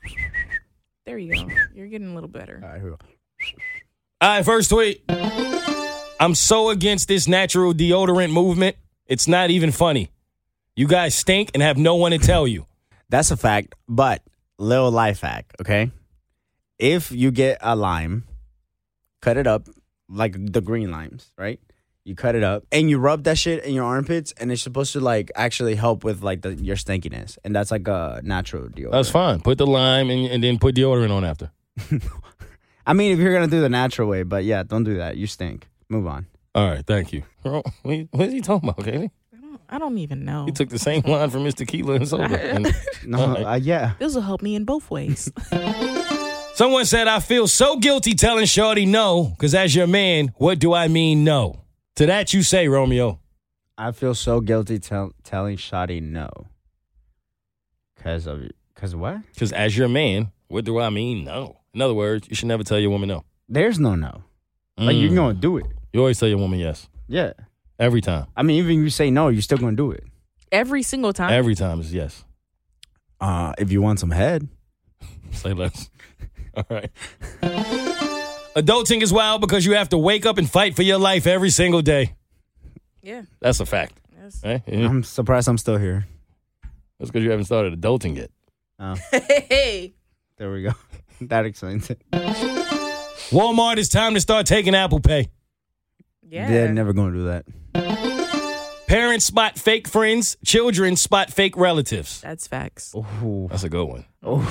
Speaker 4: There you go. You're getting a little better.
Speaker 2: right, here we go.
Speaker 1: All right, first tweet. I'm so against this natural deodorant movement. It's not even funny. You guys stink and have no one to tell you.
Speaker 2: That's a fact, but little life hack, okay? If you get a lime, cut it up like the green limes, right? You cut it up and you rub that shit in your armpits, and it's supposed to like actually help with like the, your stinkiness, and that's like a natural deal.
Speaker 1: That's fine. Put the lime and, and then put deodorant on after.
Speaker 2: I mean, if you're gonna do the natural way, but yeah, don't do that. You stink. Move on.
Speaker 1: All right, thank you. Bro, what what is he talking about, Katie?
Speaker 2: Uh,
Speaker 4: I don't even know.
Speaker 1: He took the same line from Mr. Tequila and soda. And
Speaker 2: No, uh, yeah.
Speaker 4: This will help me in both ways.
Speaker 1: someone said, I feel so guilty telling Shorty no, because as your man, what do I mean no? To that you say, Romeo.
Speaker 2: I feel so guilty tell, telling Shotty no. Cause of cause what?
Speaker 1: Because as your man, what do I mean no? In other words, you should never tell your woman no.
Speaker 2: There's no no. Like you're
Speaker 1: Mm.
Speaker 2: gonna do it.
Speaker 1: You always tell your woman yes.
Speaker 2: Yeah.
Speaker 1: Every time.
Speaker 2: I mean, even if you say no, you're still gonna do it.
Speaker 4: Every single time.
Speaker 1: Every time is yes.
Speaker 2: Uh, if you want some head.
Speaker 1: Say less. All right. Adulting is wild because you have to wake up and fight for your life every single day.
Speaker 4: yeah.
Speaker 1: That's a fact.
Speaker 4: Yes.
Speaker 1: Right? Yeah.
Speaker 2: I'm surprised I'm still here.
Speaker 1: That's because you haven't started adulting yet.
Speaker 4: Hey.
Speaker 2: There we go. that explains it.
Speaker 1: Walmart, it's time to start taking Apple Pay.
Speaker 4: Yeah.
Speaker 2: They're never gonna do that.
Speaker 1: Parents spot fake friends, children spot fake relatives.
Speaker 4: That's facts.
Speaker 2: Ooh.
Speaker 1: That's a good one.
Speaker 2: Ooh.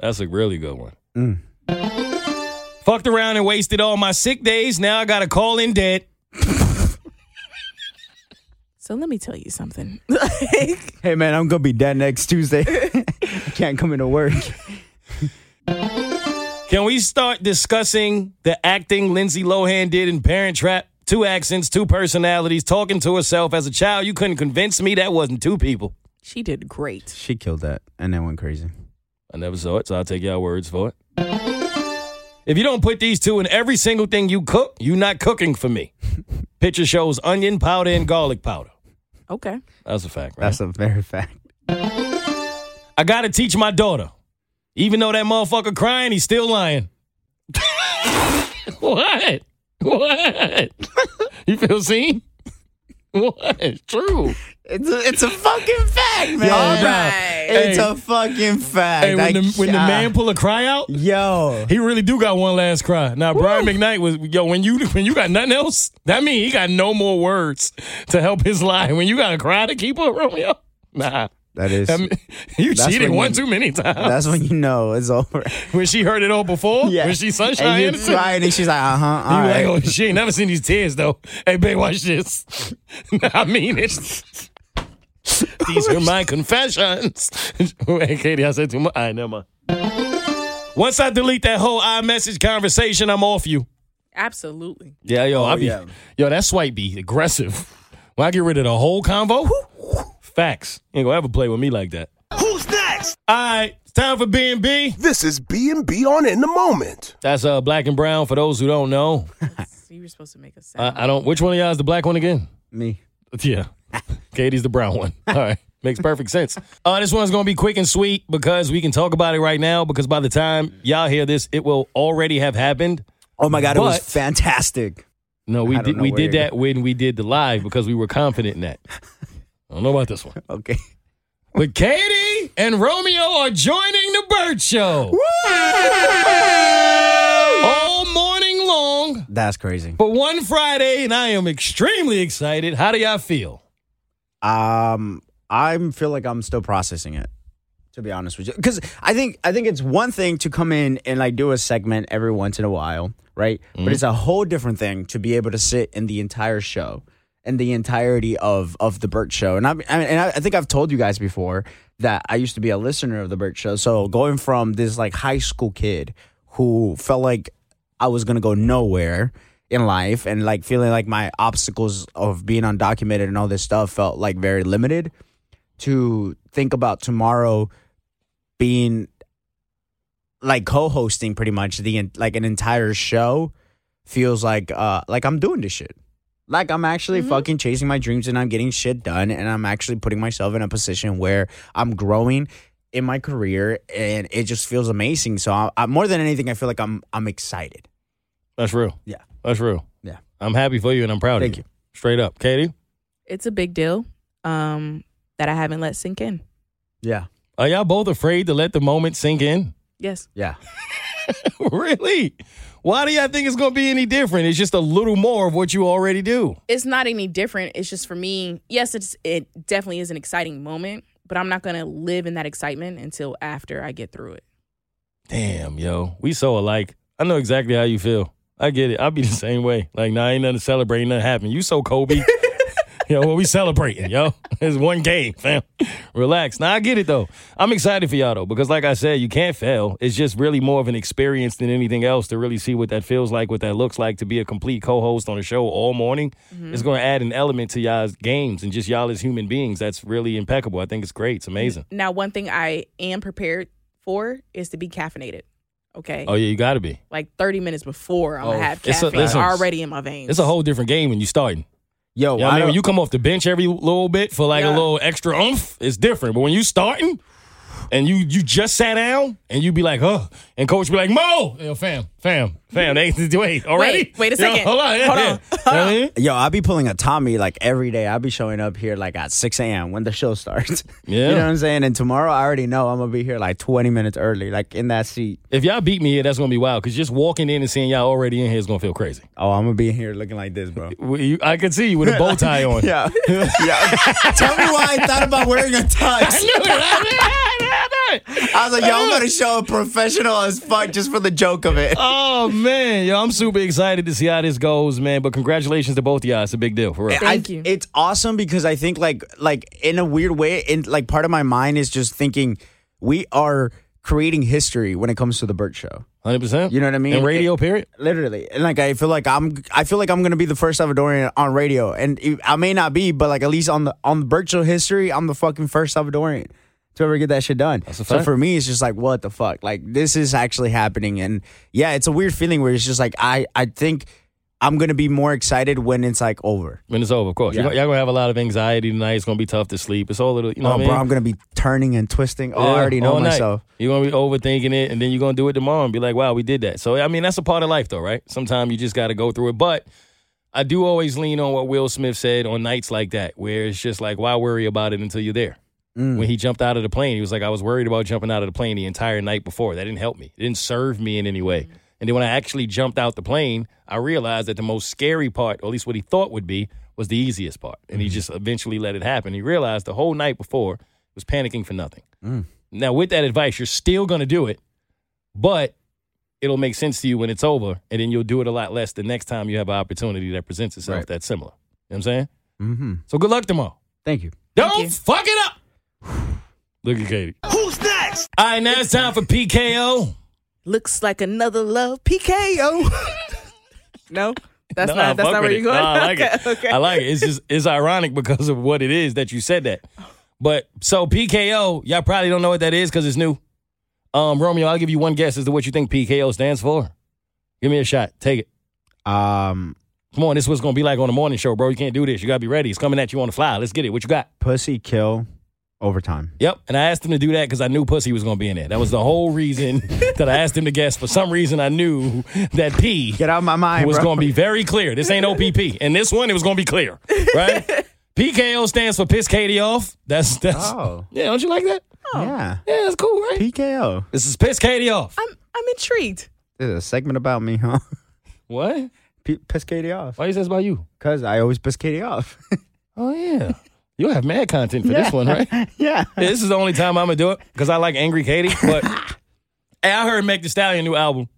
Speaker 1: That's a really good one.
Speaker 2: Mm.
Speaker 1: Fucked around and wasted all my sick days. Now I got to call in dead.
Speaker 4: So let me tell you something. Like,
Speaker 2: Hey man, I'm gonna be dead next Tuesday. I can't come into work.
Speaker 1: Can we start discussing the acting Lindsay Lohan did in Parent Trap? Two accents, two personalities, talking to herself as a child. You couldn't convince me that wasn't two people.
Speaker 4: she did great.
Speaker 2: She killed that and then went crazy.
Speaker 1: I never saw it, so I'll take y'all words for it. If you don't put these two in every single thing you cook, you not cooking for me. Picture shows onion powder and garlic powder.
Speaker 4: Okay.
Speaker 1: That's a fact, right?
Speaker 2: That's a very fact.
Speaker 1: I gotta teach my daughter. Even though that motherfucker crying, he's still lying. what? What? you feel seen? What? It's true.
Speaker 2: It's a, it's a fucking fact, man.
Speaker 1: Yo, nah. Hey.
Speaker 2: It's a fucking fact.
Speaker 1: Hey, when,
Speaker 2: I
Speaker 1: the, when the
Speaker 2: ca-
Speaker 1: man pull a cry out,
Speaker 2: yo,
Speaker 1: he really do got one last cry. Now Brian McKnight was yo when you when you got nothing else, that mean he got no more words to help his lie. When you got to cry to keep up, Romeo, nah,
Speaker 2: that is
Speaker 1: I mean, you
Speaker 2: That's
Speaker 1: cheated
Speaker 2: when
Speaker 1: one
Speaker 2: you-
Speaker 1: too many times.
Speaker 2: that's when you know it's over.
Speaker 1: when she heard it all before,
Speaker 2: Yeah,
Speaker 1: when she sunshine
Speaker 2: and you
Speaker 1: innocent.
Speaker 2: cried, and she's like, uh huh, all
Speaker 1: You
Speaker 2: right.
Speaker 1: like, oh, she ain't never seen these tears though. Hey, babe, watch this. I mean it. these are my confessions. Oh, hey, Katie, I said too much. I never mind. Once I delete that whole iMessage conversation, I'm off you.
Speaker 4: Absolutely.
Speaker 1: Yeah, yo, I be,
Speaker 2: yeah.
Speaker 1: yo, that swipe be aggressive. When I get rid of the whole convo, facts. You ain't gonna ever play with me like that. Who's next? All right, it's time for B and B.
Speaker 6: This is B&B on In the Moment.
Speaker 1: That's uh, black and brown. For those who don't know,
Speaker 4: So you were supposed to make a sound.
Speaker 1: I, I don't. Which one of y'all is the black one again?
Speaker 2: Me.
Speaker 1: Yeah. Katie's the brown one. All right. Makes perfect sense. Uh, this one's going to be quick and sweet because we can talk about it right now. Because by the time y'all hear this, it will already have happened.
Speaker 2: Oh my god, it was
Speaker 1: But-
Speaker 2: fantastic.
Speaker 1: No, we
Speaker 2: I don't
Speaker 1: did
Speaker 2: know
Speaker 1: we
Speaker 2: where
Speaker 1: did
Speaker 2: you're
Speaker 1: that when we did the live because we were confident in that. I don't know about this one,
Speaker 2: Okay.
Speaker 1: but Katie and Romeo are joining the Bird Show all morning long
Speaker 2: That's crazy.
Speaker 1: for one Friday, and I am extremely excited. How do y'all feel?
Speaker 2: Um, I feel like I'm still processing it. To be honest with you, because I think I think it's one thing to come in and like do a segment every once in a while, right? But it's a whole different thing to be able to sit in the entire show and the entirety of of the Burt Show. And I, I mean, and I, I think I've told you guys before that I used to be a listener of the Burt Show. So going from this like high school kid who felt like I was gonna go nowhere in life and like feeling like my obstacles of being undocumented and all this stuff felt like very limited to think about tomorrow being like co-hosting pretty much the en- like an entire show feels like uh like I'm doing this shit. Like I'm actually fucking chasing my dreams and I'm getting shit done and I'm actually putting myself in a position where I'm growing in my career and it just feels amazing. So I, I more than anything I feel like I'm I'm excited.
Speaker 1: That's real.
Speaker 2: Yeah.
Speaker 1: That's real.
Speaker 2: Yeah.
Speaker 1: I'm happy for you and I'm proud
Speaker 2: Thank
Speaker 1: of you. Straight up. Katie?
Speaker 4: It's a big deal um, that I haven't let sink in.
Speaker 2: Yeah.
Speaker 1: Are y'all both afraid to let the moment sink in?
Speaker 4: Yes.
Speaker 2: Yeah.
Speaker 1: really? Why do y'all think it's gonna be any different? It's just a little more of what you already do.
Speaker 4: It's not any different. It's just for me, yes, it's it definitely is an exciting moment, but I'm not gonna live in that excitement until after I get through it.
Speaker 1: Damn, yo. We so alike. I know exactly how you feel. I get it. I be the same way. Like, nah, ain't nothing to celebrate, ain't nothing happened. You so Kobe. yo, what we celebrating, yo? It's one game, fam. Relax. Now I get it though. I'm excited for y'all though, because like I said, you can't fail. It's just really more of an experience than anything else to really see what that feels like, what that looks like to be a complete co-host on a show all morning. It's gonna add an element to y'all's games and just y'all as human beings. That's really impeccable. I think it's great. It's amazing.
Speaker 4: Now, one thing I am prepared for is to be caffeinated. Okay.
Speaker 1: Oh yeah, you gotta be.
Speaker 4: Like 30 minutes before I'm
Speaker 1: Oh,
Speaker 4: gonna have
Speaker 1: it's a-
Speaker 4: caffeine
Speaker 1: listen,
Speaker 4: already in my veins.
Speaker 1: It's a whole different game when you starting.
Speaker 2: Yo,
Speaker 1: Yeah,
Speaker 2: Oh, I
Speaker 1: I mean,
Speaker 2: don't-
Speaker 1: when you come off the bench every little bit for like a
Speaker 4: Yeah.
Speaker 1: little extra oomph, it's different. But when you starting and you you just sat down and you be like, huh, and coach be like, Mo, yo, fam, fam, fam, they wait already.
Speaker 4: Wait, wait a
Speaker 1: Yo,
Speaker 4: second.
Speaker 1: hold on, yeah,
Speaker 4: Hold on,
Speaker 1: yeah. You know what I mean?
Speaker 2: Yo, I be pulling a Tommy like every day. I be showing up here like at 6 a.m. when the show starts.
Speaker 1: Yeah.
Speaker 2: you know what I'm saying? And tomorrow I already know I'm going to be here like 20 minutes early, like in that seat.
Speaker 1: If y'all beat me here, that's gonna be wild. Cause just walking in and seeing y'all already in here is gonna feel crazy.
Speaker 2: Oh, I'm going to be here looking like this, bro.
Speaker 1: We- you- I could see you with a bow tie on.
Speaker 2: yeah. yeah. Tell me why I thought about wearing a tux. I was like, yo, I'm going to show up professional as fuck just for the joke of it.
Speaker 1: Oh man, yo, I'm super excited to see how this goes, man. But congratulations to both of y'all. It's a big deal for real.
Speaker 4: Thank
Speaker 2: I-
Speaker 4: you.
Speaker 2: It's awesome because I think like like in a weird way, in like part of my mind is just thinking we are creating history when it comes to the Burt Show.
Speaker 1: Hundred percent.
Speaker 2: You know what I mean?
Speaker 1: And radio, period.
Speaker 2: Literally, and like I feel like I'm, I feel like I'm gonna be the first Salvadorian on radio, and e- I may not be, but like at least on the on the virtual history, I'm the fucking first Salvadorian to ever get that shit done.
Speaker 1: a
Speaker 2: so
Speaker 1: fact.
Speaker 2: for me, it's just like what the fuck, like this is actually happening, and yeah, it's a weird feeling where it's just like I, I think I'm gonna be more excited when it's like over.
Speaker 1: When it's over, of course.
Speaker 2: Yeah.
Speaker 1: You're, gonna- y'all gonna have a lot of anxiety tonight. It's gonna be tough to sleep. It's all little, you know
Speaker 2: oh,
Speaker 1: what I mean?
Speaker 2: bro, I'm gonna be turning and twisting. Oh,
Speaker 1: Yeah,
Speaker 2: I already know
Speaker 1: all night.
Speaker 2: myself.
Speaker 1: You're gonna be overthinking it, and then you're gonna do it tomorrow and be like, "Wow, we did that." So I mean, that's a part of life, though, right? Sometimes you just got to go through it. But I do always lean on what Will Smith said on nights like that, where it's just like, "Why worry about it until you're there?"
Speaker 2: Mm.
Speaker 1: When he jumped out of the plane, he was like, "I was worried about jumping out of the plane the entire night before. That didn't help me. It didn't serve me in any way." And then when I actually jumped out the plane, I realized that the most scary part, or at least what he thought would be, was the easiest part. And
Speaker 2: Mm-hmm.
Speaker 1: he just eventually let it happen. He realized the whole night before was panicking for nothing. Now, with that advice, you're still going to do it, but it'll make sense to you when it's over, and then you'll do it a lot less the next time you have an opportunity that presents itself
Speaker 2: Right.
Speaker 1: that's similar. You know what I'm saying?
Speaker 2: Mm-hmm.
Speaker 1: So good luck tomorrow.
Speaker 2: Thank you.
Speaker 1: Don't fuck it up. Look at Katie. Who's next? All right, now it's time for PKO.
Speaker 4: Looks like another love PKO. no? That's
Speaker 1: Nah,
Speaker 4: not that's
Speaker 1: fuck
Speaker 4: not where
Speaker 1: with
Speaker 4: you're
Speaker 1: it.
Speaker 4: going.
Speaker 1: Nah, I like
Speaker 4: okay,
Speaker 1: it.
Speaker 4: okay.
Speaker 1: I like it. It's just it's ironic because of what it is that you said that. But so PKO, y'all probably don't know what that is because it's new. Um, Romeo, I'll give you one guess as to what you think PKO stands for. Give me a shot. Take it.
Speaker 2: Um,
Speaker 1: Come on, this is what's gonna be like on the morning show, bro. You can't do this. You gotta be ready. It's coming at you on the fly. Let's get it. What you got?
Speaker 2: pussy kill overtime.
Speaker 1: Yep. And I asked him to do that because I knew pussy was gonna be in there. That was the whole reason that I asked him to guess. For some reason, I knew that P
Speaker 2: Get out of my mind,
Speaker 1: was
Speaker 2: bro.
Speaker 1: gonna be very clear. This ain't OPP, and this one it was gonna be clear, right? PKO stands for piss Katie off. That's that's.
Speaker 2: Oh.
Speaker 1: Yeah, don't you like that?
Speaker 2: yeah.
Speaker 1: Yeah, that's cool, right?
Speaker 2: PKO.
Speaker 1: this is piss Katie off.
Speaker 4: I'm I'm intrigued.
Speaker 2: This is a segment about me, huh?
Speaker 1: What?
Speaker 2: P- piss Katie off.
Speaker 1: Why you say this about you?
Speaker 2: Because I always piss Katie off.
Speaker 1: Oh yeah. You'll have mad content for this one, right?
Speaker 2: Yeah.
Speaker 1: this is the only time I'm gonna do it because I like Angry Katie. But hey, I heard Make the Stallion new album.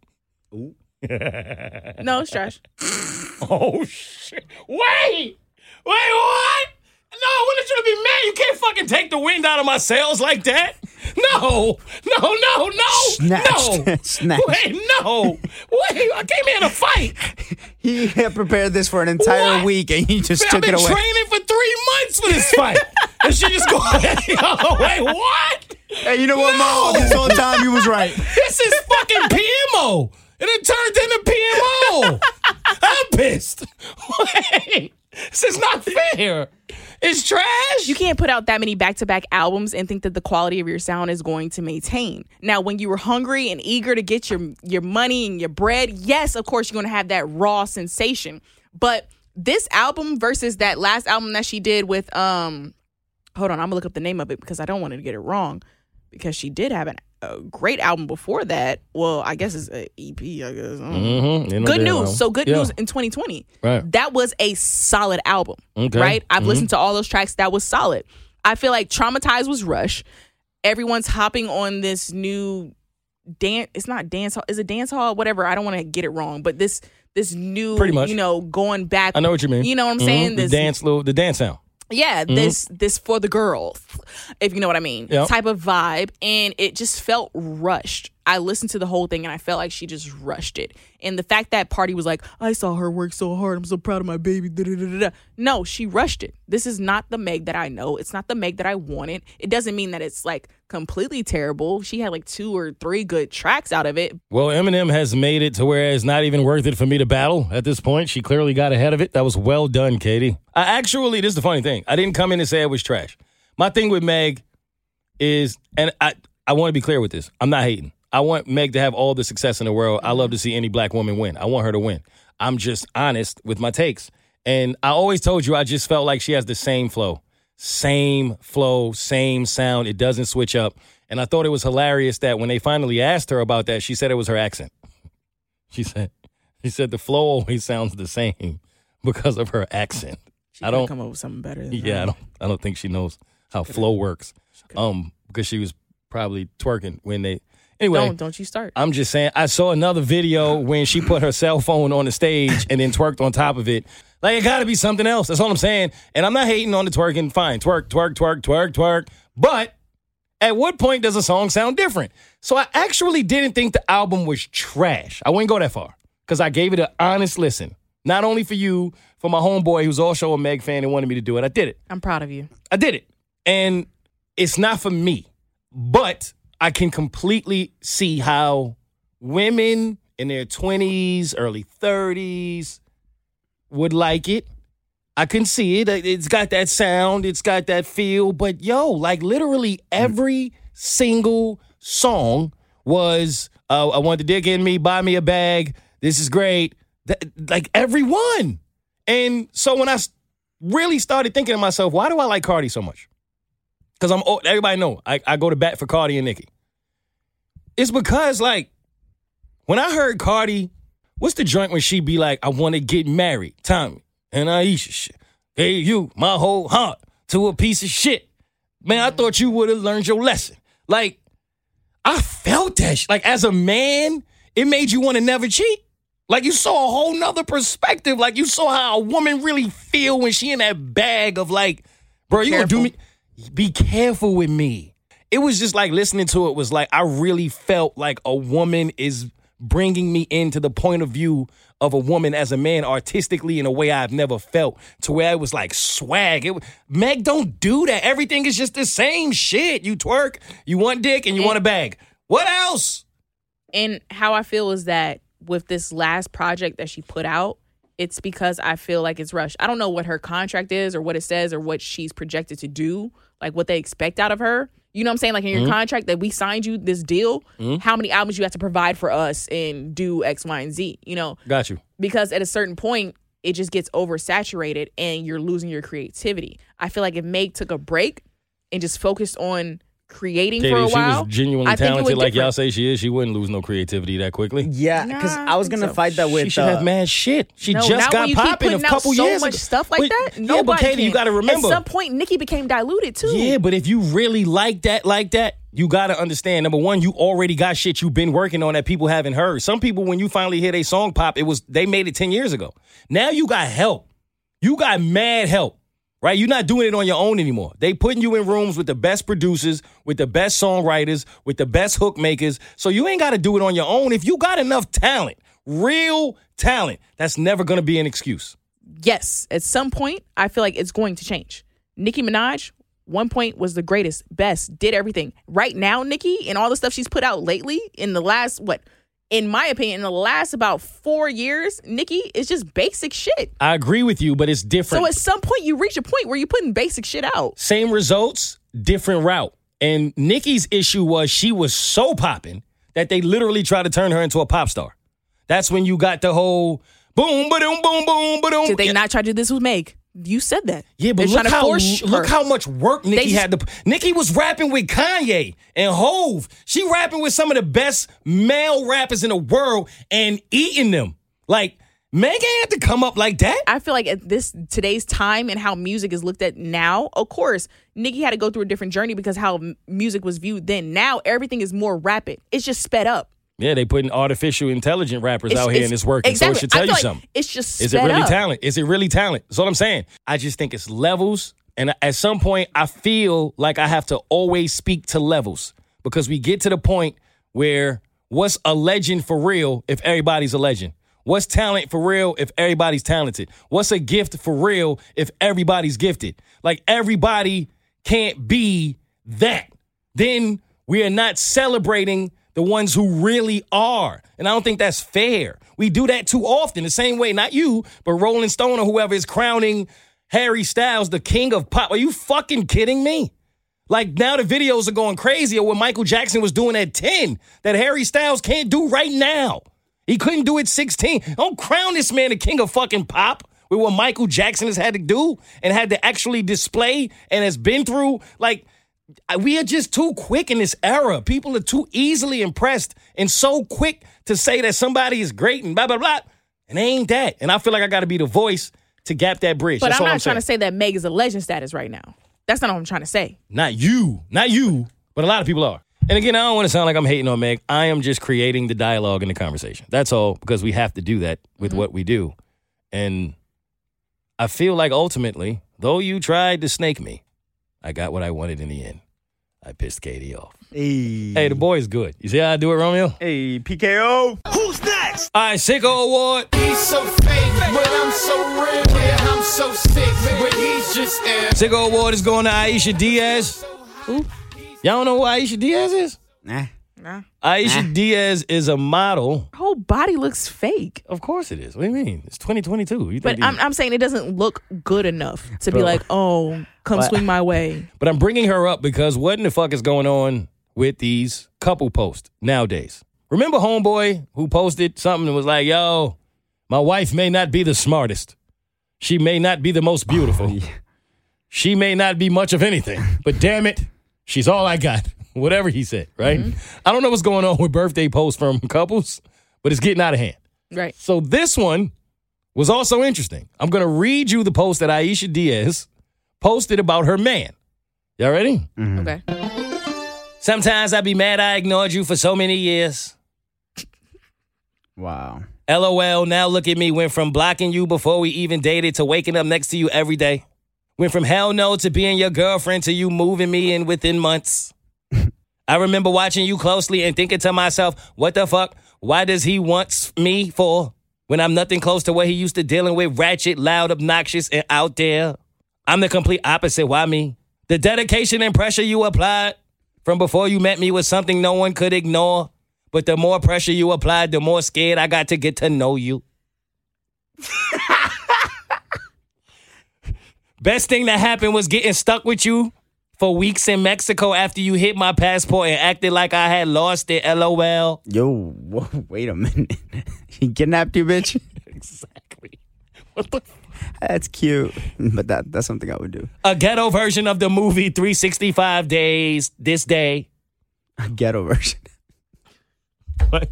Speaker 4: No, it's trash.
Speaker 1: Oh shit! Wait, wait, what? No, I wanted you to be mad. You can't fucking take the wind out of my sails like that. No, no, no, no, no.
Speaker 2: Snatched. Snatched.
Speaker 1: Wait, no. Wait, I came here to fight.
Speaker 2: He had prepared this for an entire
Speaker 1: What?
Speaker 2: week and he just
Speaker 1: I've
Speaker 2: took
Speaker 1: been
Speaker 2: it away.
Speaker 1: training for three months for this fight. and she just go, oh, wait, what?
Speaker 2: Hey, you know what,
Speaker 1: No!
Speaker 2: Mo? This whole time you was right.
Speaker 1: This is fucking PMO. And it turned into PMO. I'm pissed. Wait, this is not fair. It's trash.
Speaker 4: You can't put out that many back to back albums and think that the quality of your sound is going to maintain. Now, when you were hungry and eager to get your, your money and your bread, yes, of course, you're going to have that raw sensation. But this album versus that last album that she did with, um, hold on, I'm going to look up the name of it because I don't want to get it wrong because she did have an, a great album before that. Well, I guess it's an EP, I guess. I don't know.
Speaker 1: Mm-hmm.
Speaker 4: Good news. So good
Speaker 1: Yeah.
Speaker 4: news in 2020.
Speaker 1: Right.
Speaker 4: That was a solid album.
Speaker 1: Okay. Mm-hmm.
Speaker 4: Right? I've listened to all those tracks. That was solid. I feel like Traumatized was Rush. Everyone's hopping on this new dance. It's not dance hall. Is it dance hall? Whatever. I don't want to get it wrong. But this this new
Speaker 1: Pretty much.
Speaker 4: you know, going back.
Speaker 1: I know what you mean.
Speaker 4: You know what I'm
Speaker 1: Mhm.
Speaker 4: saying?
Speaker 1: The
Speaker 4: This
Speaker 1: dance, little, the dance sound.
Speaker 4: yeah, this this for the girls, if you know what I mean,
Speaker 1: Mm-hmm. Yep.
Speaker 4: type of vibe, and it just felt rushed. I listened to the whole thing, and I felt like she just rushed it. And the fact that Party was like, "I saw her work so hard. I'm so proud of my baby." da, da, da, da, da." No, she rushed it. This is not the Meg that I know. It's not the Meg that I wanted. It doesn't mean that it's like completely terrible. She had like two or three good tracks out of it.
Speaker 1: Well, Eminem has made it to where it's not even worth it for me to battle at this point. She clearly got ahead of it. That was well done, Katie. I actually, this is the funny thing. I didn't come in and say it was trash. My thing with Meg is, and I, I want to be clear with this. I'm not hating. I want Meg to have all the success in the world. I love to see any black woman win. I want her to win. I'm just honest with my takes. And I always told you I just felt like she has the same flow. Same flow, same sound. It doesn't switch up. And I thought it was hilarious that when they finally asked her about that, she said it was her accent. She said she said the flow always sounds the same because of her accent.
Speaker 4: She
Speaker 1: I
Speaker 4: could've
Speaker 1: don't-
Speaker 4: come up with something better. Than
Speaker 1: Yeah, I
Speaker 4: that.
Speaker 1: don't I don't think she knows how flow works. Um, because she was probably twerking when they anyway.
Speaker 4: don't don't you start.
Speaker 1: I'm just saying I saw another video when she put her cell phone on the stage and then twerked on top of it. Like it gotta be something else. That's all I'm saying. And I'm not hating on the twerking. Fine, twerk, twerk, twerk, twerk, twerk. But at what point does a song sound different? So I actually didn't think the album was trash. I wouldn't go that far because I gave it an honest listen. Not only for you, for my homeboy who's also a Meg fan and wanted me to do it. I did it.
Speaker 4: I'm proud of you.
Speaker 1: I did it. And it's not for me, but I can completely see how women in their 20s, early 30s would like it. I can see it. Uh, It's got that sound, it's got that feel, but yo, like literally every single song was uh, I want to dig in me, buy me a bag. This is great. That, like every one. And so when I s- really started thinking to myself, why do I like Cardi so much? Because I'm old. Everybody know I, I go to bat for Cardi and Nicki. It's because like when I heard Cardi, what's the joint when she be like, I want to get married, Tommy and Aisha shit. Gave you my whole heart to a piece of shit. Man, I thought you would have learned your lesson. Like, I felt that shit. Like, as a man, it made you want to never cheat. Like you saw a whole nother perspective. Like you saw how a woman really feel when she in that bag of like, bro, you gonna do me. Be careful with me. It was just like listening to it was like I really felt like a woman is bringing me into the point of view of a woman as a man artistically in a way I've never felt to where it was like swag. It, wa- Meg, don't do that. Everything is just the same shit. You twerk, you want dick, and you want a bag. What else?
Speaker 4: and how I feel is that with this last project that she put out, it's because I feel like it's rushed. I don't know what her contract is or what it says or what she's projected to do, like what they expect out of her. You know what I'm saying? Like in your
Speaker 1: Mm-hmm.
Speaker 4: contract that we signed you this deal, how many albums you have to provide for us and do X, Y, and Z, you know?
Speaker 1: Got you.
Speaker 4: because at a certain point it just gets oversaturated and you're losing your creativity. I feel like if Meg took a break and just focused on creating
Speaker 1: Katie,
Speaker 4: for a
Speaker 1: if she
Speaker 4: while.
Speaker 1: was genuinely
Speaker 4: I think it
Speaker 1: talented
Speaker 4: would
Speaker 1: like y'all
Speaker 4: different.
Speaker 1: say she is, she wouldn't lose no creativity that quickly.
Speaker 2: Yeah, because
Speaker 4: Nah,
Speaker 2: I was
Speaker 4: I think
Speaker 2: gonna
Speaker 4: so.
Speaker 2: fight that with.
Speaker 1: she should
Speaker 2: uh,
Speaker 1: have mad shit. She
Speaker 4: No,
Speaker 1: just
Speaker 4: not
Speaker 1: got
Speaker 4: when you keep
Speaker 1: popping a
Speaker 4: putting out
Speaker 1: couple
Speaker 4: so
Speaker 1: years
Speaker 4: much
Speaker 1: ago.
Speaker 4: stuff like
Speaker 1: Wait,
Speaker 4: that.
Speaker 1: yeah, but
Speaker 4: Nobody
Speaker 1: Katie,
Speaker 4: can.
Speaker 1: you got to remember.
Speaker 4: At some point, Nikki became diluted too.
Speaker 1: Yeah, but if you really like that, like that, you gotta understand. Number one, you already got shit you've been working on that people haven't heard. Some people, when you finally hear their song pop, it was they made it ten years ago. Now you got help. You got mad help. Right? You're not doing it on your own anymore. They putting you in rooms with the best producers, with the best songwriters, with the best hook makers. So you ain't gotta do it on your own. If you got enough talent, real talent, that's never gonna be an excuse.
Speaker 4: Yes, at some point, I feel like it's going to change. Nicki Minaj, one point was the greatest, best, did everything. Right now, Nicki and all the stuff she's put out lately in the last what, in my opinion, in the last about four years, Nicki is just basic shit.
Speaker 1: I agree with you, but it's different.
Speaker 4: So at some point, you reach a point where you're putting basic shit out.
Speaker 1: same results, different route. And Nikki's issue was she was so popping that they literally tried to turn her into a pop star. That's when you got the whole boom, boom, boom, boom, boom.
Speaker 4: Did they
Speaker 1: yeah,
Speaker 4: not try to do this with Meg? You said that.
Speaker 1: yeah, but
Speaker 4: They're
Speaker 1: look
Speaker 4: trying to
Speaker 1: how
Speaker 4: force
Speaker 1: look
Speaker 4: her.
Speaker 1: how much work Nikki
Speaker 4: just-
Speaker 1: had to. Nikki was rapping with Kanye and Hove. She rapping with some of the best male rappers in the world and eating them. Like Meg ain't had to come up like that.
Speaker 4: I feel like at this today's time and how music is looked at now, of course, Nicki had to go through a different journey because how m- music was viewed then. Now everything is more rapid. It's just sped up.
Speaker 1: Yeah, they putting artificial intelligent rappers out here and it's working.
Speaker 4: Exactly.
Speaker 1: So it should
Speaker 4: I
Speaker 1: tell you
Speaker 4: feel like
Speaker 1: something.
Speaker 4: It's just sped
Speaker 1: Is it really
Speaker 4: up.
Speaker 1: talent? Is it really talent? That's what I'm saying. I just think it's levels. And at some point, I feel like I have to always speak to levels because we get to the point where what's a legend for real if everybody's a legend? What's talent for real if everybody's talented? What's a gift for real if everybody's gifted? Like everybody can't be that. Then we are not celebrating the ones who really are. And I don't think that's fair. We do that too often. The same way, not you, but Rolling Stone or whoever is crowning Harry Styles the king of pop. Are you fucking kidding me? Like now the videos are going crazy of what Michael Jackson was doing at 10 that Harry Styles can't do right now. He couldn't do it 16. Don't crown this man the king of fucking pop with what Michael Jackson has had to do and had to actually display and has been through. Like, I- we are just too quick in this era. People are too easily impressed and so quick to say that somebody is great and blah, blah, blah. And they ain't that. And I feel like I got to be the voice to gap that bridge.
Speaker 4: But
Speaker 1: That's
Speaker 4: I'm
Speaker 1: all
Speaker 4: not
Speaker 1: I'm
Speaker 4: trying
Speaker 1: saying.
Speaker 4: to say that Meg is a legend status right now. That's not what I'm trying to say.
Speaker 1: Not you, not you, but a lot of people are. And again, I don't want to sound like I'm hating on Meg. I am just creating the dialogue and the conversation. That's all because we have to do that with what we do. And I feel like ultimately, though you tried to snake me, I got what I wanted in the end. I pissed Katie off. Hey, the boy's good. You see how I do it, Romeo?
Speaker 2: hey, PKO.
Speaker 1: All right, Sicko Award.
Speaker 7: He's so fake, but I'm so real. Yeah, I'm so sick, but he's just ill.
Speaker 1: Sicko Award is going to Aisha Diaz. Y'all don't know who Aisha Diaz is?
Speaker 2: Nah.
Speaker 1: Aisha Diaz is a model.
Speaker 4: Her whole body looks fake.
Speaker 1: Of course it is. What do you mean? It's 2022. You think
Speaker 4: But
Speaker 1: these-
Speaker 4: I'm, I'm saying it doesn't look good enough to be like, oh, come swing my way.
Speaker 1: But I'm bringing her up because what in the fuck is going on with these couple posts nowadays? Remember Homeboy who posted something and was like, yo, my wife may not be the smartest. She may not be the most beautiful. She may not be much of anything, but damn it, she's all I got. Whatever he said, right? I don't know what's going on with birthday posts from couples, but it's getting out of hand.
Speaker 4: Right.
Speaker 1: So this one was also interesting. I'm going to read you the post that Aisha Diaz posted about her man. Y'all ready?
Speaker 4: Okay.
Speaker 1: Sometimes I be mad I ignored you for so many years.
Speaker 2: Wow.
Speaker 1: LOL, now look at me. Went from blocking you before we even dated to waking up next to you every day. Went from hell no to being your girlfriend to you moving me in within months. I remember watching you closely and thinking to myself, what the fuck? Why does he want me for when I'm nothing close to what he used to dealing with? Ratchet, loud, obnoxious, and out there. I'm the complete opposite. Why me? The dedication and pressure you applied from before you met me was something no one could ignore. But the more pressure you applied, the more scared I got to get to know you. Best thing that happened was getting stuck with you for weeks in Mexico after you hit my passport and acted like I had lost it. LOL.
Speaker 2: Yo, whoa, wait a minute. he kidnapped you, bitch.
Speaker 1: Exactly. What the fuck?
Speaker 2: That's cute, but that that's something I would do.
Speaker 1: A ghetto version of the movie 365 Days This Day.
Speaker 2: A ghetto version.
Speaker 1: What?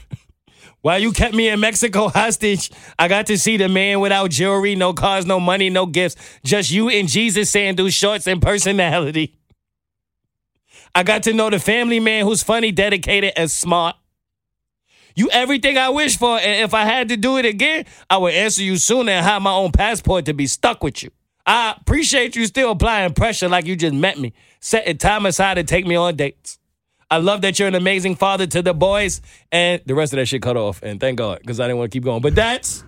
Speaker 1: While you kept me in Mexico hostage, I got to see the man without jewelry, no cars, no money, no gifts. Just you and Jesus sandals, shorts, and personality. I got to know the family man who's funny, dedicated, and smart. You everything I wish for, and if I had to do it again, I would answer you soon and have my own passport to be stuck with you. I appreciate you still applying pressure like you just met me, setting time aside to take me on dates. I love that you're an amazing father to the boys, and the rest of that shit cut off. And thank God, because I didn't want to keep going. But that's.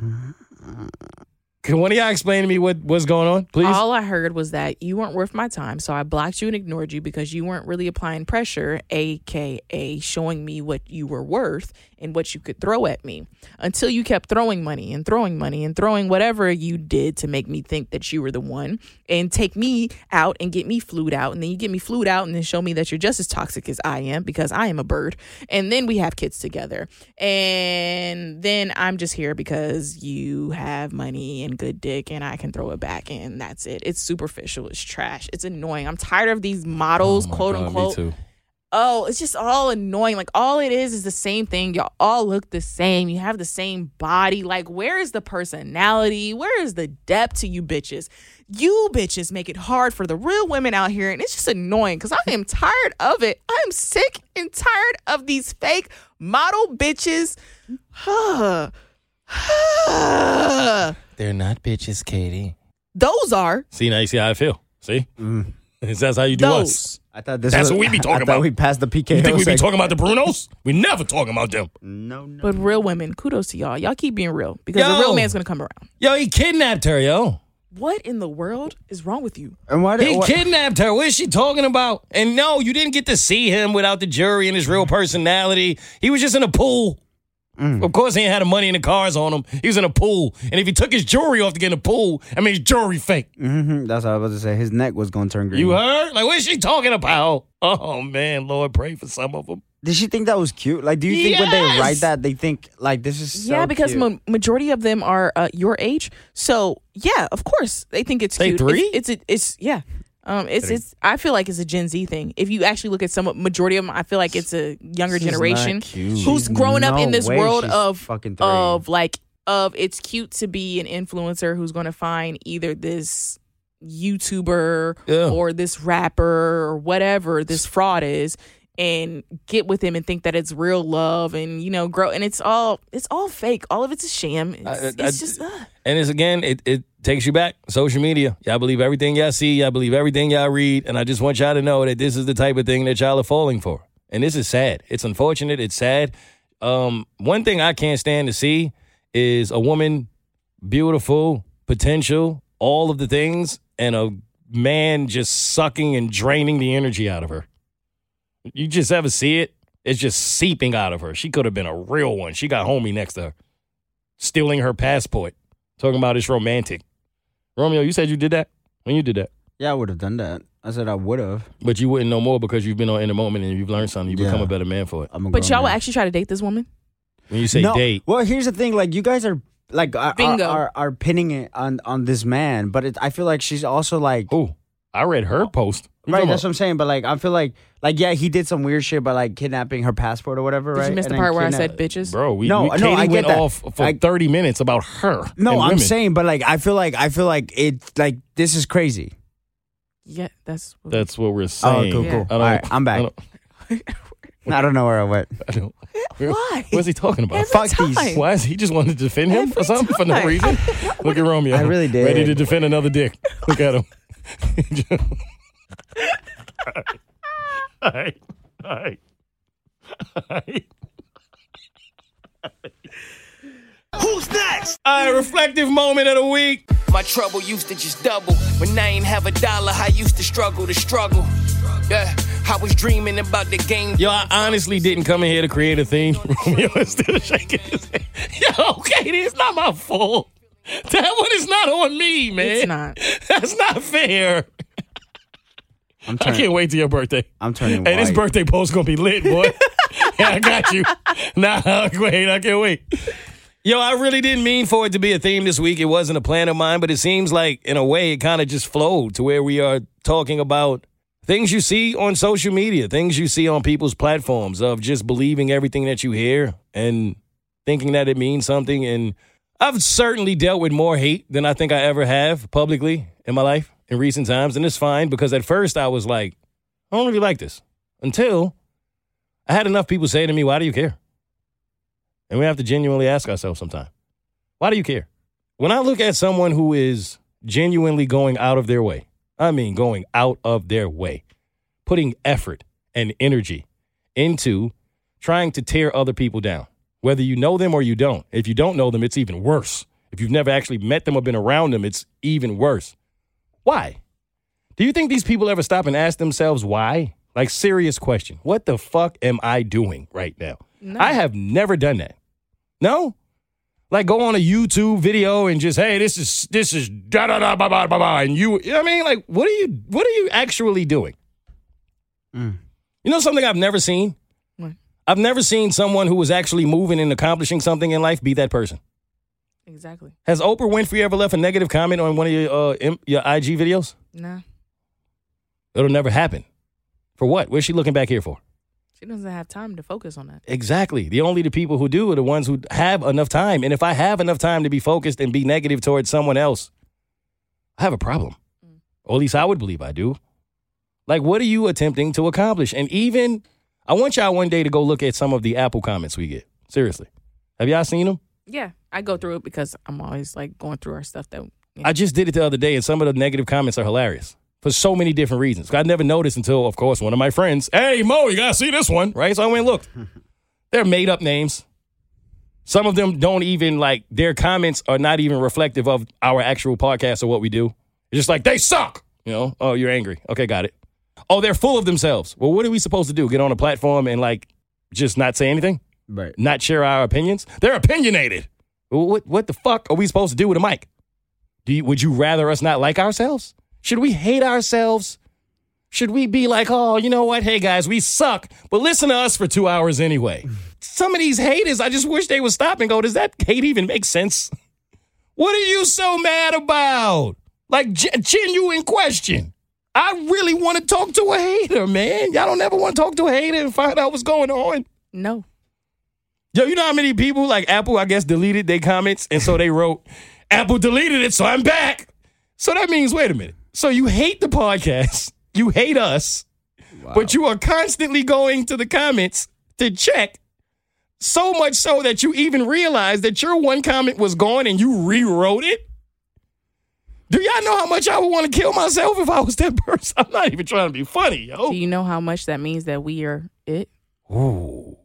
Speaker 1: Can one of y'all explain to me what, what's going on, please?
Speaker 4: All I heard was that you weren't worth my time, so I blocked you and ignored you because you weren't really applying pressure, aka showing me what you were worth and what you could throw at me. Until you kept throwing money and throwing money and throwing whatever you did to make me think that you were the one and take me out and get me flued out, and then you get me flued out and then show me that you're just as toxic as I am because I am a bird, and then we have kids together, and then I'm just here because you have money and good dick and I can throw it back and that's it. It's superficial. It's trash. It's annoying. I'm tired of these models, quote unquote. Oh, it's just all annoying. Like all it is is the same thing. Y'all all look the same. You have the same body. Like where is the personality? Where is the depth to you bitches? You bitches make it hard for the real women out here and it's just annoying cuz I am tired of it. I am sick and tired of these fake model bitches.
Speaker 1: They're not bitches, Katie.
Speaker 4: Those are
Speaker 1: See, now you see how I feel. See? That's how you do us.
Speaker 4: those.
Speaker 2: I thought this.
Speaker 1: That's
Speaker 2: was,
Speaker 1: what we be
Speaker 2: I- I
Speaker 1: talking
Speaker 2: thought
Speaker 1: about.
Speaker 2: We passed the PKO.
Speaker 1: You think we be
Speaker 2: section.
Speaker 1: talking about the Brunos? We never talking about them.
Speaker 2: No, no.
Speaker 4: But real women, kudos to y'all. Y'all keep being real because the
Speaker 1: Yo.
Speaker 4: real man's gonna come around.
Speaker 1: Yo, he kidnapped her, yo.
Speaker 4: What in the world is wrong with you?
Speaker 2: And why did?
Speaker 1: He
Speaker 2: why-
Speaker 1: kidnapped her. What is she talking about? And no, you didn't get to see him without the jury and his real personality. He was just in a pool. Of course, he ain't had the money and the cars on him. He was in a pool. And if he took his jewelry off to get in the pool, I mean, his jewelry fake.
Speaker 2: Mhm, that's what I was about to say. His neck was gonna turn green.
Speaker 1: You heard? Like, what is she talking about? Oh, man, Lord, pray for some of them.
Speaker 2: Did she think that was cute? Like, do you think when they write
Speaker 1: Yes!
Speaker 2: that, they think like this is? So
Speaker 4: yeah, because
Speaker 2: cute.
Speaker 4: ma- majority of them are uh, your age, so yeah, of course they think it's
Speaker 1: Say
Speaker 4: cute.
Speaker 1: three?
Speaker 4: It's it's, it's yeah. Um, it's it's. I feel like it's a Gen Z thing. If you actually look at some majority of them, I feel like it's a younger
Speaker 2: This is not
Speaker 4: generation
Speaker 2: cute.
Speaker 4: who's
Speaker 2: She's
Speaker 4: grown up
Speaker 2: no
Speaker 4: in this
Speaker 2: way
Speaker 4: world
Speaker 2: she's
Speaker 4: of
Speaker 2: fucking three.
Speaker 4: of like of it's cute to be an influencer who's going to find either this YouTuber
Speaker 1: Yeah.
Speaker 4: or this rapper or whatever this fraud is and get with him and think that it's real love and you know grow and it's all it's all fake all of it's a sham it's,
Speaker 1: I- I-
Speaker 4: it's
Speaker 1: I-
Speaker 4: just uh,
Speaker 1: And it's again, it, it takes you back. Social media. Y'all believe everything y'all see. Y'all believe everything y'all read. And I just want y'all to know that this is the type of thing that y'all are falling for. And this is sad. It's unfortunate. It's sad. Um, one thing I can't stand to see is a woman, beautiful, potential, all of the things, and a man just sucking and draining the energy out of her. You just ever see it? It's just seeping out of her. She could have been a real one. She got homie next to her, stealing her passport. Talking about it's romantic. Romeo, you said you did that when you did that,
Speaker 2: Yeah, I would have done that. I said I would have.
Speaker 1: but you wouldn't know more because you've been on in the moment and you've learned something. You become
Speaker 2: Yeah.
Speaker 1: a better man for it.
Speaker 2: I'm a
Speaker 4: but
Speaker 2: grown
Speaker 4: y'all will
Speaker 2: man.
Speaker 4: actually try to date this woman
Speaker 1: When you say
Speaker 2: no,
Speaker 1: date,
Speaker 2: Well, here's the thing. Like, you guys are like are, are,
Speaker 4: Bingo.
Speaker 2: are, are pinning it on on this man, but it, I feel like she's also like
Speaker 1: oh, I read her post. You
Speaker 2: right.
Speaker 1: talking
Speaker 2: That's
Speaker 1: about-
Speaker 2: what I'm saying. But like, I feel like like yeah, he did some weird shit by like kidnapping her passport or whatever.
Speaker 4: did
Speaker 2: right?
Speaker 4: you miss
Speaker 2: And
Speaker 4: the
Speaker 2: then
Speaker 4: part where I
Speaker 2: kidnap-
Speaker 4: said bitches
Speaker 1: bro. We,
Speaker 2: No,
Speaker 1: we,
Speaker 2: no,
Speaker 1: Katie
Speaker 2: I get
Speaker 1: went
Speaker 2: that.
Speaker 1: off for
Speaker 2: I-
Speaker 1: thirty minutes about her.
Speaker 2: No,
Speaker 1: and
Speaker 2: I'm
Speaker 1: women.
Speaker 2: saying, but like, I feel like I feel like it. Like, this is crazy.
Speaker 4: yeah that's what
Speaker 1: that's what we're
Speaker 2: Oh,
Speaker 1: saying.
Speaker 2: cool,
Speaker 4: Yeah.
Speaker 2: cool.
Speaker 1: I
Speaker 2: All
Speaker 1: don't-
Speaker 2: right, I'm
Speaker 1: I
Speaker 2: back.
Speaker 1: don't-
Speaker 2: I don't know where I went.
Speaker 1: I don't-
Speaker 4: why
Speaker 1: What's he talking about?
Speaker 4: Every
Speaker 2: Fuck these.
Speaker 4: time.
Speaker 1: Why is he just wanting to defend him
Speaker 4: Every
Speaker 1: or something for no
Speaker 4: time.
Speaker 1: reason? Look at Romeo.
Speaker 2: I really did.
Speaker 1: Ready to defend another dick. Look at him. All right. All right. All right.
Speaker 8: Who's next?
Speaker 1: All right. Reflective moment of the week.
Speaker 8: My trouble used to just double. When I ain't have a dollar, I used to struggle to struggle. Yeah, I was dreaming about the game.
Speaker 1: Yo, I honestly didn't come in here to create a theme. Romeo is still shaking his head. Yo, okay, it's not my fault. That one is not on me, man.
Speaker 4: it's not
Speaker 1: That's not fair.
Speaker 2: I'm
Speaker 1: I can't
Speaker 2: turning.
Speaker 1: wait till your birthday.
Speaker 2: I'm turning.
Speaker 1: Hey, this
Speaker 2: white.
Speaker 1: birthday post gonna be lit, boy. yeah, I got you. Nah, wait, I can't wait. Yo, I really didn't mean for it to be a theme this week. It wasn't a plan of mine, but it seems like, in a way, it kind of just flowed to where we are talking about things you see on social media, things you see on people's platforms of just believing everything that you hear and thinking that it means something. And I've certainly dealt with more hate than I think I ever have publicly in my life in recent times. And it's fine because at first I was like, I don't really like this until I had enough people say to me, Why do you care? And we have to genuinely ask ourselves sometime, why do you care? When I look at someone who is genuinely going out of their way, I mean going out of their way, putting effort and energy into trying to tear other people down, whether you know them or you don't. If you don't know them, it's even worse. If you've never actually met them or been around them, it's even worse. Why? Do you think these people ever stop and ask themselves why? Like, serious question. What the fuck am I doing right now? I have never done that. No? Like go on a YouTube video and just, hey, this is this is da da da ba ba ba ba and you you know what I mean? Like, what are you what are you actually doing? You know something I've never seen?
Speaker 4: What?
Speaker 1: I've never seen someone who was actually moving and accomplishing something in life be that person.
Speaker 4: Exactly.
Speaker 1: Has Oprah Winfrey ever left a negative comment on one of your uh, im- your IG videos?
Speaker 4: Nah,
Speaker 1: It'll never happen. For what? What's she looking back here for?
Speaker 4: she doesn't have time to focus on that.
Speaker 1: Exactly. The only the people who do are the ones who have enough time. And if I have enough time to be focused and be negative towards someone else, I have a problem. Or at least I would believe I do. Like, what are you attempting to accomplish? And even, I want y'all one day to go look at some of the Apple comments we get. Seriously. Have y'all seen them?
Speaker 4: Yeah, I go through it because I'm always like going through our stuff that.
Speaker 1: I just did it the other day, and some of the negative comments are hilarious for so many different reasons. I never noticed until, of course, one of my friends, hey, Mo, you got to see this one, right? So I went and looked. They're made up names. Some of them don't even, like, their comments are not even reflective of our actual podcast or what we do. It's just like, they suck. You know, oh, you're angry. Okay, got it. Oh, they're full of themselves. Well, what are we supposed to do? Get on a platform and, like, just not say anything?
Speaker 2: Right.
Speaker 1: Not share our opinions? They're opinionated. What, what the fuck are we supposed to do with a mic? Do you, would you rather us not like ourselves? Should we hate ourselves? Should we be like, oh, you know what? Hey guys, we suck, but listen to us for two hours anyway. Some of these haters, I just wish they would stop and go, does that hate even make sense? What are you so mad about? Like, ge- genuine question. I really want to talk to a hater, man. Y'all don't ever want to talk to a hater and find out what's going on.
Speaker 4: No,
Speaker 1: Yo, you know how many people like Apple, I guess, deleted their comments, and so they wrote, Apple deleted it, so I'm back. So that means, wait a minute. So you hate the podcast, you hate us, but you are constantly going to the comments to check. So much so that you even realize that your one comment was gone and you rewrote it. Do y'all know how much I would want to kill myself if I was that person? I'm not even trying to be funny, yo.
Speaker 4: do you know how much that means that we are it?
Speaker 1: Ooh.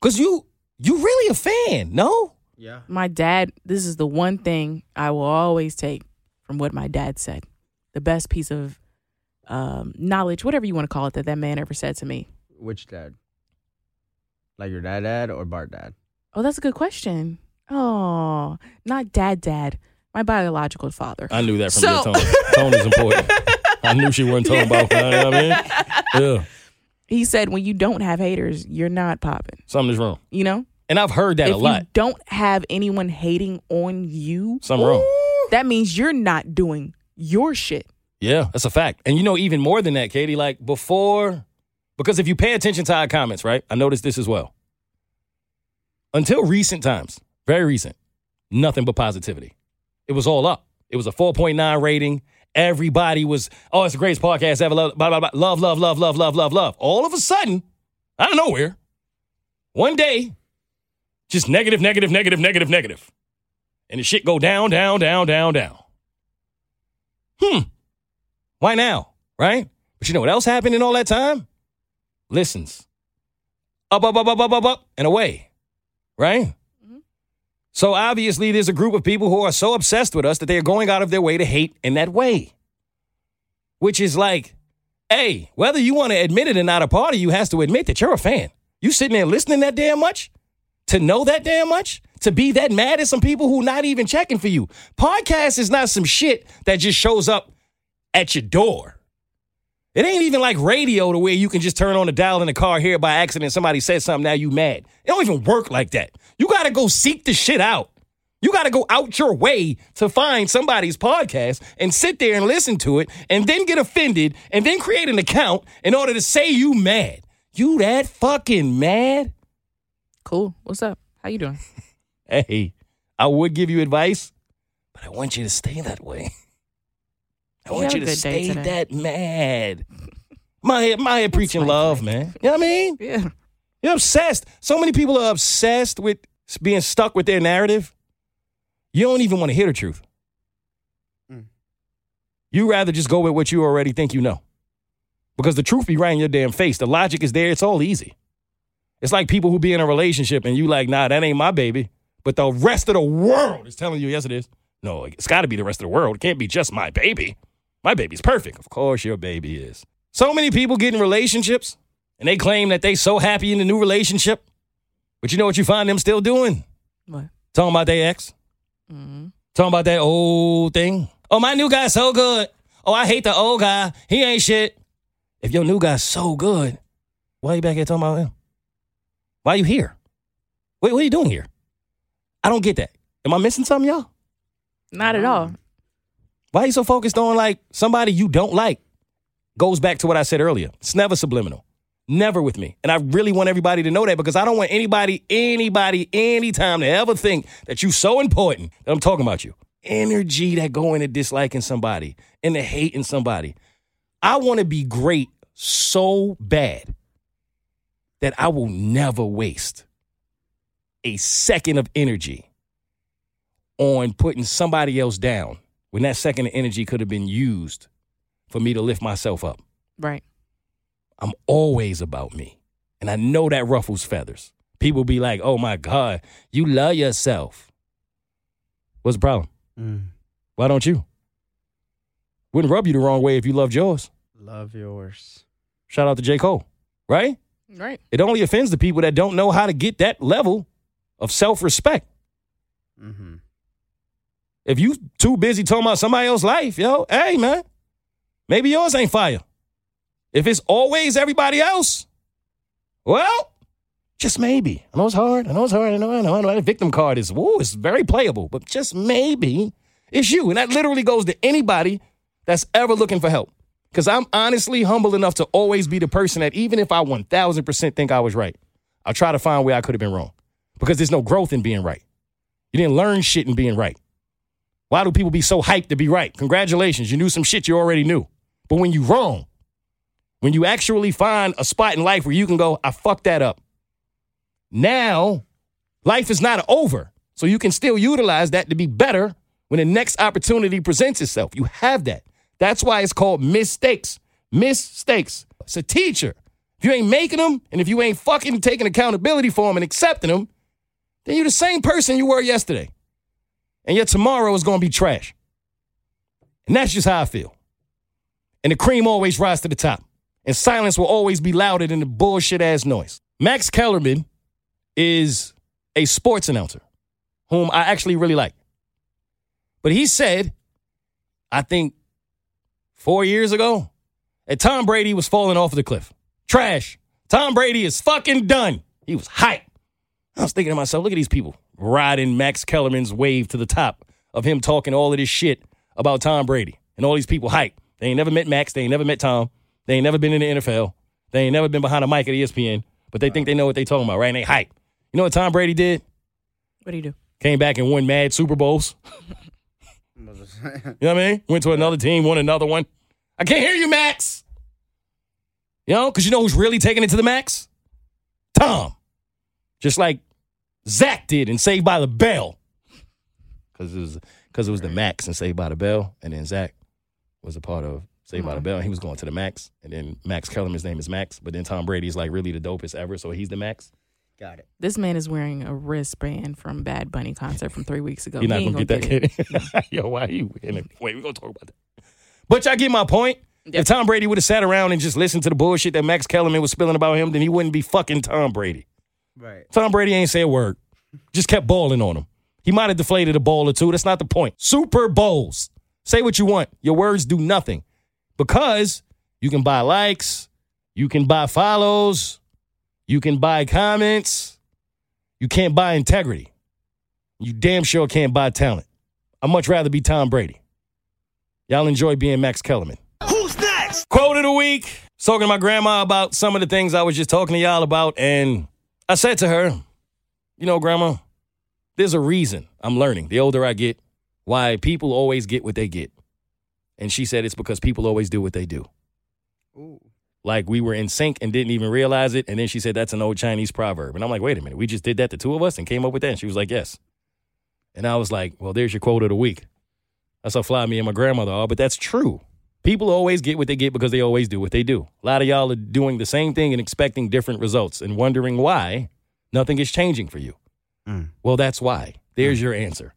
Speaker 1: Cause you you really a fan, no?
Speaker 2: Yeah.
Speaker 4: My dad. This is the one thing I will always take from what my dad said. The best piece of um, knowledge, whatever you want to call it, that that man ever said to me.
Speaker 2: Which dad? Like your dad dad or Bart dad?
Speaker 4: Oh, that's a good question. Oh, not dad, dad. My biological father.
Speaker 1: I knew that from
Speaker 4: So-
Speaker 1: your tone. Tone is important. I knew she wasn't talking about you know what I mean? Yeah.
Speaker 4: He said, when you don't have haters, you're not popping.
Speaker 1: Something's wrong.
Speaker 4: You know,
Speaker 1: And I've heard that
Speaker 4: if
Speaker 1: a lot.
Speaker 4: you don't have anyone hating on you,
Speaker 1: Something wrong.
Speaker 4: that means you're not doing your shit.
Speaker 1: Yeah, that's a fact. And you know, even more than that, Katie, like before, because if you pay attention to our comments, right? I noticed this as well. Until recent times, very recent, nothing but positivity. It was all up. It was a 4.9 rating. Everybody was, oh, it's the greatest podcast ever. Love, blah, blah, blah. love, love, love, love, love, love, love. All of a sudden, out of nowhere, one day, just negative, negative, negative, negative, negative. And the shit go down, down, down, down, down. Hmm. Why now? Right? But you know what else happened in all that time? Listens. Up, up, up, up, up, up, up, and away. Right? So obviously, there's a group of people who are so obsessed with us that they are going out of their way to hate in that way. Which is like, hey, whether you want to admit it or not, a part of you has to admit that you're a fan. You sitting there listening that damn much? to know that damn much to be that mad at some people who not even checking for you podcast is not some shit that just shows up at your door It ain't even like radio to where you can just turn on the dial in the car, hear it by accident, somebody said something, now you mad. It don't even work like that. You gotta go seek the shit out. You gotta go out your way to find somebody's podcast and sit there and listen to it and then get offended and then create an account in order to say you mad. You that fucking mad?
Speaker 4: Cool. What's up? How you doing?
Speaker 1: hey, I would give you advice, but I want you to stay that way. I want
Speaker 4: had
Speaker 1: you
Speaker 4: a
Speaker 1: to
Speaker 4: good day
Speaker 1: stay
Speaker 4: today.
Speaker 1: that mad. Maya, Maya preaching
Speaker 4: my
Speaker 1: love, man. You know what I mean?
Speaker 4: Yeah.
Speaker 1: You're obsessed. So many people are obsessed with s- being stuck with their narrative. You don't even want to hear the truth. You rather just go with what you already think you know. Because the truth be right in your damn face. The logic is there. It's all easy. It's like people who be in a relationship and you like, nah, that ain't my baby. But the rest of the world is telling you, yes, it is. No, it's got to be the rest of the world. It can't be just my baby. My baby's perfect. Of course, your baby is. So many people get in relationships and they claim that they so happy in the new relationship. But you know what you find them still doing?
Speaker 4: What? Mm-hmm.
Speaker 1: Talking about their ex. Talking about that old thing. Oh, my new guy's so good. Oh, I hate the old guy. He ain't shit. If your new guy's so good, why you back here talking about him? Why you here? Wait, what are you doing here? I don't get that. Am I missing something, y'all?
Speaker 4: Not at all.
Speaker 1: Why you so focused on like somebody you don't like? Goes back to what I said earlier. It's never subliminal. Never with me. And I really want everybody to know that because I don't want anybody, anybody, anytime to ever think that you so important that I'm talking about you. Energy that go into disliking somebody, into hating somebody. I want to be great so bad that I will never waste a second of energy on putting somebody else down when that second of energy could have been used for me to lift myself up.
Speaker 4: Right.
Speaker 1: I'm always about me. And I know that ruffles feathers. People be like, oh my God, you love yourself. What's the problem?
Speaker 2: Mm.
Speaker 1: Why don't you? Wouldn't rub you the wrong way if you loved yours.
Speaker 2: Love yours.
Speaker 1: Shout out to J. Cole, right?
Speaker 4: Right.
Speaker 1: It only offends the people that don't know how to get that level of self respect.
Speaker 2: Mm-hmm.
Speaker 1: If you too busy talking about somebody else's life, yo, hey man, maybe yours ain't fire. If it's always everybody else, well, just maybe. I know it's hard. I know it's hard. I know. I know. I know. That victim card is woo. It's very playable, but just maybe it's you, and that literally goes to anybody that's ever looking for help. Because I'm honestly humble enough to always be the person that, even if I 1,000% think I was right, I'll try to find where I could have been wrong. Because there's no growth in being right. You didn't learn shit in being right. Why do people be so hyped to be right? Congratulations, you knew some shit you already knew. But when you wrong, when you actually find a spot in life where you can go, I fucked that up. Now, life is not over. So you can still utilize that to be better when the next opportunity presents itself. You have that. That's why it's called mistakes. Mistakes. It's a teacher. If you ain't making them and if you ain't fucking taking accountability for them and accepting them, then you're the same person you were yesterday and yet tomorrow is going to be trash. And that's just how I feel. And the cream always rises to the top, and silence will always be louder than the bullshit ass noise. Max Kellerman is a sports announcer whom I actually really like. But he said, I think four years ago, that Tom Brady was falling off the cliff. Trash. Tom Brady is fucking done. He was hyped. I was thinking to myself, look at these people riding Max Kellerman's wave to the top of him talking all of this shit about Tom Brady and all these people hype. They ain't never met Max. They ain't never met Tom. They ain't never been in the NFL. They ain't never been behind a mic at E ESPN, but they think they know what they talking about, right? And they hype. You know what Tom Brady did?
Speaker 4: What do you do?
Speaker 1: Came back and won mad Super Bowls. you know what I mean? Went to another team, won another one. I can't hear you, Max. You know, because you know who's really taking it to the max? Tom. Just like Zach did in Saved by the Bell. Cause it was because it was the Max and Saved by the Bell. And then Zach was a part of Saved by the Bell. And he was going to the Max. And then Max Kellerman's name is Max. But then Tom Brady's like really the dopest ever. So he's the Max.
Speaker 2: Got it.
Speaker 4: This man is wearing a wristband from Bad Bunny concert from three weeks ago.
Speaker 1: You're not
Speaker 4: He ain't
Speaker 1: gonna, get
Speaker 4: it.
Speaker 1: that kid. Yo, why are you in it? Wait, we're gonna talk about that. But y'all get my point. If Tom Brady would have sat around and just listened to the bullshit that Max Kellerman was spilling about him, then he wouldn't be fucking Tom Brady.
Speaker 2: Right.
Speaker 1: Tom Brady ain't say a word. Just kept balling on him. He might have deflated a ball or two. That's not the point. Super Bowls. Say what you want. Your words do nothing. Because You can buy likes. You can buy follows. You can buy comments. You can't buy integrity. You damn sure can't buy talent. I'd much rather be Tom Brady. Y'all enjoy being Max Kellerman. Who's next? Quote of the week. I was talking to my grandma about some of the things I was just talking to y'all about, and I said to her, You know, grandma, there's a reason I'm learning the older I get why people always get what they get. And she said it's because people always do what they do. Like we were in sync and didn't even realize it. And then she said, That's an old Chinese proverb. And I'm like, Wait a minute, we just did that, the two of us, and came up with that. And she was like, Yes. And I was like, Well, there's your quote of the week. That's how fly me and my grandmother are, but that's true. People always get what they get because they always do what they do. A lot of y'all are doing the same thing and expecting different results and wondering why nothing is changing for you. Well, that's why. There's your answer.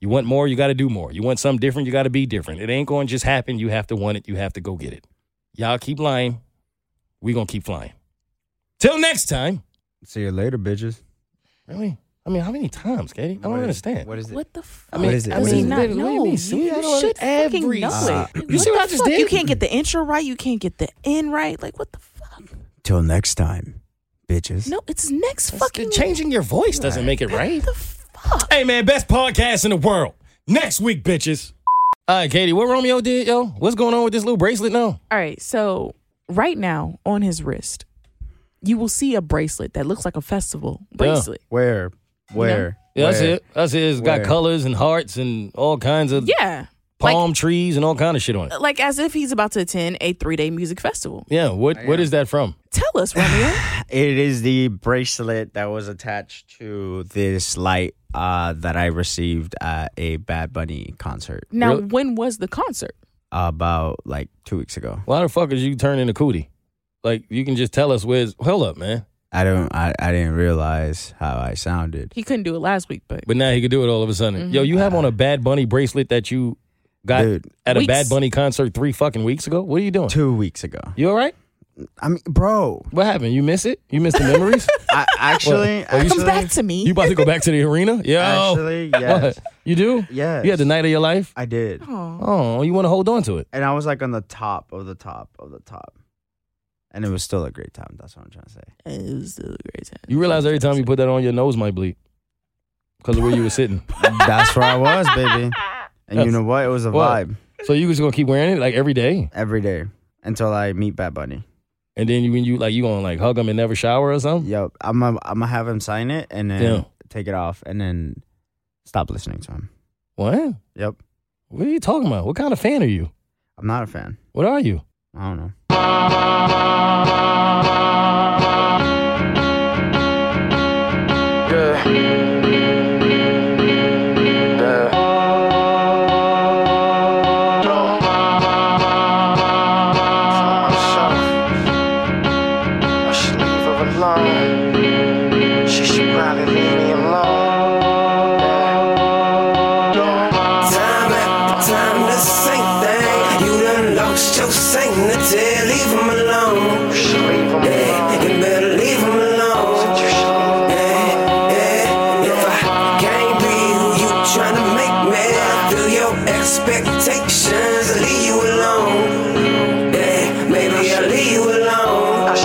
Speaker 1: You want more, you got to do more. You want something different, you got to be different. It ain't going to just happen. You have to want it, you have to go get it. Y'all keep lying. we going to keep flying. Till next time.
Speaker 2: See you later, bitches.
Speaker 1: Really? I mean, how many times, Katie? I don't understand.
Speaker 2: What is it?
Speaker 4: What the fuck?
Speaker 1: I mean,
Speaker 2: What is it?
Speaker 1: I
Speaker 2: What is
Speaker 1: mean,
Speaker 2: it?
Speaker 1: what do you mean? See, I don't-
Speaker 4: should fucking
Speaker 1: every-
Speaker 4: know it.
Speaker 1: You see what I
Speaker 4: the
Speaker 1: just
Speaker 4: fuck?
Speaker 1: did?
Speaker 4: You can't get the intro right. You can't get the end right. Like what the fuck?
Speaker 2: Till next time, bitches.
Speaker 4: No, it's next fucking.
Speaker 1: Changing your voice doesn't make it right.
Speaker 4: the fuck?
Speaker 1: Hey, man, best podcast in the world. Next week, bitches. All right, Katie, what Romeo did, yo? What's going on with this little bracelet now?
Speaker 4: All right, so right now on his wrist, you will see a bracelet that looks like a festival bracelet.
Speaker 2: Where? Where?
Speaker 1: Yeah, that's
Speaker 2: Where?
Speaker 1: it. That's it. It's got
Speaker 2: Where?
Speaker 1: colors and hearts and all kinds of
Speaker 4: Yeah.
Speaker 1: palm trees and all kind of shit on it.
Speaker 4: Like, like as if he's about to attend a three day music festival.
Speaker 1: Yeah, what what is that from?
Speaker 4: Tell us, Romeo.
Speaker 2: It is the bracelet that was attached to this light uh, that I received at a Bad Bunny concert
Speaker 4: now,
Speaker 1: Really?
Speaker 4: when was the concert?
Speaker 2: about like two weeks ago.
Speaker 1: Why the fuck is you turning a cootie? Like you can just tell us where's hold up, man.
Speaker 2: I don't. I, I didn't realize how I sounded.
Speaker 4: He couldn't do it last week, but
Speaker 1: But now he could do it all of a sudden. Yo, you have on a Bad Bunny bracelet that you got
Speaker 2: Dude.
Speaker 1: at a Bad
Speaker 4: Weeks.
Speaker 1: Bunny concert three fucking weeks ago. What are you doing?
Speaker 2: Two weeks ago.
Speaker 1: You all right?
Speaker 2: I mean, bro.
Speaker 1: What happened? You miss it? You miss the memories?
Speaker 2: I,
Speaker 1: Well,
Speaker 2: actually,
Speaker 1: well, you
Speaker 4: come
Speaker 2: actually,
Speaker 4: back to me.
Speaker 1: you about to go back to the arena? Yo,
Speaker 2: actually, yes,
Speaker 1: what? You do?
Speaker 2: Yes.
Speaker 1: You had the night of your life?
Speaker 2: I did.
Speaker 1: Oh, you want to hold on to it?
Speaker 2: And I was like on the top of the top of the top, and it was still a great time. That's what I'm trying to say.
Speaker 4: It was still a great time.
Speaker 1: You realize every time you put that on, your nose might bleed because of where you were sitting.
Speaker 2: That's where I was, baby. And you know what? It was a
Speaker 1: Well-
Speaker 2: vibe
Speaker 1: So you just gonna keep wearing it like every day?
Speaker 2: every day until I meet Bad Bunny.
Speaker 1: And then you, when you like, you gonna like hug him and never shower or something?
Speaker 2: Yep, I'm gonna I'm gonna have him sign it and then
Speaker 1: Yeah.
Speaker 2: take it off and then stop listening to him.
Speaker 1: What?
Speaker 2: Yep,
Speaker 1: What are you talking about? What kind of fan are you?
Speaker 2: I'm not a fan.
Speaker 1: What are you?
Speaker 2: I don't know.
Speaker 5: Time after time, the same thing. You done lost your sanctity. Leave him alone. Yeah, you better leave him alone. Yeah, yeah. If I can't be who you tryna make me, feel your expectations. Leave you alone. Yeah, maybe I'll leave you alone.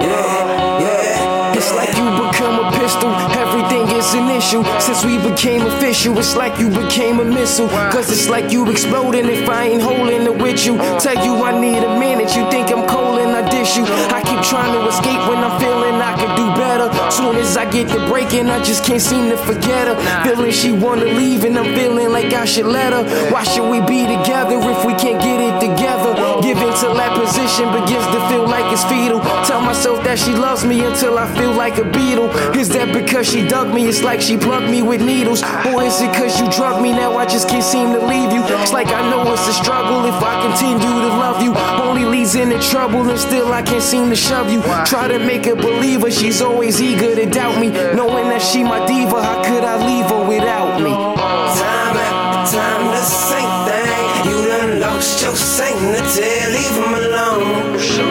Speaker 5: Yeah, yeah.
Speaker 8: It's like you become a pistol, everything is an issue. Since we became official, it's like you became a missile. Cause it's like you exploding if I ain't holding it with you. Tell you I need a minute, you think I'm cold and I dish you. I keep trying to escape when I'm feeling I could do better. Soon as I get the break and I just can't seem to forget her. Feeling she wanna leave and I'm feeling like I should let her. Why should we be together if we can't get it together? Giving to that position begins to feel like it's fetal. Tell myself that she loves me until I feel like a beetle. Is that because she dug me? It's like she plugged me with needles. Or is it cause you drug me? Now I just can't seem to leave you. It's like I know it's a struggle if I continue to love you. Only leads into trouble and still I can't seem to shove you. Try to make her believe her, she's always eager to doubt me. Knowing that she my diva, how could I leave her without me?
Speaker 5: Time after time, the same thing. You done lost your sanctity. Leave him alone.